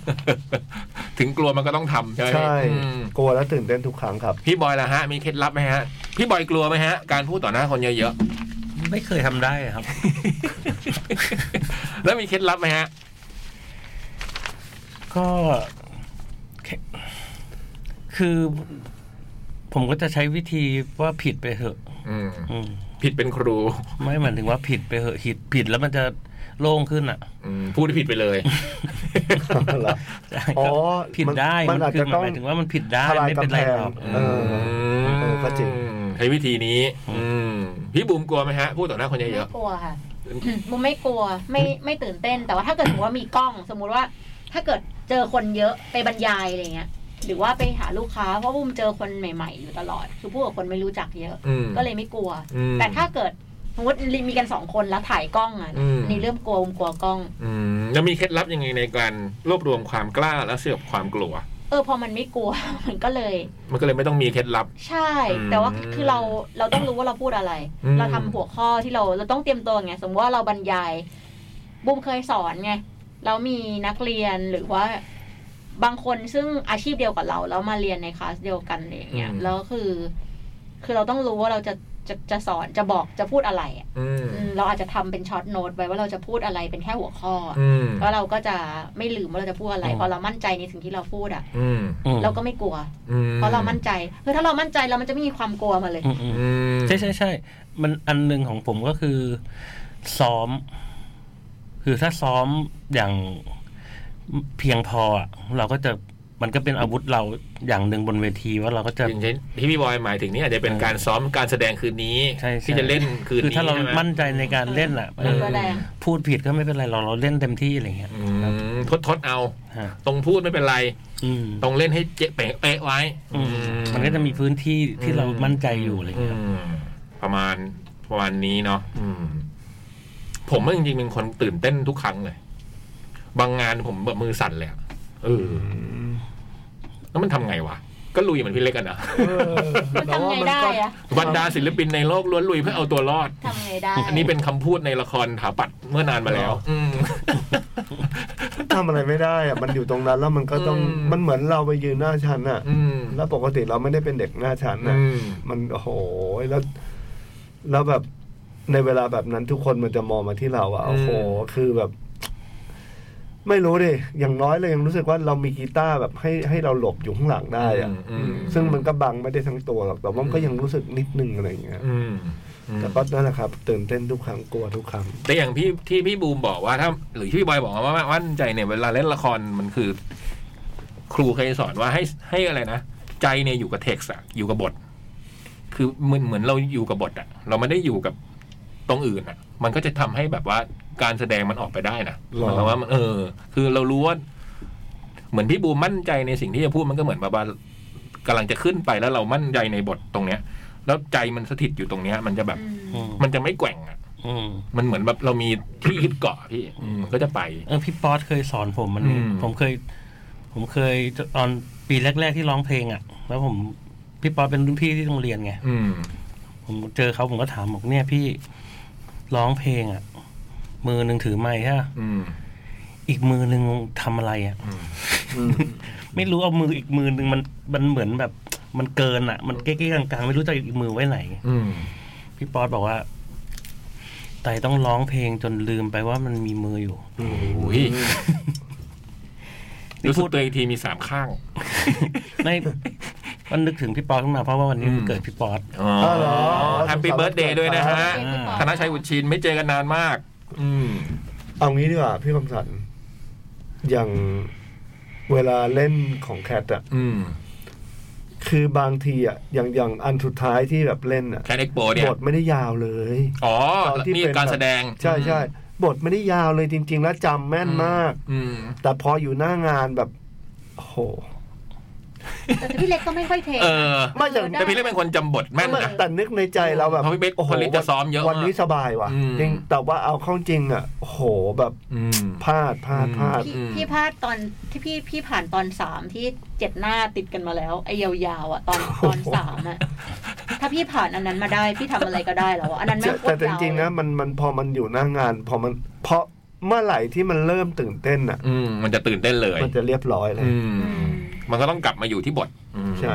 S5: ถึงกลัวมันก็ต้องทำใช่ไหม
S2: ใช่
S5: อืม
S2: กลัวและตื่นเต้นทุกครั้ง
S4: *laughs*
S2: ครับ
S5: พี่บอยล่ะฮะ มีเคล็ดลับไหมฮะ พี่บอยกลัวไหมฮะ การพูดต่อหน้าคนเยอะ
S4: ไม่เคยทำได้ครับ
S5: ๆ *laughs* แล้วมีเคล็ดลับไหมฮะ
S4: ก็แค่คือ ผมก็จะใช้วิธีว่าผิดไปเถอะ
S5: อืม
S4: อืม
S5: ผิดเป็นครู
S4: ไม่หมายถึงว่าผิดไปเหอะผิดผิดแล้วมันจะโล่งขึ้นอ่ะ *laughs*
S5: อืมพูดผิดไปเลย
S2: เหรอ
S4: ใช่
S2: อ๋อ
S4: ผิด
S2: มัน
S4: ได้
S2: มันอาจ
S4: คื
S2: จะต้อง
S4: หมายถึงว่ามันผิดได้
S2: ทลาย
S4: ไม่เป็นไรหรอก
S2: กำแพง
S4: เออ
S5: ม
S2: เออก็จริง
S5: ใช้วิธีนี้ อืมพี่บูมกลัวไหมฮะ พูดต่อหน้าคนเย
S3: ไม่
S5: อะ
S3: กลัวค่ะ มุมไม่กลัวไม่ไม่ตื่นเต้น แต่ว่าถ้าเกิดสมมติว่ามีกล้อง สมมุติว่า ถ้าเกิดเจอคนเยอะไปบรรยายอะไรเงี้ย หรือว่าไปหาลูกค้าเพราะบุมเจอคนใหม่ ๆ อยู่ตลอด คือพูดกับคนไม่รู้จักเยอะ
S5: ๆอืม
S3: ก็เลยไม่กลัว
S5: อืม
S3: แต่ถ้าเกิดสมมติมีกันสองคนแล้วถ่ายกล้องอ่ะ
S5: อืม
S3: อันนี่เริ่มกลัวบุมกลัวกล้อง
S5: อืมแล้วมีเคล็ดลับยังไงในการรวบรวมความกล้าและเสียบความกลัว
S3: เออพอมันไม่กลัว *laughs* มันก็เลย
S5: มันก็เลยไม่ต้องมีเคล็ดลับ
S3: ใช่
S5: อืม
S3: แต่ว่าคือเราเราต้องรู้ว่าเราพูดอะไร
S5: อืม
S3: เราทำหัวข้อที่เราเราต้องเตรียมตัวไงสมมติว่าเราบรรยายบุมเคยสอนไงเรามีนักเรียนหรือว่าบางคนซึ่งอาชีพเดียวกับเรา แล้วมาเรียนในคลาสเดียวกันอะไรอย่างเงี้ยแล้วคือ คือเราต้องรู้ว่าเราจะจะจะสอนจะบอกจะพูดอะไรอะ
S5: อืม
S3: อืมเราอาจจะทำเป็นช็อตโน้ตไว้ว่าเราจะพูดอะไรเป็นแค่หัวข้ออะ
S5: อืม
S3: แล้วเราก็จะไม่ลืมว่าเราจะพูดอะไร
S4: อืม
S3: พอเรามั่นใจในสิ่งที่เราพูดอ่ะ
S5: อืม
S4: อืม
S3: เราก็ไม่กลัว
S5: อืม
S3: เพราะเรามั่นใจคือถ้าเรามั่นใจแล้วมันจะไม่มีความกลัวมาเลย
S4: อืมอืม
S5: อืม
S4: ใช่ใช่ใช่มันอันหนึ่งของผมก็คือ ซ้อม คือถ้าซ้อมอย่างเพียงพออะเราก็จะมันก็เป็นอาวุธเราอย่างหนึ่งบนเวทีว่าเราก็จะ
S5: อย่างเช่นที่พี่บอยหมายถึงนี่อาจจะเป็น
S4: เออ
S5: การซ้อมการแสดงคืนนี้
S4: ใช่ใช่
S5: ที่จะเล่นคืน
S4: คือ
S5: นี้
S4: ถ้าเรา
S5: ใช่ไห
S4: มั่นใจในการเล่นอ่ะ
S3: เออแสดง
S4: พูดผิดก็ไม่เป็นไรเราเราเล่นเต็มที่อะไรเงี้ย
S5: อืมทดทดเอา
S4: ฮะ
S5: ตรงพูดไม่เป็นไร
S4: อืม
S5: ตรงเล่นให้เจ๊ะเป๊ะเป๊ะไว้
S4: อืมมันก็จะมีพื้นที่ที่เรามั่นใจอยู่อะไรเงี้ย
S5: มประมาณประมาณนี้เนาะอืม ผมว่าจริงๆเป็นคนตื่นเต้นทุกครั้งเลย บางงานผมแบบมือสั่นเลยอะเออแล้วมันทำไงวะ ก็ลุยเหมือนพี่เล็กกันนะ *laughs*
S3: มันทำไงได้อะ
S5: บรรดาศิลปินในโลกล้วนลุยเพื่อเอาตัวรอด
S3: ทำไงได้
S5: อันนี้เป็นคำพูดในละครถาปัดเมื่อนานมาแล้ว อืม
S2: ทำอะไรไม่ได้อะมันอยู่ตรงนั้นแล้วมันก็ต้อง
S5: อืม
S2: มันเหมือนเราไปยืนหน้าชั้นอ่ะ
S5: อืม
S2: แล้วปกติเราไม่ได้เป็นเด็กหน้าชั้น
S5: อื
S2: อ่ะ
S5: ม
S2: มันโอ้โหแล้ว แล้วแบบในเวลาแบบนั้นทุกคนมันจะมองมาที่เราอะโอ้โห คือแบบ ไม่รู้ดิอย่างน้อยเรายังรู้สึกว่าเรามีกีตาร์แบบให้ให้เราหลบอยู่ข้างหลังได้อะ
S5: อืม
S2: ซึ่งมันก็บังไม่ได้ทั้งตัวหรอกแต่ว่ามันก็ยังรู้สึกนิดนึงอะไรอย่างเงี้ย
S5: อืมอืม
S2: แต่ก็นั่นแหละครับ ตื่นเต้นทุกครั้งกลัวทุกครั้ง
S5: แต่อย่างพี่ที่พี่บูมบอกว่าถ้าหรือที่พี่บอยบอกว่ามั่นใจเนี่ยเวลาเล่นละครมันคือ ครูเคยสอนว่าให้ให้อะไรนะ ใจเนี่ยอยู่กับเท็กซ์อะอยู่กับบท คือเหมือนเหมือนเราอยู่กับบทอะเราไม่ได้อยู่กับตรงอื่นอะมันก็จะทำให้แบบว่าการแสดงมันออกไปได้นะ
S2: หรอ
S5: หมายความว่ามันเออ คือเรารู้ว่าเหมือนพี่บูมมั่นใจในสิ่งที่จะพูดมันก็เหมือนแบบว่ากำลังจะขึ้นไปแล้วเรามั่นใจในบทตรงเนี้ย แล้วใจมันสถิตอยู่ตรงเนี้ย มันจะแบบ
S3: อืม
S4: อืม
S5: มันจะไม่แกว่งอะ
S4: อืม
S5: มันเหมือนแบบเรามีที่ยึดเกาะพี่อืมก็จะไป
S4: เออพี่ป๊อตเคยสอนผมมันนี้
S5: อืม
S4: ผมเคย ผมเคยตอนปีแรก ๆที่ร้องเพลงอ่ะ แล้วผมพี่ป๊อตเป็นรุ่นพี่ที่โรงเรียนไง
S5: อืม
S4: ผมเจอเขาผมก็ถามบอกเนี่ยพี่ร้องเพลงอ่ะ มือหนึ่งถือไม้ใช่ปะ
S5: อืม
S4: อีกมือหนึ่งทำอะไรอ่ะ
S2: อืม
S4: ไม่รู้เอามืออีกมือหนึ่งมันมันเหมือนแบบ มันเกินอ่ะ มันเก๊กๆกลางๆ ไม่รู้จะอีกมือไว้ไหน
S5: อืม
S4: พี่ป๊อตบอกว่า แต่ต้องร้องเพลงจนลืมไปว่ามันมีมืออยู่ *laughs*
S5: โอ้ยรู้สึกตัวเองทีมีสามข้าง
S4: ไม่มันนึกถึงพี่ป๊อตขึ้นมาเพราะว่าวันนี้
S5: อืม
S4: เกิดพี่ป๊อต
S5: อ๋อ
S2: อ๋อเหรอ
S5: แฮปปี้เบิร์ดเดย์ด้วยนะฮะ
S3: เจพี่ปอ
S5: ธนชัยบุตรชินไม่เจอกันนานมาก อืม
S2: เอางี้ดีกว่าพี่คมสันอย่างเวลาเล่นของแคทอะ
S5: อืม
S2: คือบางทีอะอย่างอย่างอันสุดท้ายที่แบบเล่นอะ
S5: แคนเอ็กโปเนี่ย
S2: บทไม่ได้ยาวเลย
S5: อ๋อ
S2: ตอนที่
S5: นี่
S2: เป็น
S5: การแสดง
S2: ใช่ใช่บทไม่ได้ยาวเลยจริง ๆ แล้วจำแม่นมาก
S5: อืม
S2: แต่พออยู่หน้างานแบบโอ้โห
S3: แต่พี่เล็กก็ไม่ค่อยเท
S5: เออ
S2: ไม่อย่าง
S5: แต่พี่เล็กเป็นคนจำบทแม่นนะ
S2: แต่นึกในใจเราแบบ
S5: เพราะพี่เบส
S2: โอ้โห
S5: คนเล็กจะซ้อมเยอะมาก
S2: วันนี้สบายว่ะ
S5: อืม
S2: จริงแต่ว่าเอาเข้าจริงอะโอ้โหแบบ
S5: อืม
S2: พลาดพลาดพลาด
S3: พี่
S5: อืม
S3: พี่พลาดตอนที่พี่พี่ผ่านตอนสามที่เจ็ดหน้าติดกันมาแล้วไอ้ยาวๆอ่ะตอนตอนสามอ่ะถ้าพี่ผ่านอันนั้นมาได้พี่ทำอะไรก็ได้แล้วอะอันนั้นไม่งโค
S2: แต่
S3: ตร
S2: แต่จ
S3: ยาว
S2: ริงๆนะมันมันพอมันอยู่หน้างาน พอมันเพราะเมื่อไหร่ที่มันเริ่มตื่นเต้นอ่ะ
S5: อืม มันจะตื่นเต้นเลย
S2: มันจะเรียบร้อยเลย
S5: อืม
S3: อืม
S5: มันก็ต้องกลับมาอยู่ที่บทอืม
S2: ใช่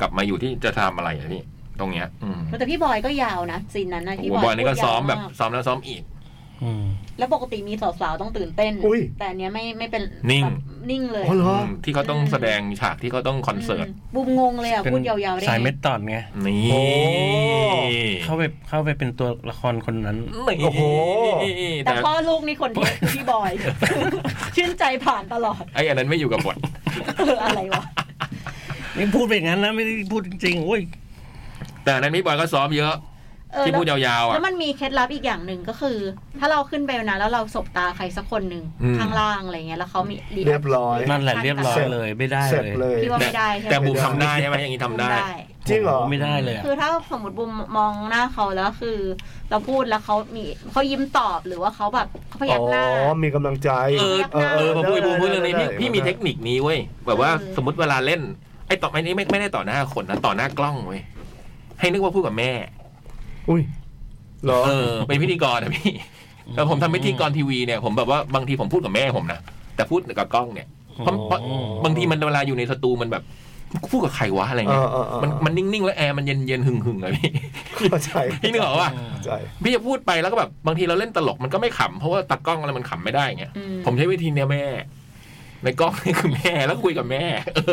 S5: กลับมาอยู่ที่จะทำอะไรอ่ะนี่ ตรงเนี้ย อืม
S3: แต่พี่บอยก็ยาวนะซีนนั้นนะ
S5: โอ้
S3: พี่
S5: โห
S3: บอย
S5: บอยนี่ก็
S3: พูดยาว
S5: ซ้อมแบบ
S3: าก
S5: ซ้อมแล้วซ้อมอีก
S4: อืม
S3: แล้วปกติมีสาวๆต้องตื่นเต้น
S2: อุ้ย
S3: แต่อันเนี้ยไม่ไม่เป็น
S5: นิ่ง
S3: แบบนิ่งเลย
S2: อ๋อเหรอ
S5: อืมที่เขาต้องแสดงฉากที่เขาต้องคอนเสิร์ต
S3: มบูมงงเลยอ่ะ
S4: เป็น
S3: พูดยาวๆได้ไง
S4: สายเม็ดตอนไง
S5: นี่
S2: โอ้
S4: เข้าไปเข้าไปเป็นตัวละครคนนั้น
S2: โอ้โห
S5: แต่
S3: แต่พ่อลูกนี่คนเดียวคือพี่บอย
S5: *laughs*
S3: ชื่นใจผ่านตลอด
S5: ไอ้อันนั้นไม่อยู่กับบท
S3: เอออะไรวะ
S4: นี่พูดไปอย่างนั้นนะ ไม่ได้พูดจริงๆโอ้ย
S5: แต่อันนั้นพี่บอยก็ซ้อมเยอะ
S3: เออ
S5: ที่
S3: แล้ว
S5: พูดยาวๆอ่ะ
S3: แล้วมันมีเคล็ดลับอีกอย่างหนึ่งก็คือ ถ้าเราขึ้นไปนะแล้วเราสบตาใครสักคนหนึ่ง
S5: อืม
S3: ข้างล่างอะไรเงี้ยแล้วเขามี react
S2: เรียบร้อย
S4: นั่นแหละเรียบร้อย
S2: เสร็จ
S4: เลยไม่ได้
S2: เสร็จ
S4: เลย
S2: เลย
S3: พี่ว่าไม่ได้ใช่ไหม
S5: แต่บุมทำได้ใช่ไหมอย่างนี้ทำ
S3: บุม
S5: ได้
S2: จริงเหรอ
S4: ไม่ได้เลยอะ
S3: คือถ้าสมมติบุมมองหน้าเขาแล้วคือ เราพูดแล้วเขามีเขายิ้มตอบหรือว่าเขาแบบเขาพยักหน้า
S2: อ๋อ มีกำลังใจ
S5: เออ
S3: เออ
S5: เออพอพูด
S2: ได้
S5: พูดพูดเรื่องนี้พี่
S2: ได้
S5: พี่
S2: ได้
S5: มีเทคนิคนี้เว้ย แบบว่า
S3: เออ
S5: สมมติเวลาเล่น ไอ้ต่อไอ้นี้ไม่ไม่ได้ต่อหน้าคนนะต่อหน้ากล้องเว้ย ให้นึกว่าพูดกับแม่
S2: อุ้ยเหรอ
S5: เออ เป็นพิธีกรนะพี่แต่ผมทำพิธีกรทีวีเนี่ย ผมแบบว่าบางทีผมพูดกับแม่ผมนะ แต่พูดกับกล้องเนี่ย เพราะเพราะ
S4: อืม
S5: บางทีมันเวลาอยู่ในสตูมันแบบพูดกับใครวะอะไรเงี้ย
S2: เออเออเออ
S5: มันมันนิ่งๆแล้วแอร์มันเย็นเย็นๆหึ่งหึ่งเลยพี่
S2: เข้าใจ
S5: พี่นึกออกป่ะ
S2: เข้าใจ
S5: พี่จะพูดไปแล้วก็แบบบางทีเราเล่นตลกมันก็ไม่ขำเพราะว่าตากล้องอะไรมันขำไม่ได้เงี้ย
S3: อืม
S5: ผมใช้วิธีเนี้ยแม่ ในกล้องนี่คือแม่แล้วคุยกับแม่ *laughs*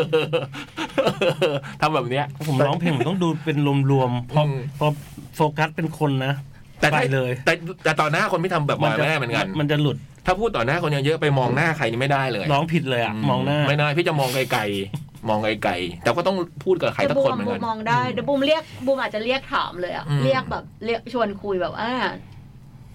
S5: ทำแบบเนี้ย
S4: ผมร้องเพลงผมต้องดูเป็นรวมๆพอ
S5: อืม
S4: พอโฟกัสเป็นคนนะ
S5: แต่
S4: ไป
S5: ถ้า
S4: เลย
S5: แต่แต่ต่อหน้าคนไม่ทำแบบบอย
S4: จะ
S5: แม่ได้เหมือนกัน
S4: มันจะหลุด
S5: ถ้าพูดต่อหน้าคนเยอะๆไปมองหน้าใครนี่ไม่ได้เลย
S4: ร้องผิดเลยอะมองหน้า
S5: ไม่ได้พี่จะมองไกลๆมองไกลๆแต่ก็ต้องพูดกับใครสัก
S3: บู
S5: คน
S3: ม
S5: เหมือน
S3: บู
S5: กั
S3: ม
S5: น
S3: มองได้เดี๋ยวบูมเรียกบูมอาจจะเรียกถามเลยอะ
S5: อืม
S3: เรียกแบบเรียกชวนคุยแบบอ่า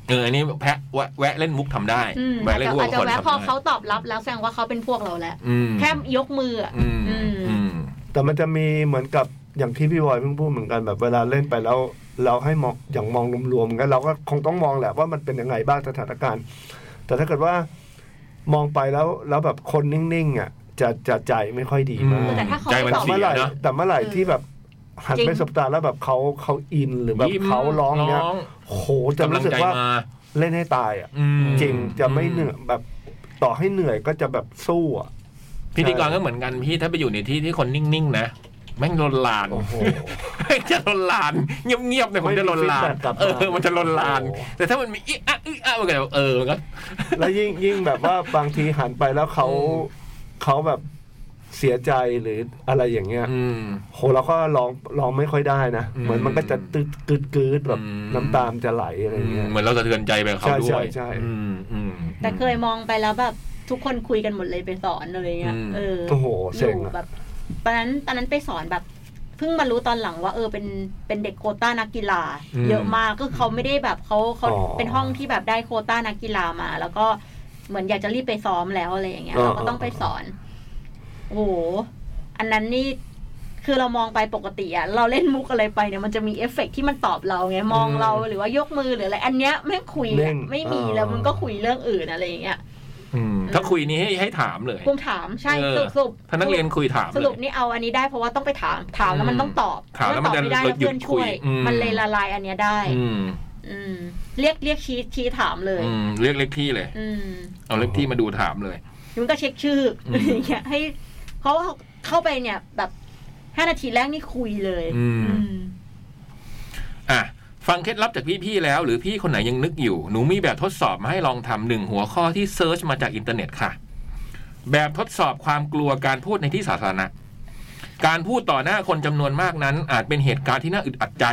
S5: เอออันนี้แพะแวะแวะเล่นมุกทำได้
S3: อืม
S5: แวะ
S3: อาจ
S5: เล่น
S3: จะ
S5: มุก
S3: อาจจะ
S5: คน
S3: แวะ
S5: ทำ
S3: พอ
S5: ได้
S3: เขาตอบรับแล้วแสดงว่าเขาเป็นพวกเราแล้ว
S5: อืม
S3: แค่ยกมืออะ
S5: อืม
S3: อืม
S5: อืม
S2: แต่มันจะมีเหมือนกับอย่างที่พี่บอยเพิ่งพูดเหมือนกันแบบเวลาเล่นไปแล้ว เราให้มองอย่างมองรวมๆกันเราก็คงต้องมองแหละว่ามันเป็นยังไงบ้างสถานการณ์ แต่ถ้าเกิดว่ามองไปแล้วแล้วแบบคนนิ่งๆอ่ะจะจะใจไม่ค่อยดีมาก
S5: อืม
S3: แต่ถ้าเขา
S5: ใจ
S3: ไม่
S5: มัน
S3: ตอบ
S5: สี
S2: เมื่
S5: ย
S2: อไหร่
S5: นะ
S2: แต่เมื่อไหร่ที่แบบหัน
S3: จริ
S2: ไป
S3: ง
S2: สบตาแล้วแบบเขาเขาอินหรือแบบเขาร้องเนี้ย
S5: ร้
S2: โอ้โหจะรู้สึกว่า
S5: ำลังใจม
S2: เล่นให้ตายอ่ะ
S5: อืม
S2: จริงจะไม่เหนื่อยแบบต่อให้เหนื่อยก็จะแบบสู้อ่ะ
S5: พิธีกรก็เหมือนกันพี่ถ้าไปอยู่ในที่ที่คนนิ่งๆนะแม่งลนลาน
S2: โอ้โห
S5: แม่งจะลนลานเงียบๆเนี่ยผมจะลนลาน
S2: ไม่มี feedback กลับมา
S5: เออมันจะลนลาน แต่ถ้ามันมีอีอะอีอะมันก็แบบเออมันก็
S2: แล้วยิ่งยิ่งแบบว่าบางทีหันไปแล้วเขา
S5: อืม
S2: เขาแบบเสียใจหรืออะไรอย่างเงี้ย
S5: อืม
S2: โหเราก็ร้องร้องไม่ค่อยได้นะ
S5: อืม
S2: เหมือนมันก็จะตืดกึดกึดแบบ
S5: อืม
S2: น้ำตามจะไหลอะไรเงี้ย
S5: เหมือนเราสะเทือนใจไปกับเขาด้
S2: ใช่ใช่
S5: วย
S2: ใช่
S5: อืมอืม
S3: แต่เคยมองไปแล้วแบบทุกคนคุยกันหมดเลยไปสอนอะไรเงี้ย
S5: อืม
S3: เออ
S2: โอ้โห
S3: อ
S2: เซ็ง
S3: ยู่
S2: อะ
S3: แบบตอนนั้นตอนนั้นไปสอนแบบเพิ่งมารู้ตอนหลังว่าเออเป็นเป็นเด็กโควต้านักกีฬา
S5: อืม
S3: เยอะมากก็คือเขาไม่ได้แบบเขาเขาเป็นห้องที่แบบได้โควต้านักกีฬามา แล้วก็เหมือนอยากจะรีบไปซ้อมแล้วอะไรอย่างเงี้ยเราก็ต้องไปสอน โอ้โห อันนั้นนี่คือเรามองไปปกติอะเราเล่นมุกอะไรไปเนี่ยมันจะมีเอฟเฟกต์ที่มันตอบเราไงมอง
S5: อืม
S3: เราหรือว่ายกมือหรืออะไรอันเนี้ยไม่คุยอะไม่มีแล้วมันก็คุยเรื่องอื่นอะไรอย่างเงี้ย
S5: อืมถ้าคุยนี้ให้ให้ถามเลย
S3: ภูมิถามใช่
S5: เออ
S3: สรุปสรุป
S5: ถ้านักเรียนคุยถาม
S3: สรุป
S5: เลย
S3: นี่เอาอันนี้ได้เพราะว่าต้องไปถามถามแล้วมันต้องตอบ
S5: ถามแล้วมัน
S3: ตอบไม่ได้แล้ว
S5: จะหยุด
S3: เพื่อนช่วย
S5: คุยอืม
S3: มันเลยละลายอันเนี้ยได้
S5: อืม
S3: อืม เรียกเรียกชี้ชี้ถามเลย
S5: อืมเรียกเลขที่เลย
S3: อืม
S5: เอาเลขที่มาดูถามเลย
S3: มันก็เช็คชื่ออ
S5: ม
S3: อย่างเงี้ยให้เขาเข้าไปเนี่ยแบบ ห้านาทีแรกนี่คุยเลย
S5: อืม
S3: อืม
S5: อ่ะฟังเคล็ดลับจากพี่ๆแล้วหรือพี่คนไหนยังนึกอยู่ หนูมีแบบทดสอบมาให้ลองทำหนึ่งหัวข้อที่เซิร์ชมาจากอินเทอร์เน็ตค่ะ แบบทดสอบความกลัวการพูดในที่สาธารณะ การพูดต่อหน้าคนจำนวนมากนั้น อาจเป็นเหตุการณ์ที่น่าอึดอัดใจ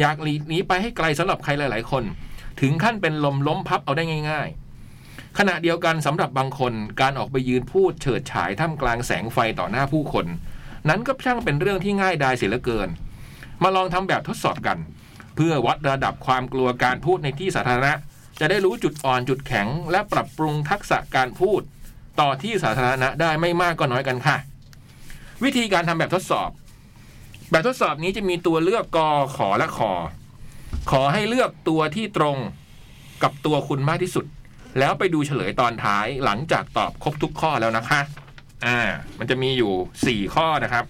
S5: อยากหลีกหนีไปให้ไกลสำหรับใครหลาย ๆ คน ถึงขั้นเป็นลมล้มพับเอาได้ง่าย ๆ ขณะเดียวกันสำหรับบางคน การออกไปยืนพูดเฉิดฉายท่ามกลางแสงไฟต่อหน้าผู้คน นั้นก็ช่างเป็นเรื่องที่ง่ายดายเสียเหลือเกิน มาลองทำแบบทดสอบกัน เพื่อวัดระดับความกลัวการพูดในที่สาธารณะ จะได้รู้จุดอ่อนจุดแข็ง และปรับปรุงทักษะการพูด ต่อที่สาธารณะได้ไม่มากก็น้อยกันค่ะ วิธีการทำแบบทดสอบ แบบทดสอบนี้จะมีตัวเลือกกอขอและขอ ขอให้เลือกตัวที่ตรงกับตัวคุณมากที่สุด แล้วไปดูเฉลยตอนท้ายหลังจากตอบครบทุกข้อแล้วนะคะ อ่า มันจะมีอยู่สี่ข้อนะครับ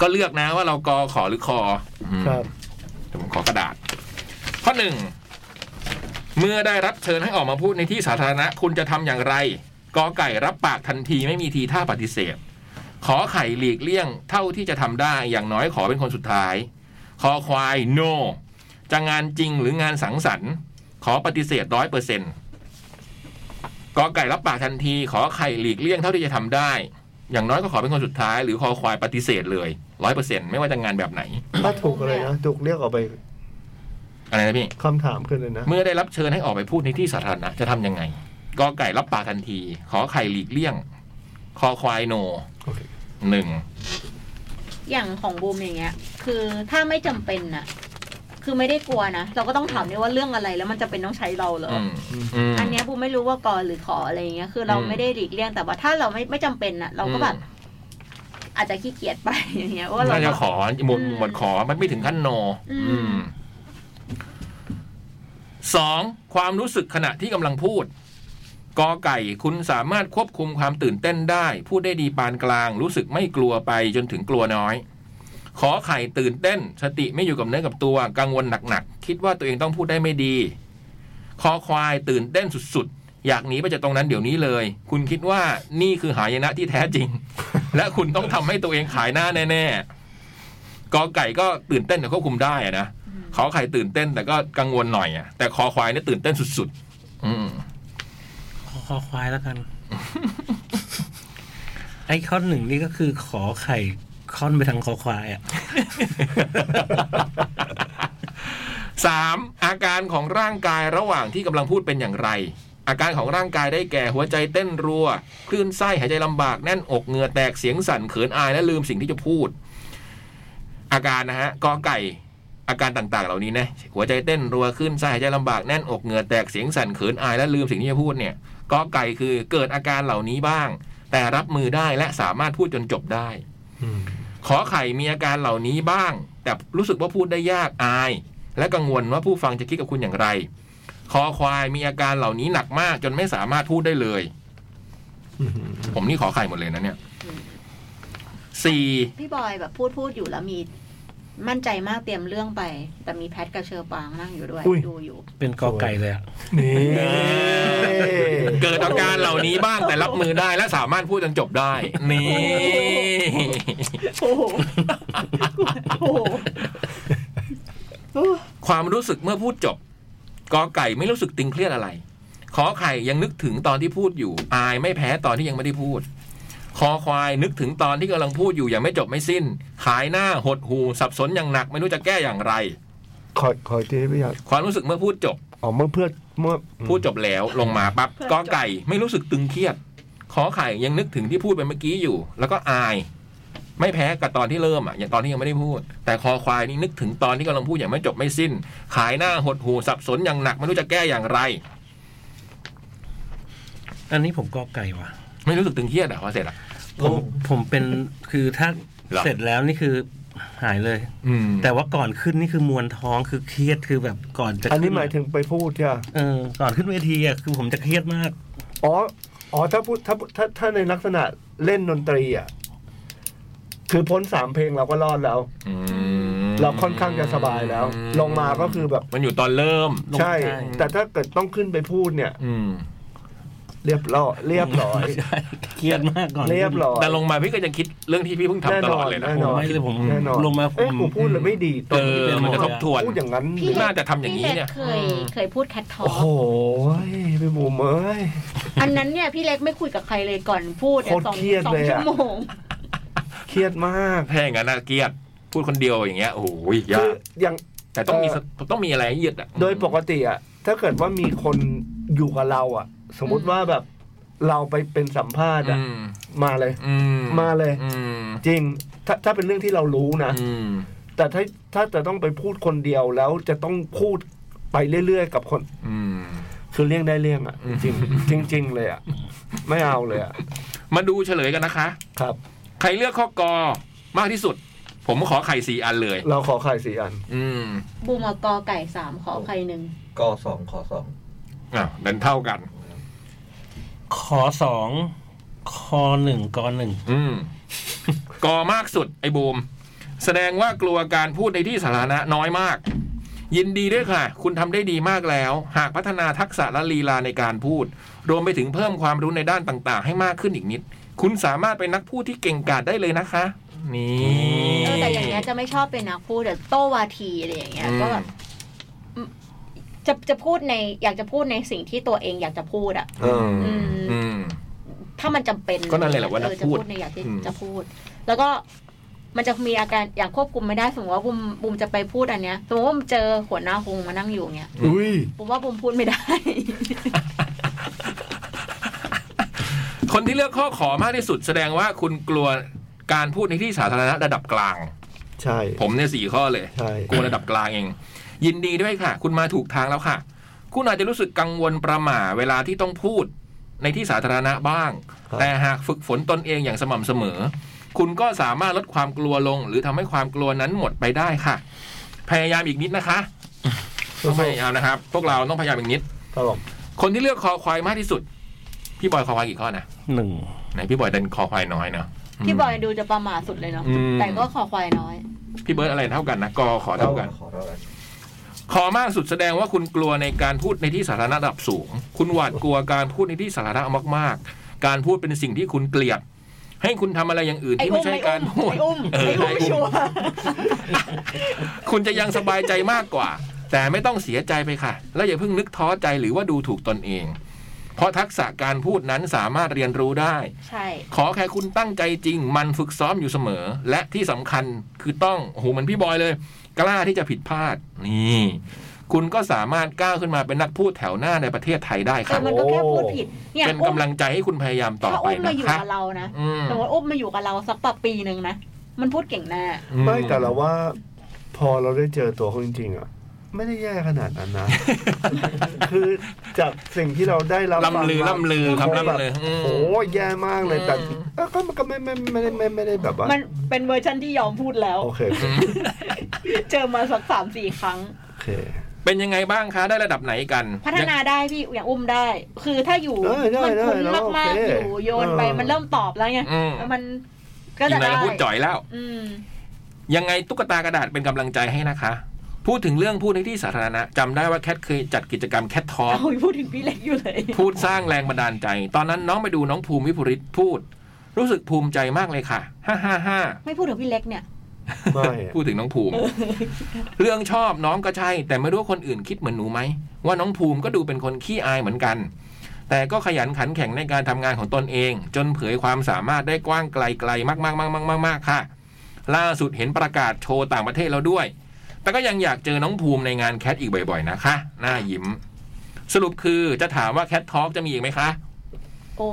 S5: ก็เลือกนะว่าเรากอขอหรือคออืม
S2: ครับ
S5: เดี๋ยวผมขอกระดาษ ข้อหนึ่ง เมื่อได้รับเชิญให้ออกมาพูดในที่สาธารณะ คุณจะทำอย่างไรกอไก่รับปากทันทีไม่มีทีท่าปฏิเสธ ขอไข่หลีกเลี่ยงเท่าที่จะทำได้อย่างน้อยขอเป็นคนสุดท้าย ขอควาย no จะงานจริงหรืองานสังสรรค์ขอปฏิเสธร้อยเปอร์เซ็นต์กอไก่รับปากทันที ขอไข่หลีกเลี่ยงเท่าที่จะทำได้ อย่างน้อยก็ขอเป็นคนสุดท้าย หรือขอควายปฏิเสธเลยร้อยเปอร์เซ็นต์ไม่ว่าจะงานแบบไหน
S2: ถ้าถูกอะไรนะถูกเรียกออกไป
S5: อะไรนะพี่
S2: คำถามขึ้นเลยนะ
S5: เมื่อได้รับเชิญให้ออกไปพูดในที่สาธารณะจะทำยังไงกอไก่รับปากทันที ขอไข่หลีกเลี่ยง คอควายโน
S2: โอเค
S5: หนึ่ง
S3: อย่างของบูมอย่างเงี้ย คือถ้าไม่จำเป็นน่ะ คือไม่ได้กลัวนะ เราก็ต้องถามด้วยว่าเรื่องอะไรแล้วมันจะเป็นต้องใช้เราเหรอ
S5: อื
S3: อ
S5: มอืม
S3: อันเนี้ยบูมไม่รู้ว่ากอหรือขออะไรอย่างเงี้ย คือเรา
S5: อืม
S3: ไม่ได้หลีกเลี่ยงแต่ว่าถ้าเราไม่ไม่จำเป็นน่ะ เราก็แบบอาจจะขี้เกียจไปอย่างเงี้ยว่าเรา
S5: น่าจะขอหมวด
S3: อืม
S5: หมวดขอมันไม่ถึงขั้นโน
S3: อืม
S5: อืมสองความรู้สึกขณะที่กำลังพูดกอไก่คุณสามารถควบคุมความตื่นเต้นได้ พูดได้ดีปานกลาง รู้สึกไม่กลัวไปจนถึงกลัวน้อย ขอไข่ตื่นเต้น สติไม่อยู่กับเนื้อกับตัว กังวลหนักๆ คิดว่าตัวเองต้องพูดได้ไม่ดี คอควายตื่นเต้นสุดๆ อยากหนีไปจากตรงนั้นเดี๋ยวนี้เลย คุณคิดว่านี่คือหายนะที่แท้จริง และคุณต้องทำให้ตัวเองขายหน้าแน่ๆ กอไก่ก็ตื่นเต้นแต่ควบคุมได้อะนะขอไข่ตื่นเต้นแต่ก็กังวลหน่อยอะแต่คอควายเนี่ยตื่นเต้นสุดๆ อืม
S4: ขอขอควาย
S5: *laughs*
S4: แล้วกัน ไอ้ข้อหนึ่งนี่ก็คือขอไข่ค่อนไปทางคอควายอ่ะ
S5: *laughs* สามอาการของร่างกายระหว่างที่กำลังพูดเป็นอย่างไร อาการของร่างกายได้แก่หัวใจเต้นรัว คลื่นไส้หายใจลำบากแน่นอกเหงื่อแตกเสียงสั่นเขินอายและลืมสิ่งที่จะพูด อาการนะฮะกอไก่ อาการต่างๆ เหล่านี้นะหัวใจเต้นรัวคลื่นไส้หายใจลำบากแน่นอกเหงื่อแตกเสียงสั่นเขินอายและลืมสิ่งที่จะพูดเนี่ยกอไก่คือเกิดอาการเหล่านี้บ้าง แต่รับมือได้และสามารถพูดจนจบได้ ขอไข่มีอาการเหล่านี้บ้าง แต่รู้สึกว่าพูดได้ยากอาย และกังวลว่าผู้ฟังจะคิดกับคุณอย่างไร คอควายมีอาการเหล่านี้หนักมาก จนไม่สามารถพูดได้เลย ผมนี่ขอไข่หมดเลยนะเนี่ยสี่
S3: พี่บอยแบบพูดพูดอยู่แล้วมี มั่นใจมากเตรียมเรื่องไป แต่มีแพทกับเชอปางนั่งอยู่ด้วย
S2: อุ้ย
S3: ดูอยู่
S4: เป็นกอไก่เลยอ่ะ
S2: นี่
S5: เกิดอาการเหล่านี้บ้างแต่รับมือได้และสามารถพูดจนจบได้ นี่
S3: โอ้โหโอ้โห
S5: ความรู้สึกเมื่อพูดจบกอไก่ไม่รู้สึกตึงเครียดอะไร ขอไข่ยังนึกถึงตอนที่พูดอยู่ อายไม่แพ้ตอนที่ยังไม่ได้พูด คอควายนึกถึงตอนที่กำลังพูดอยู่ยังไม่จบไม่สิ้น ขายหน้าหดหูสับสนอย่างหนัก ไม่รู้จะแก้อย่างไร
S2: ขอขอเจ๊ไม่อยาก
S5: ความรู้สึกเมื่อพูดจบ
S2: อ๋อเมื่อเพื่อนเมื่อ
S5: พูดจบแล้วลงมาปั๊บกอไก่ไม่รู้สึกตึงเครียด ขอไข่ยังนึกถึงที่พูดไปเมื่อกี้อยู่ แล้วก็อาย ไม่แพ้กับตอนที่เริ่มอ่ะอย่างตอนที่ยังไม่ได้พูด แต่คอควายนี่นึกถึงตอนที่กำลังพูดอย่างไม่จบไม่สิ้น ขายหน้าหดหูสับสนอย่างหนัก ไม่รู้จะแก้อย่างไร
S4: อันนี้ผมกอไก่ว่ะ
S5: ไม่รู้สึกตึงเครียดอ่ะพอเสร็จอ่ะ
S4: ผมผมเป็นคือถ้า
S5: เหรอ
S4: เสร็จแล้วนี่คือหายเลย
S5: อืม
S4: แต่ว่าก่อนขึ้นนี่คือมวนท้องคือเครียดคือแบบก่อนจะ
S2: อันนี้
S4: ขึ้
S2: หมายถึงไปพูดใช่ปะ
S4: เออก่อนขึ้นเวทีอ่ะคือผมจะเครียดมาก
S2: อ๋ออ๋อถ้าพูดถ้าถ้าถ้าในลักษณะเล่นดนตรีอ่ะคือพ้นสามเพลงเราก็รอดแล้ว
S5: อืม
S2: เราค่อนข้างจะสบายแล้ว ลงมาก็คือแบบ
S5: มันอยู่ตอนเริ่ม
S4: ลง
S2: ใช่
S4: ใช่
S2: แต่ถ้าเกิดต้องขึ้นไปพูดเนี่ย
S5: อืม
S2: เรียบร้อยเรียบร้อย
S5: *laughs*
S4: ใช่เครียดมากก่อน
S2: เรียบร้อย
S5: แต่ลงมาพี่ก็ยังคิดเรื่องที่พี่เพิ่งทำตลอดเลยนะ
S4: ผ
S2: แน่
S4: ม
S2: นอน
S4: ไม่เลยผม
S2: แน่นอน
S4: ลงมาผ
S2: เอ้ย
S4: ม
S2: กูพูดเลยไม่ดีตร
S5: เอง
S2: นี้
S5: อมันจะทบทวน
S2: พูดอย่างนั้น
S3: พี่เล็ก
S5: น่าจะทำอย่างนี้
S3: พี่
S5: เนี่
S3: เล็
S5: ย
S3: กเคย
S5: อืม
S3: เคยพูดแคททอ
S2: โอ้โหยพี่บูมเอ้ย
S3: อันนั้นเนี่ยพี่เล็กไม่คุยกับใครเลยก่อนพูดนี่
S2: โคตร
S3: สอง
S2: เครียด
S3: สอ
S2: เล
S3: ง
S2: ยอะ
S3: ชั่วโมง
S2: เครียดมาก
S5: ถ้าอย่างนั้นน่ะเกลียดพูดคนเดียวอย่างเงี้ยโอ้ยยา
S2: คือก อย่าง
S5: แต่ต้องมี
S2: เอ่อ
S5: สต้องมีอะไรให้ยึดอ่ะ
S2: โดยปกติอะถ้าเกิดว่ามีคนอยู่กับเราอะสมมุติว่าแบบเราไปเป็นสัมภาษณ์อะ
S5: อืม
S2: มาเลย
S5: อื
S2: มาเลย
S5: อืม
S2: จริงถ้าถ้าเป็นเรื่องที่เรารู้นะ
S5: อืม
S2: แต่ถ้าถ้าจะต้องไปพูดคนเดียวแล้วจะต้องพูดไปเรื่อยๆกับคน
S5: อืม
S2: คือเลี่ยงได้เลี่ยงอะ
S5: อืม
S2: จริงจริง ๆ เลยอะไม่เอาเลยอะ
S5: มาดูเฉลยกันนะคะ
S2: ครับ
S5: ใครเลือกข้อกอมากที่สุด ผมขอไข่สี่อันเลย
S2: เราขอไข่สี่อัน
S5: อืม
S3: บูมกอไก่สามขอไข่หนึ่ง
S1: ก็สองขอสอง
S5: อ่ะนั้นเท่ากัน
S4: ขอสองคอหนึ่งกอหนึ่ง
S5: อืมกอมากสุดไอ้บูม แสดงว่ากลัวการพูดในที่สาธารณะน้อยมาก ยินดีด้วยค่ะ คุณทำได้ดีมากแล้ว หากพัฒนาทักษะและลีลาในการพูด รวมไปถึงเพิ่มความรู้ในด้านต่างๆ ให้มากขึ้นอีกนิด คุณสามารถเป็นนักพูดที่เก่งกาจได้เลยนะคะ นี่
S3: เออแต่อย่างเงี้ยจะไม่ชอบเป็นนักพูดแต่โตวาทีอะไรอย่างเงี้ยก็แบบจะจะพูดในอยากจะพูดในสิ่งที่ตัวเองอยากจะพูดอ่ะ
S2: เออ
S3: อืม
S5: อืม
S3: ถ้ามันจำเป็น
S5: ก็นั่นเลยแหละว่านัก
S3: เออจะ
S5: พู
S3: พู
S5: ด
S3: ดในอยากที่
S5: อืม
S3: จะพูด แล้วก็มันจะมีอาการอยากควบคุมไม่ได้สมมติว่าบุมบุมจะไปพูดอันเนี้ยสมมติว่าบุมเจอหัวหน้าคงมานั่งอยู่เงี้ย
S2: อุ้ย
S3: บุมว่าบุมพูดไม่ได้
S5: คนที่เลือกข้อขอมากที่สุด แสดงว่าคุณกลัวการพูดในที่สาธารณะระดับกลาง
S2: ใช่
S5: ผมเนี่ยสี่ข้อเลย
S2: ใช่
S5: กูระดับกลางเอง ยินดีด้วยค่ะ คุณมาถูกทางแล้วค่ะ คุณอาจจะรู้สึกกังวลประหม่าเวลาที่ต้องพูดในที่สาธารณะบ้าง แต่หากฝึกฝนตนเองอย่างสม่ำเสมอ คุณก็สามารถลดความกลัวลง หรือทำให้ความกลัวนั้นหมดไปได้ค่ะ พยายามอีกนิดนะคะต้องพยายามนะครับ พวกเราต้องพยายามอีกนิด
S2: ตลก
S5: คนที่เลือกคอควายมากที่สุด พี่บอยคอควายกี่ข้อนะ
S4: หนึ่ง
S5: ไหนพี่บอยดันคอควายน้อยเนาะ
S3: พี่บอยดูจะประมาทสุดเลยเนาะ
S5: อืม
S3: แต่ก็ขอควายน้อย
S5: พี่เบิร์ดอะไรเท่ากันนะกอขอเท่ากัน
S1: ขอเท่ากัน
S5: ขอมากสุดแสดงว่าคุณกลัวในการพูดในที่สาธารณะระดับสูง คุณหวาดกลัวการพูดในที่สาธารณะมากๆ การพูดเป็นสิ่งที่คุณเกลียด ให้คุณทำอะไรอย่างอื่น
S3: ไอ้
S5: ที่
S3: อุ้
S5: ไม่
S3: ม
S5: ใช่
S3: ไอ้
S5: การพู
S3: อุ้ม
S5: ด
S3: ไอ้
S5: เออ
S3: อุ้มไอ้อุ้ม
S5: ไอ้
S3: ชั
S5: อุ้
S3: ว
S5: ม
S3: ร์
S5: คุณจะยังสบายใจมากกว่า แต่ไม่ต้องเสียใจไปค่ะ แล้วอย่าเพิ่งนึกท้อใจหรือว่าดูถูกตนเอง เพราะทักษะการพูดนั้นสามารถเรียนรู้ได้
S3: ใช่
S5: ขอแค่คุณตั้งใจจริง มันฝึกซ้อมอยู่เสมอ และที่สำคัญคือต้องโอ้โหเหมือนพี่บอยเลย กล้าที่จะผิดพลาด นี่ คุณก็สามารถก้าวขึ้นมาเป็นนักพูดแถวหน้าในประเทศไทยได้ค
S3: แต่
S5: รับ
S3: มันก็แค่พูดผิดเนี่ย
S5: เป็น
S3: อุ้
S5: กำ
S3: ม
S5: ลังใจให้คุณพยายามต่อ
S3: ถ้า
S5: ไป
S3: อุ้มมา
S5: นะ
S3: อยู่
S5: คะ
S3: กับเรานะ
S5: อืม
S3: สมมติอุ้มมาอยู่กับเราสักปับปีหนึ่งนะมันพูดเก่งแน่
S2: ไม่แต่เราว่า พอเราได้เจอตัวเขาจริงๆอะไม่ได้แย่ขนาดนั้นนะ *laughs* คือจากสิ่งที่เราได้รับฟัง
S5: ล่ำลือ
S2: มา
S5: ล่ำลือครับ
S2: แบบ
S5: ล่ำลืออืม
S2: โอ้ยแย่มากเลยแต่
S5: อืม
S2: เอ้าก็มันก็ไม่ไม่ไม่ได้ไม่ไม่ได้แบบว่า
S3: มันเป็นเวอร์ชันที่ยอมพูดแล้ว
S2: โอเคโอเค
S3: เจอมาสักสามสี่ครั้ง
S2: โอเค
S5: เป็นยังไงบ้างคะได้ระดับไหนกัน
S3: พัฒนาได้พี่อย่างอุ้มได้ คือถ้าอยู่
S2: ได้
S3: มั
S2: ได้ได้
S3: คุ้น
S2: แล้วโอ
S3: มาก
S2: เค
S3: ๆอยู่โยนไป
S2: ออ
S3: มันเริ่มตอบแล้วไง
S5: อืม
S3: แล้วมันก็
S5: อี
S3: จะ
S5: กหน่อย
S3: ได้
S5: เราพูดจ่อยแล้ว
S3: อืม
S5: ยังไงตุ๊กตากระดาษเป็นกำลังใจให้นะคะ พูดถึงเรื่องพูดในที่สาธารณะจำได้ว่าแคทเคยจัดกิจกรรมแคททอ
S3: เอาพูดถึงพี่เล็กอยู่เลย
S5: พูดสร้างแรงบันดาลใจ ตอนนั้นน้องไปดูน้องภูมิวิภูริตพูด รู้สึกภูมิใจมากเลยค่ะ ฮ่าฮ่าฮ่า
S3: ไม่พูดถึงพี่เล็กเนี่ย
S2: ไม่
S5: พูดถึงน้องภูมิ เรื่องชอบน้องก็ใช่ แต่ไม่รู้ว่าคนอื่นคิดเหมือนหนูไหม ว่าน้องภูมิก็ดูเป็นคนขี้อายเหมือนกัน แต่ก็ขยันขันแข็งในการทำงานของตนเอง จนเผยความสามารถได้กว้างไกลไกลมากมากมากมากมากมากค่ะ ล่าสุดเห็นประกาศโชว์ต่างประเทศแล้วด้วย แต่ก็ยังอยากเจอน้องภูมิในงานแคทอีกบ่อยๆนะคะหน้ายิ้ม สรุปคือจะถามว่าแคททอล์กจะมีอีกไหมคะ
S3: โอ้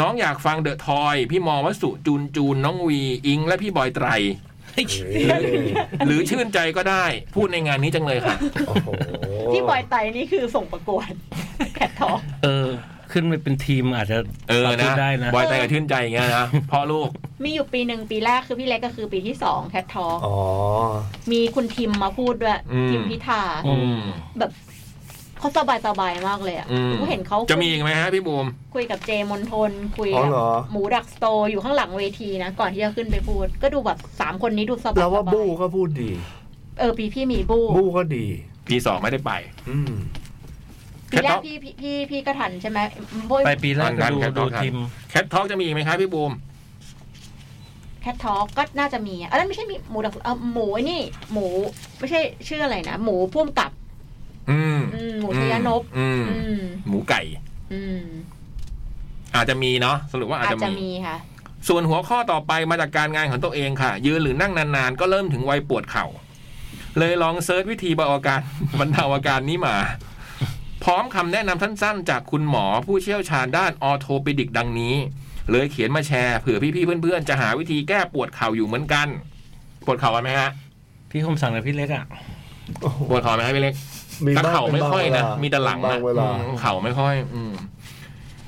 S5: น้องอยากฟังเดอะทอย พี่มอวสุจูนจูน น้องวี อิง และพี่บอยไต
S3: *laughs*
S5: ร
S2: เฮ้ย
S5: หรือชื่นใจก็ได้ พูดในงานนี้จังเลยค่ะ
S2: โอ้โห
S3: พี่บอยไตนี่คือส่งประกวด *laughs* แคททอล์ก
S4: เออ ขึ้นไปเป็นทีมอาจจะ
S5: เออ
S4: พู
S5: นะ
S4: ดได้นะ
S5: บอยไตรกับชื่นใจอย่างเงี้ยนะ พ่อลูก
S3: มีอยู่ปีหนึ่งปีแรกคือพี่เล็กก็คือปีที่สองแคททอล์ก
S2: อ๋อ
S3: มีคุณทิมมาพูดด้วย
S5: อืม
S3: ทิมพิธา
S5: อืม
S3: แบบเขาสบายสบายๆมากเลยอ่ะ
S5: อืม
S3: กูเห็นเขา
S5: จะมีอีกไหมฮะพี่บูม
S3: คุยกับเจมอนทนคุย
S2: อ๋อ
S3: กับ
S2: เหรอ
S3: หมูดักสโตร์อยู่ข้างหลังเวทีนะ ก่อนที่จะขึ้นไปพูด ก็ดูแบบสามคนนี้ดูสบาย
S2: เราว่า
S3: สย
S2: บู้ก็พูดดี
S3: เออปีพี่มีบู
S2: บู้ก็ดี
S5: ปีสองไม่ได้ไป
S2: อืม
S3: ปีแรกพี่พี่พี่พี่ก็ทันใช่ไหมโว้ย
S4: ไปปีแรก
S5: ทัน
S4: ดู
S5: ครับ
S4: ดู
S5: ทัน
S4: ทีม
S5: แคททอกจะมีอีกไหมครับพี่บูม
S3: แคททอก็น่าจะมีอ่ะแล้วไม่ใช่มีหมูดักเออหมูไอ้นี่ หมู ไม่ใช่ชื่ออะไรนะ หมูพุ่มกับ
S5: อืม
S3: อืมหมูชยานพ
S5: อืม
S3: อืม
S5: หมูไก่
S3: อืม
S5: อาจจะมีเนาะสรุปว่าอาจ
S3: อาจ
S5: จะ
S3: จะ
S5: มี
S3: มีค่ะ
S5: ส่วนหัวข้อต่อไปมาจากการงานของตัวเองค่ะ ยืนหรือนั่งนานๆ ก็เริ่มถึงวัยปวดเข่า เลยลองเซิร์ชวิธีบรรเทาอาการ *laughs* บรรเทาอาการนี้มา พร้อมคำแนะนำสั้นๆ จากคุณหมอผู้เชี่ยวชาญด้านออโทปิดิกดังนี้ เลยเขียนมาแชร์เผื่อพี่ๆเพื่อนๆ จะหาวิธีแก้ปวดเข่าอยู่เหมือนกัน ปวดเข่ากันไหมฮะ
S4: พี่คมสั่งกับพี่เล็กอ่ะ
S2: โอ้โห
S5: ปวดเข่าไหมครับพี่เล็ก
S2: มี
S5: แต่
S2: บ้ง
S5: เข่า
S2: ป็
S5: ไม่
S2: บาง
S5: ค่อย
S2: เว
S5: นะ
S2: ลา
S5: มีแต่หลัง
S2: บา
S5: นะ
S2: เวลา
S5: อืมเข่าไม่ค่อย อืม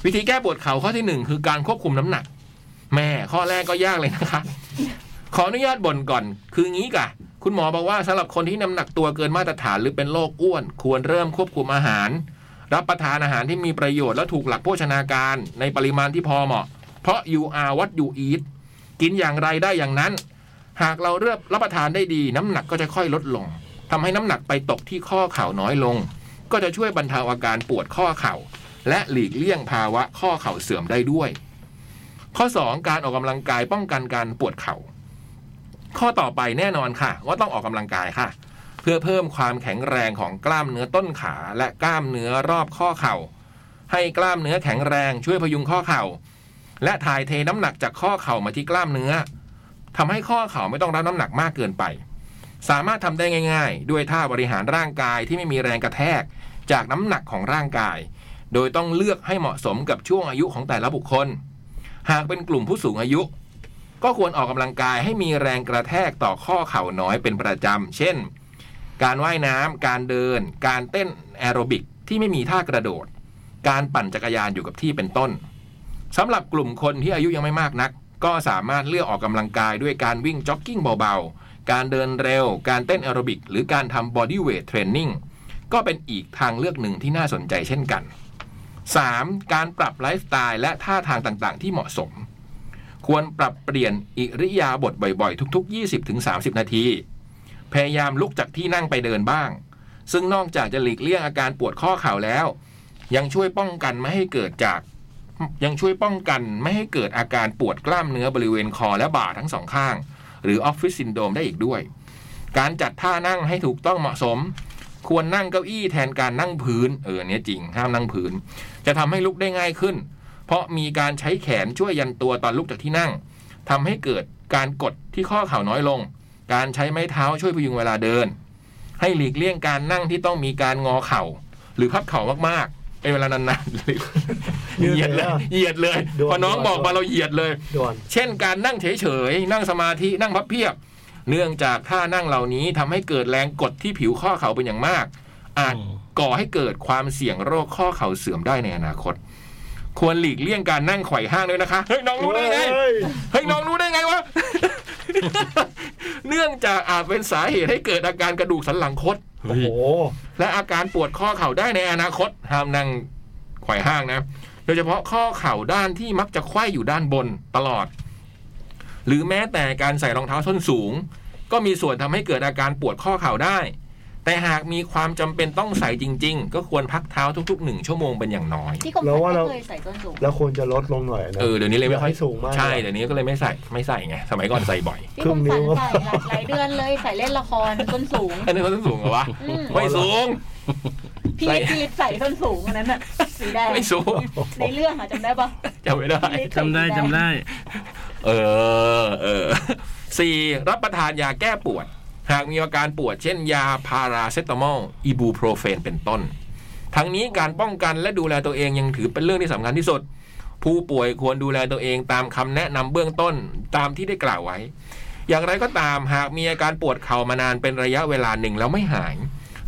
S5: วิธีแก้ปวดเข่าข้อที่หนึ่งคือการควบคุมน้ำหนัก แม่ข้อแรกก็ยากเลยนะคะ *laughs* ขออนุญาตบ่นก่อน คืองี้กะ คุณหมอบอกว่าสำหรับคนที่น้ำหนักตัวเกินมาตรฐานหรือเป็นโรคอ้วน ควรเริ่มควบคุมอาหาร รับประทานอาหารที่มีประโยชน์และถูกหลักโภชนาการในปริมาณที่พอเหมาะ เพราะ you are what you eat กินอย่างไรได้อย่างนั้น หากเราเลือกรับประทานได้ดี น้ำหนักก็จะค่อยลดลงทำให้น้ำหนักไปตกที่ข้อเข่าน้อยลง ก็จะช่วยบรรเทาอาการปวดข้อเข่า และหลีกเลี่ยงภาวะข้อเข่าเสื่อมได้ด้วย ข้อ 2 การออกกำลังกายป้องกันการปวดเข่า ข้อต่อไปแน่นอนค่ะ ว่าต้องออกกำลังกายค่ะ เพื่อเพิ่มความแข็งแรงของกล้ามเนื้อต้นขาและกล้ามเนื้อรอบข้อเข่า ให้กล้ามเนื้อแข็งแรงช่วยพยุงข้อเข่า และถ่ายเทน้ำหนักจากข้อเข่ามาที่กล้ามเนื้อทำให้ข้อเข่าไม่ต้องรับน้ำหนักมากเกินไป สามารถทำได้ง่าย ๆ ด้วยท่าบริหารร่างกายที่ไม่มีแรงกระแทก จากน้ำหนักของร่างกาย โดยต้องเลือกให้เหมาะสมกับช่วงอายุของแต่ละบุคคล หากเป็นกลุ่มผู้สูงอายุ ก็ควรออกกำลังกายให้มีแรงกระแทกต่อข้อเข่าน้อยเป็นประจำ เช่น การว่ายน้ำ การเดิน การเต้นแอโรบิกที่ไม่มีท่ากระโดด การปั่นจักรยานอยู่กับที่เป็นต้น สำหรับกลุ่มคนที่อายุยังไม่มากนัก ก็สามารถเลือกออกกำลังกายด้วยการวิ่งจ็อกกิ้งเบาๆ การเดินเร็ว การเต้นแอโรบิก หรือการทำบอดี้เวทเทรนนิ่ง ก็เป็นอีกทางเลือกหนึ่งที่น่าสนใจเช่นกัน 3. การปรับไลฟ์สไตล์และท่าทางต่างๆ ที่เหมาะสม ควรปรับเปลี่ยนอิริยาบถบ่อยๆ ทุก ๆ 20-30 นาที พยายามลุกจากที่นั่งไปเดินบ้าง ซึ่งนอกจากจะหลีกเลี่ยงอาการปวดข้อเข่าแล้ว ยังช่วยป้องกันไม่ให้เกิดจาก ยังช่วยป้องกันไม่ให้เกิดอาการปวดกล้ามเนื้อบริเวณคอและบ่าทั้งสองข้าง หรือออฟฟิศซินโดรมได้อีกด้วย การจัดท่านั่งให้ถูกต้องเหมาะสม ควรนั่งเก้าอี้แทนการนั่งพื้น เอออนเนี้ยจริง ห้ามนั่งพื้น จะทำให้ลุกได้ง่ายขึ้น เพราะมีการใช้แขนช่วยยันตัวตอนลุกจากที่นั่งทำให้เกิดการกดที่ข้อเข่าน้อยลง การใช้ไม้เท้าช่วยพยุงเวลาเดิน ให้หลีกเลี่ยงการนั่งที่ต้องมีการงอเข่า หรือพับเข่ามากๆเป็นเวลานานๆ *laughs* เลย
S2: ยืด
S5: เหยียด
S2: เล
S5: เลย ย
S2: อะ
S5: เหยียดเลย
S2: ด่วน
S5: พอน้อง
S2: ด่วน
S5: บอกมาเราเหยียดเลย
S2: ด่วน
S5: เช่นการนั่งเฉยๆ นั่งสมาธินั่งพับเพียบ เนื่องจากท่านั่งเหล่านี้ทำให้เกิดแรงกดที่ผิวข้อเข่าเป็นอย่างมาก อาจ
S4: อืม
S5: ก่อให้เกิดความเสี่ยงโรคข้อเข่าเสื่อมได้ในอนาคต ควรหลีกเลี่ยงการนั่งไขว่ห้างด้วยนะคะเฮ้ยน้องรู้ได้ไง
S2: เฮ้ย
S5: เฮ้ยน้องรู้ได้ไงวะ *laughs* เนื่องจากอาจเป็นสาเหตุให้เกิดอาการกระดูกสันหลังคด
S2: โอ้โห
S5: และอาการปวดข้อเข่าได้ในอนาคตห้ามนั่งไขว่ห้างนะ โดยเฉพาะข้อเข่าด้านที่มักจะไขว้อยู่ด้านบนตลอด หรือแม้แต่การใส่รองเท้าส้นสูง ก็มีส่วนทำให้เกิดอาการปวดข้อเข่าได้ แต่หากมีความจำเป็นต้องใส่จริง ๆ ก็ควรพักเท้าทุกๆหนึ่งชั่วโมงเป็นอย่างน้อย
S3: ที่กรม
S2: แล้วว่า
S3: พัฒน์
S2: เรา
S3: ก็เคยใส่ส้นสูง
S2: แล้วควรจะลดลงหน่อยนะ
S5: เออเดี๋ยวนี้เลยไม่ค่อย
S2: อยากให้สูงมาก
S5: ใช่เดี๋ยวนี้ก็เลยไม่ใส่ไม่ใส่ไงสมัยก่อนใส่บ่อย
S3: ที่กรมสัน
S2: ครึ่งนิ้ว
S3: ใส่หลายหลายเดือนเลยใส่เล่นละครส้นสูง
S5: *laughs* อันนี้เขาส้นสูงเหรอวะ
S3: อืม
S5: ไม่สูง
S3: พี่
S5: ใส่
S3: พี่ลิศใส่ส้นสูงอันนั้นน่ะสีแดง
S5: ไม่สูง
S3: ในเรื่องอะจำได้ปะ
S5: จำไม่ได้
S3: พี่ฤทธิ์ใส่สี
S4: จำได้
S3: แง
S4: จำได้
S5: เออเออ *laughs* สี่รับประทานยาแก้ปวด หากมีอาการปวดเช่นยาพาราเซตามอลอิบูโพรเฟนเป็นต้น ทั้งนี้การป้องกันและดูแลตัวเองยังถือเป็นเรื่องที่สำคัญที่สุด ผู้ป่วยควรดูแลตัวเองตามคำแนะนำเบื้องต้นตามที่ได้กล่าวไว้ อย่างไรก็ตามหากมีอาการปวดเข่ามานานเป็นระยะเวลาหนึ่งแล้วไม่หาย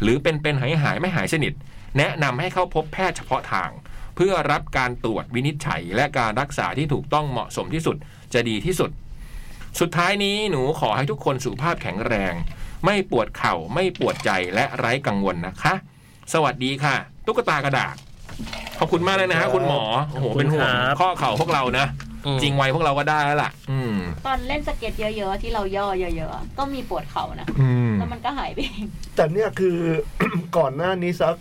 S5: หรือเป็นเป็นหายหายๆไม่หายสนิท แนะนำให้เข้าพบแพทย์เฉพาะทาง เพื่อรับการตรวจวินิจฉัย และการรักษาที่ถูกต้องเหมาะสมที่สุด จะดีที่สุด สุดท้ายนี้หนูขอให้ทุกคนสุขภาพแข็งแรง ไม่ปวดเข่าไม่ปวดใจและไร้กังวลนะคะ สวัสดีค่ะ ตุ๊กตากระดาษ ขอบคุณมากเลยนะฮะคุณหมอ โอ้โห เป็นห่วง
S4: ครับ
S5: ข้อเข่าพวกเรานะ
S4: อืม
S5: จริงไว้พวกเราก็ได้แล้วล่ะ อืม
S3: ตอนเล่นสเก็ตเยอะๆ ที่เราย่อเยอะๆอะก็มีปวดเข่านะ
S5: อืม
S2: *coughs*
S3: แล้วมันก็หายไปเอง
S2: แต่เนี่ยคือ ก่อนหน้านี้สัก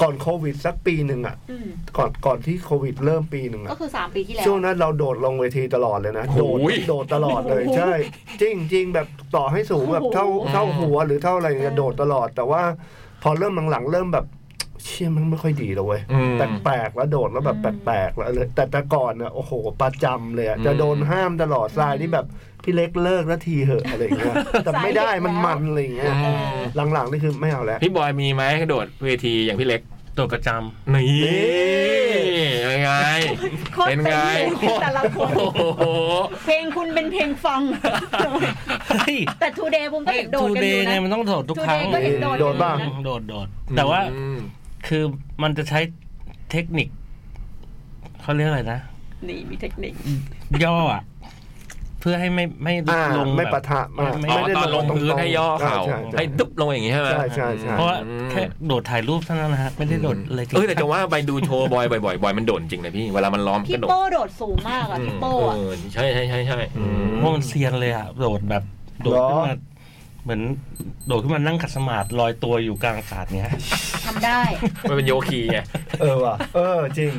S2: ก่อนโควิดสักปีหนึ่งอ่ะ
S3: อืม
S2: ก่อนก่อนที่โควิดเริ่มปีหนึ่ง
S3: ก็
S2: อ่ะ
S3: คือสามปีที่แล้ว
S2: ช่วงนั้นเราโดดลงเวทีตลอดเลยนะ โดด
S5: โอ้ย
S2: โดดตลอดเลย ใช่ จริงจริงแบบต่อให้สูงแบบเท่า
S3: โอ้โห
S2: เท่าหัวหรือเท่าอะไรเนี่ยโดดตลอด แต่ว่าพอเริ่มหลังๆเริ่มแบบ เชี่ยมันไม่ค่อยดีแล้วเว้ย
S5: อืม
S2: แปลกๆแล้วโดดแล้วแบบแปลกๆแล้วเลยแต่แต่ก่อนน่ะโอ้โหประจำเลยอะ
S5: อืม
S2: จะโดนห้ามตลอดทรายนี่แบบพี่เล็กเลิกแล้วทีเหอะอะไรอย่า
S3: *laughs*
S2: งเงี้ยแต่ไม่ได้มันมันอะไรอย่างเงี้ย
S5: อืม
S2: หลังๆนี่คือไม่เอาแล้ว
S5: พี่บอยมีไหมกระโดดเวทีอย่างพี่เล็ก
S4: ตัวประจำ
S5: นี่
S2: นี่
S5: เป็นไง
S3: โคตร
S5: เป็นไง
S3: เพลงแต่ละคน
S5: โอ้โห
S3: เพลงคุณเป็นเพลงฟัง *laughs*
S4: เฮ้ย
S3: แต่ทูเดย์ผมก็เห็นโดด
S4: ทู
S3: กัน
S4: เด
S3: อยู่
S4: ย์เนี่ยมัน
S3: นะ
S4: ต้องโดดทุกครั้ง
S3: Two Day ก็เห็นโดด
S2: โดดบ้าง
S3: อยู่นะ
S4: โดดโดดแต่ว่า
S5: อืม
S4: คือมันจะใช้เทคนิคเขาเรียกอะไรนะ
S3: นี่มีเทคนิค
S4: ย่ออะเพื่อให้ไม่ไม่
S2: อ่า
S4: ลงแบบ
S2: ไม่ปะทะมาก
S4: ไม่
S5: อ๋อ
S2: ไม่ได้
S5: ตอนลง
S2: ตร
S5: พื้น
S2: ๆ
S5: ให้ย่อเข่า
S2: ใช่ใช่
S5: ให้ดุ๊บลงอย่างนี้ใช่ไหม
S2: ใช่ใช่ใช่
S4: เพราะว่า
S5: อืม
S4: แค่โดดถ่ายรูปเท่านั้นนะฮะไม่ได้โดดอะไรจริง
S5: เออแต่จะว่าไปดูโชว์บอยบ่อยๆบอยมันโดดจริงนะพี่ เวลามันล้อมก
S3: พี่
S5: ระโดด
S3: โป้โดดสูงมากอ่ะพี่โป้อะ
S5: เออใช่ใช่ใช่ใช่อืม
S4: เพราะมันเซียนเลยอะโดดแบบ โดดขึ้น
S2: เหร
S4: มา
S2: อ
S4: เหมือนโดดขึ้นมานั่งขัดสมาธิลอยตัวอยู่กลางอากาศเนี้ย
S3: ทำได้
S5: มันเป็นโยคีไง
S2: เออว่ะเออจริง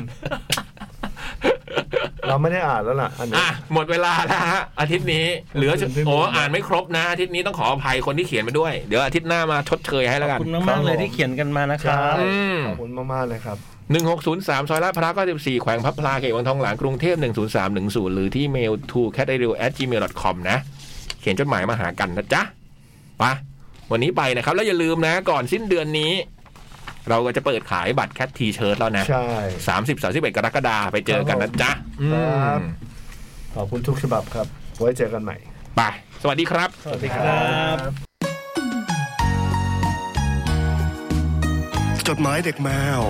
S2: เราไม่ได้อ่านแล้วล่ะ อันนี้
S5: อ่ะ หมดเวลาแล้วฮะอาทิตย์นี้ เหลือจะ
S2: ขอบคุณพี่
S5: โอ้
S2: บูม
S5: อ่านไม่ครบนะ อาทิตย์นี้ต้องขออภัยคนที่เขียนมาด้วย เดี๋ยวอาทิตย์หน้ามาชดเชยให้
S4: ขอ
S5: แล้ว
S4: บ
S5: กัน
S4: คุณมากๆเลยที่เขียนกันมานะค
S2: ใช่
S4: รับ
S5: อืม
S2: ขอบคุณมากๆเลยครับ
S5: หนึ่งหกศูนย์สามซอยลาดพร้าวเก้าสิบสี่แขวงพับพลาเขตวังทองหลางกรุงเทพหนึ่งศูนย์สามหนึ่งศูนย์หรือที่เมล to cat radio gmail com นะ เขียนจดหมายมาหากันนะจ๊ะไปะวันนี้ไปนะครับ แล้วอย่าลืมนะ ก่อนสิ้นเดือนนี้ เราก็จะเปิดขายบัตรแคททีเชิร์ตแล้วนะ
S2: ใช่
S5: สามสิบสามสิบเอ็ดกรกฎาคมไปเจอกันนะจ๊ะอื
S2: ครับ
S5: ม
S2: ขอบคุณทุกฉบับครับ ไว้เจอกันใหม่
S5: ไปสวัสดีครับ
S2: สวัสดีครับ
S6: จดหมายเด็กแมว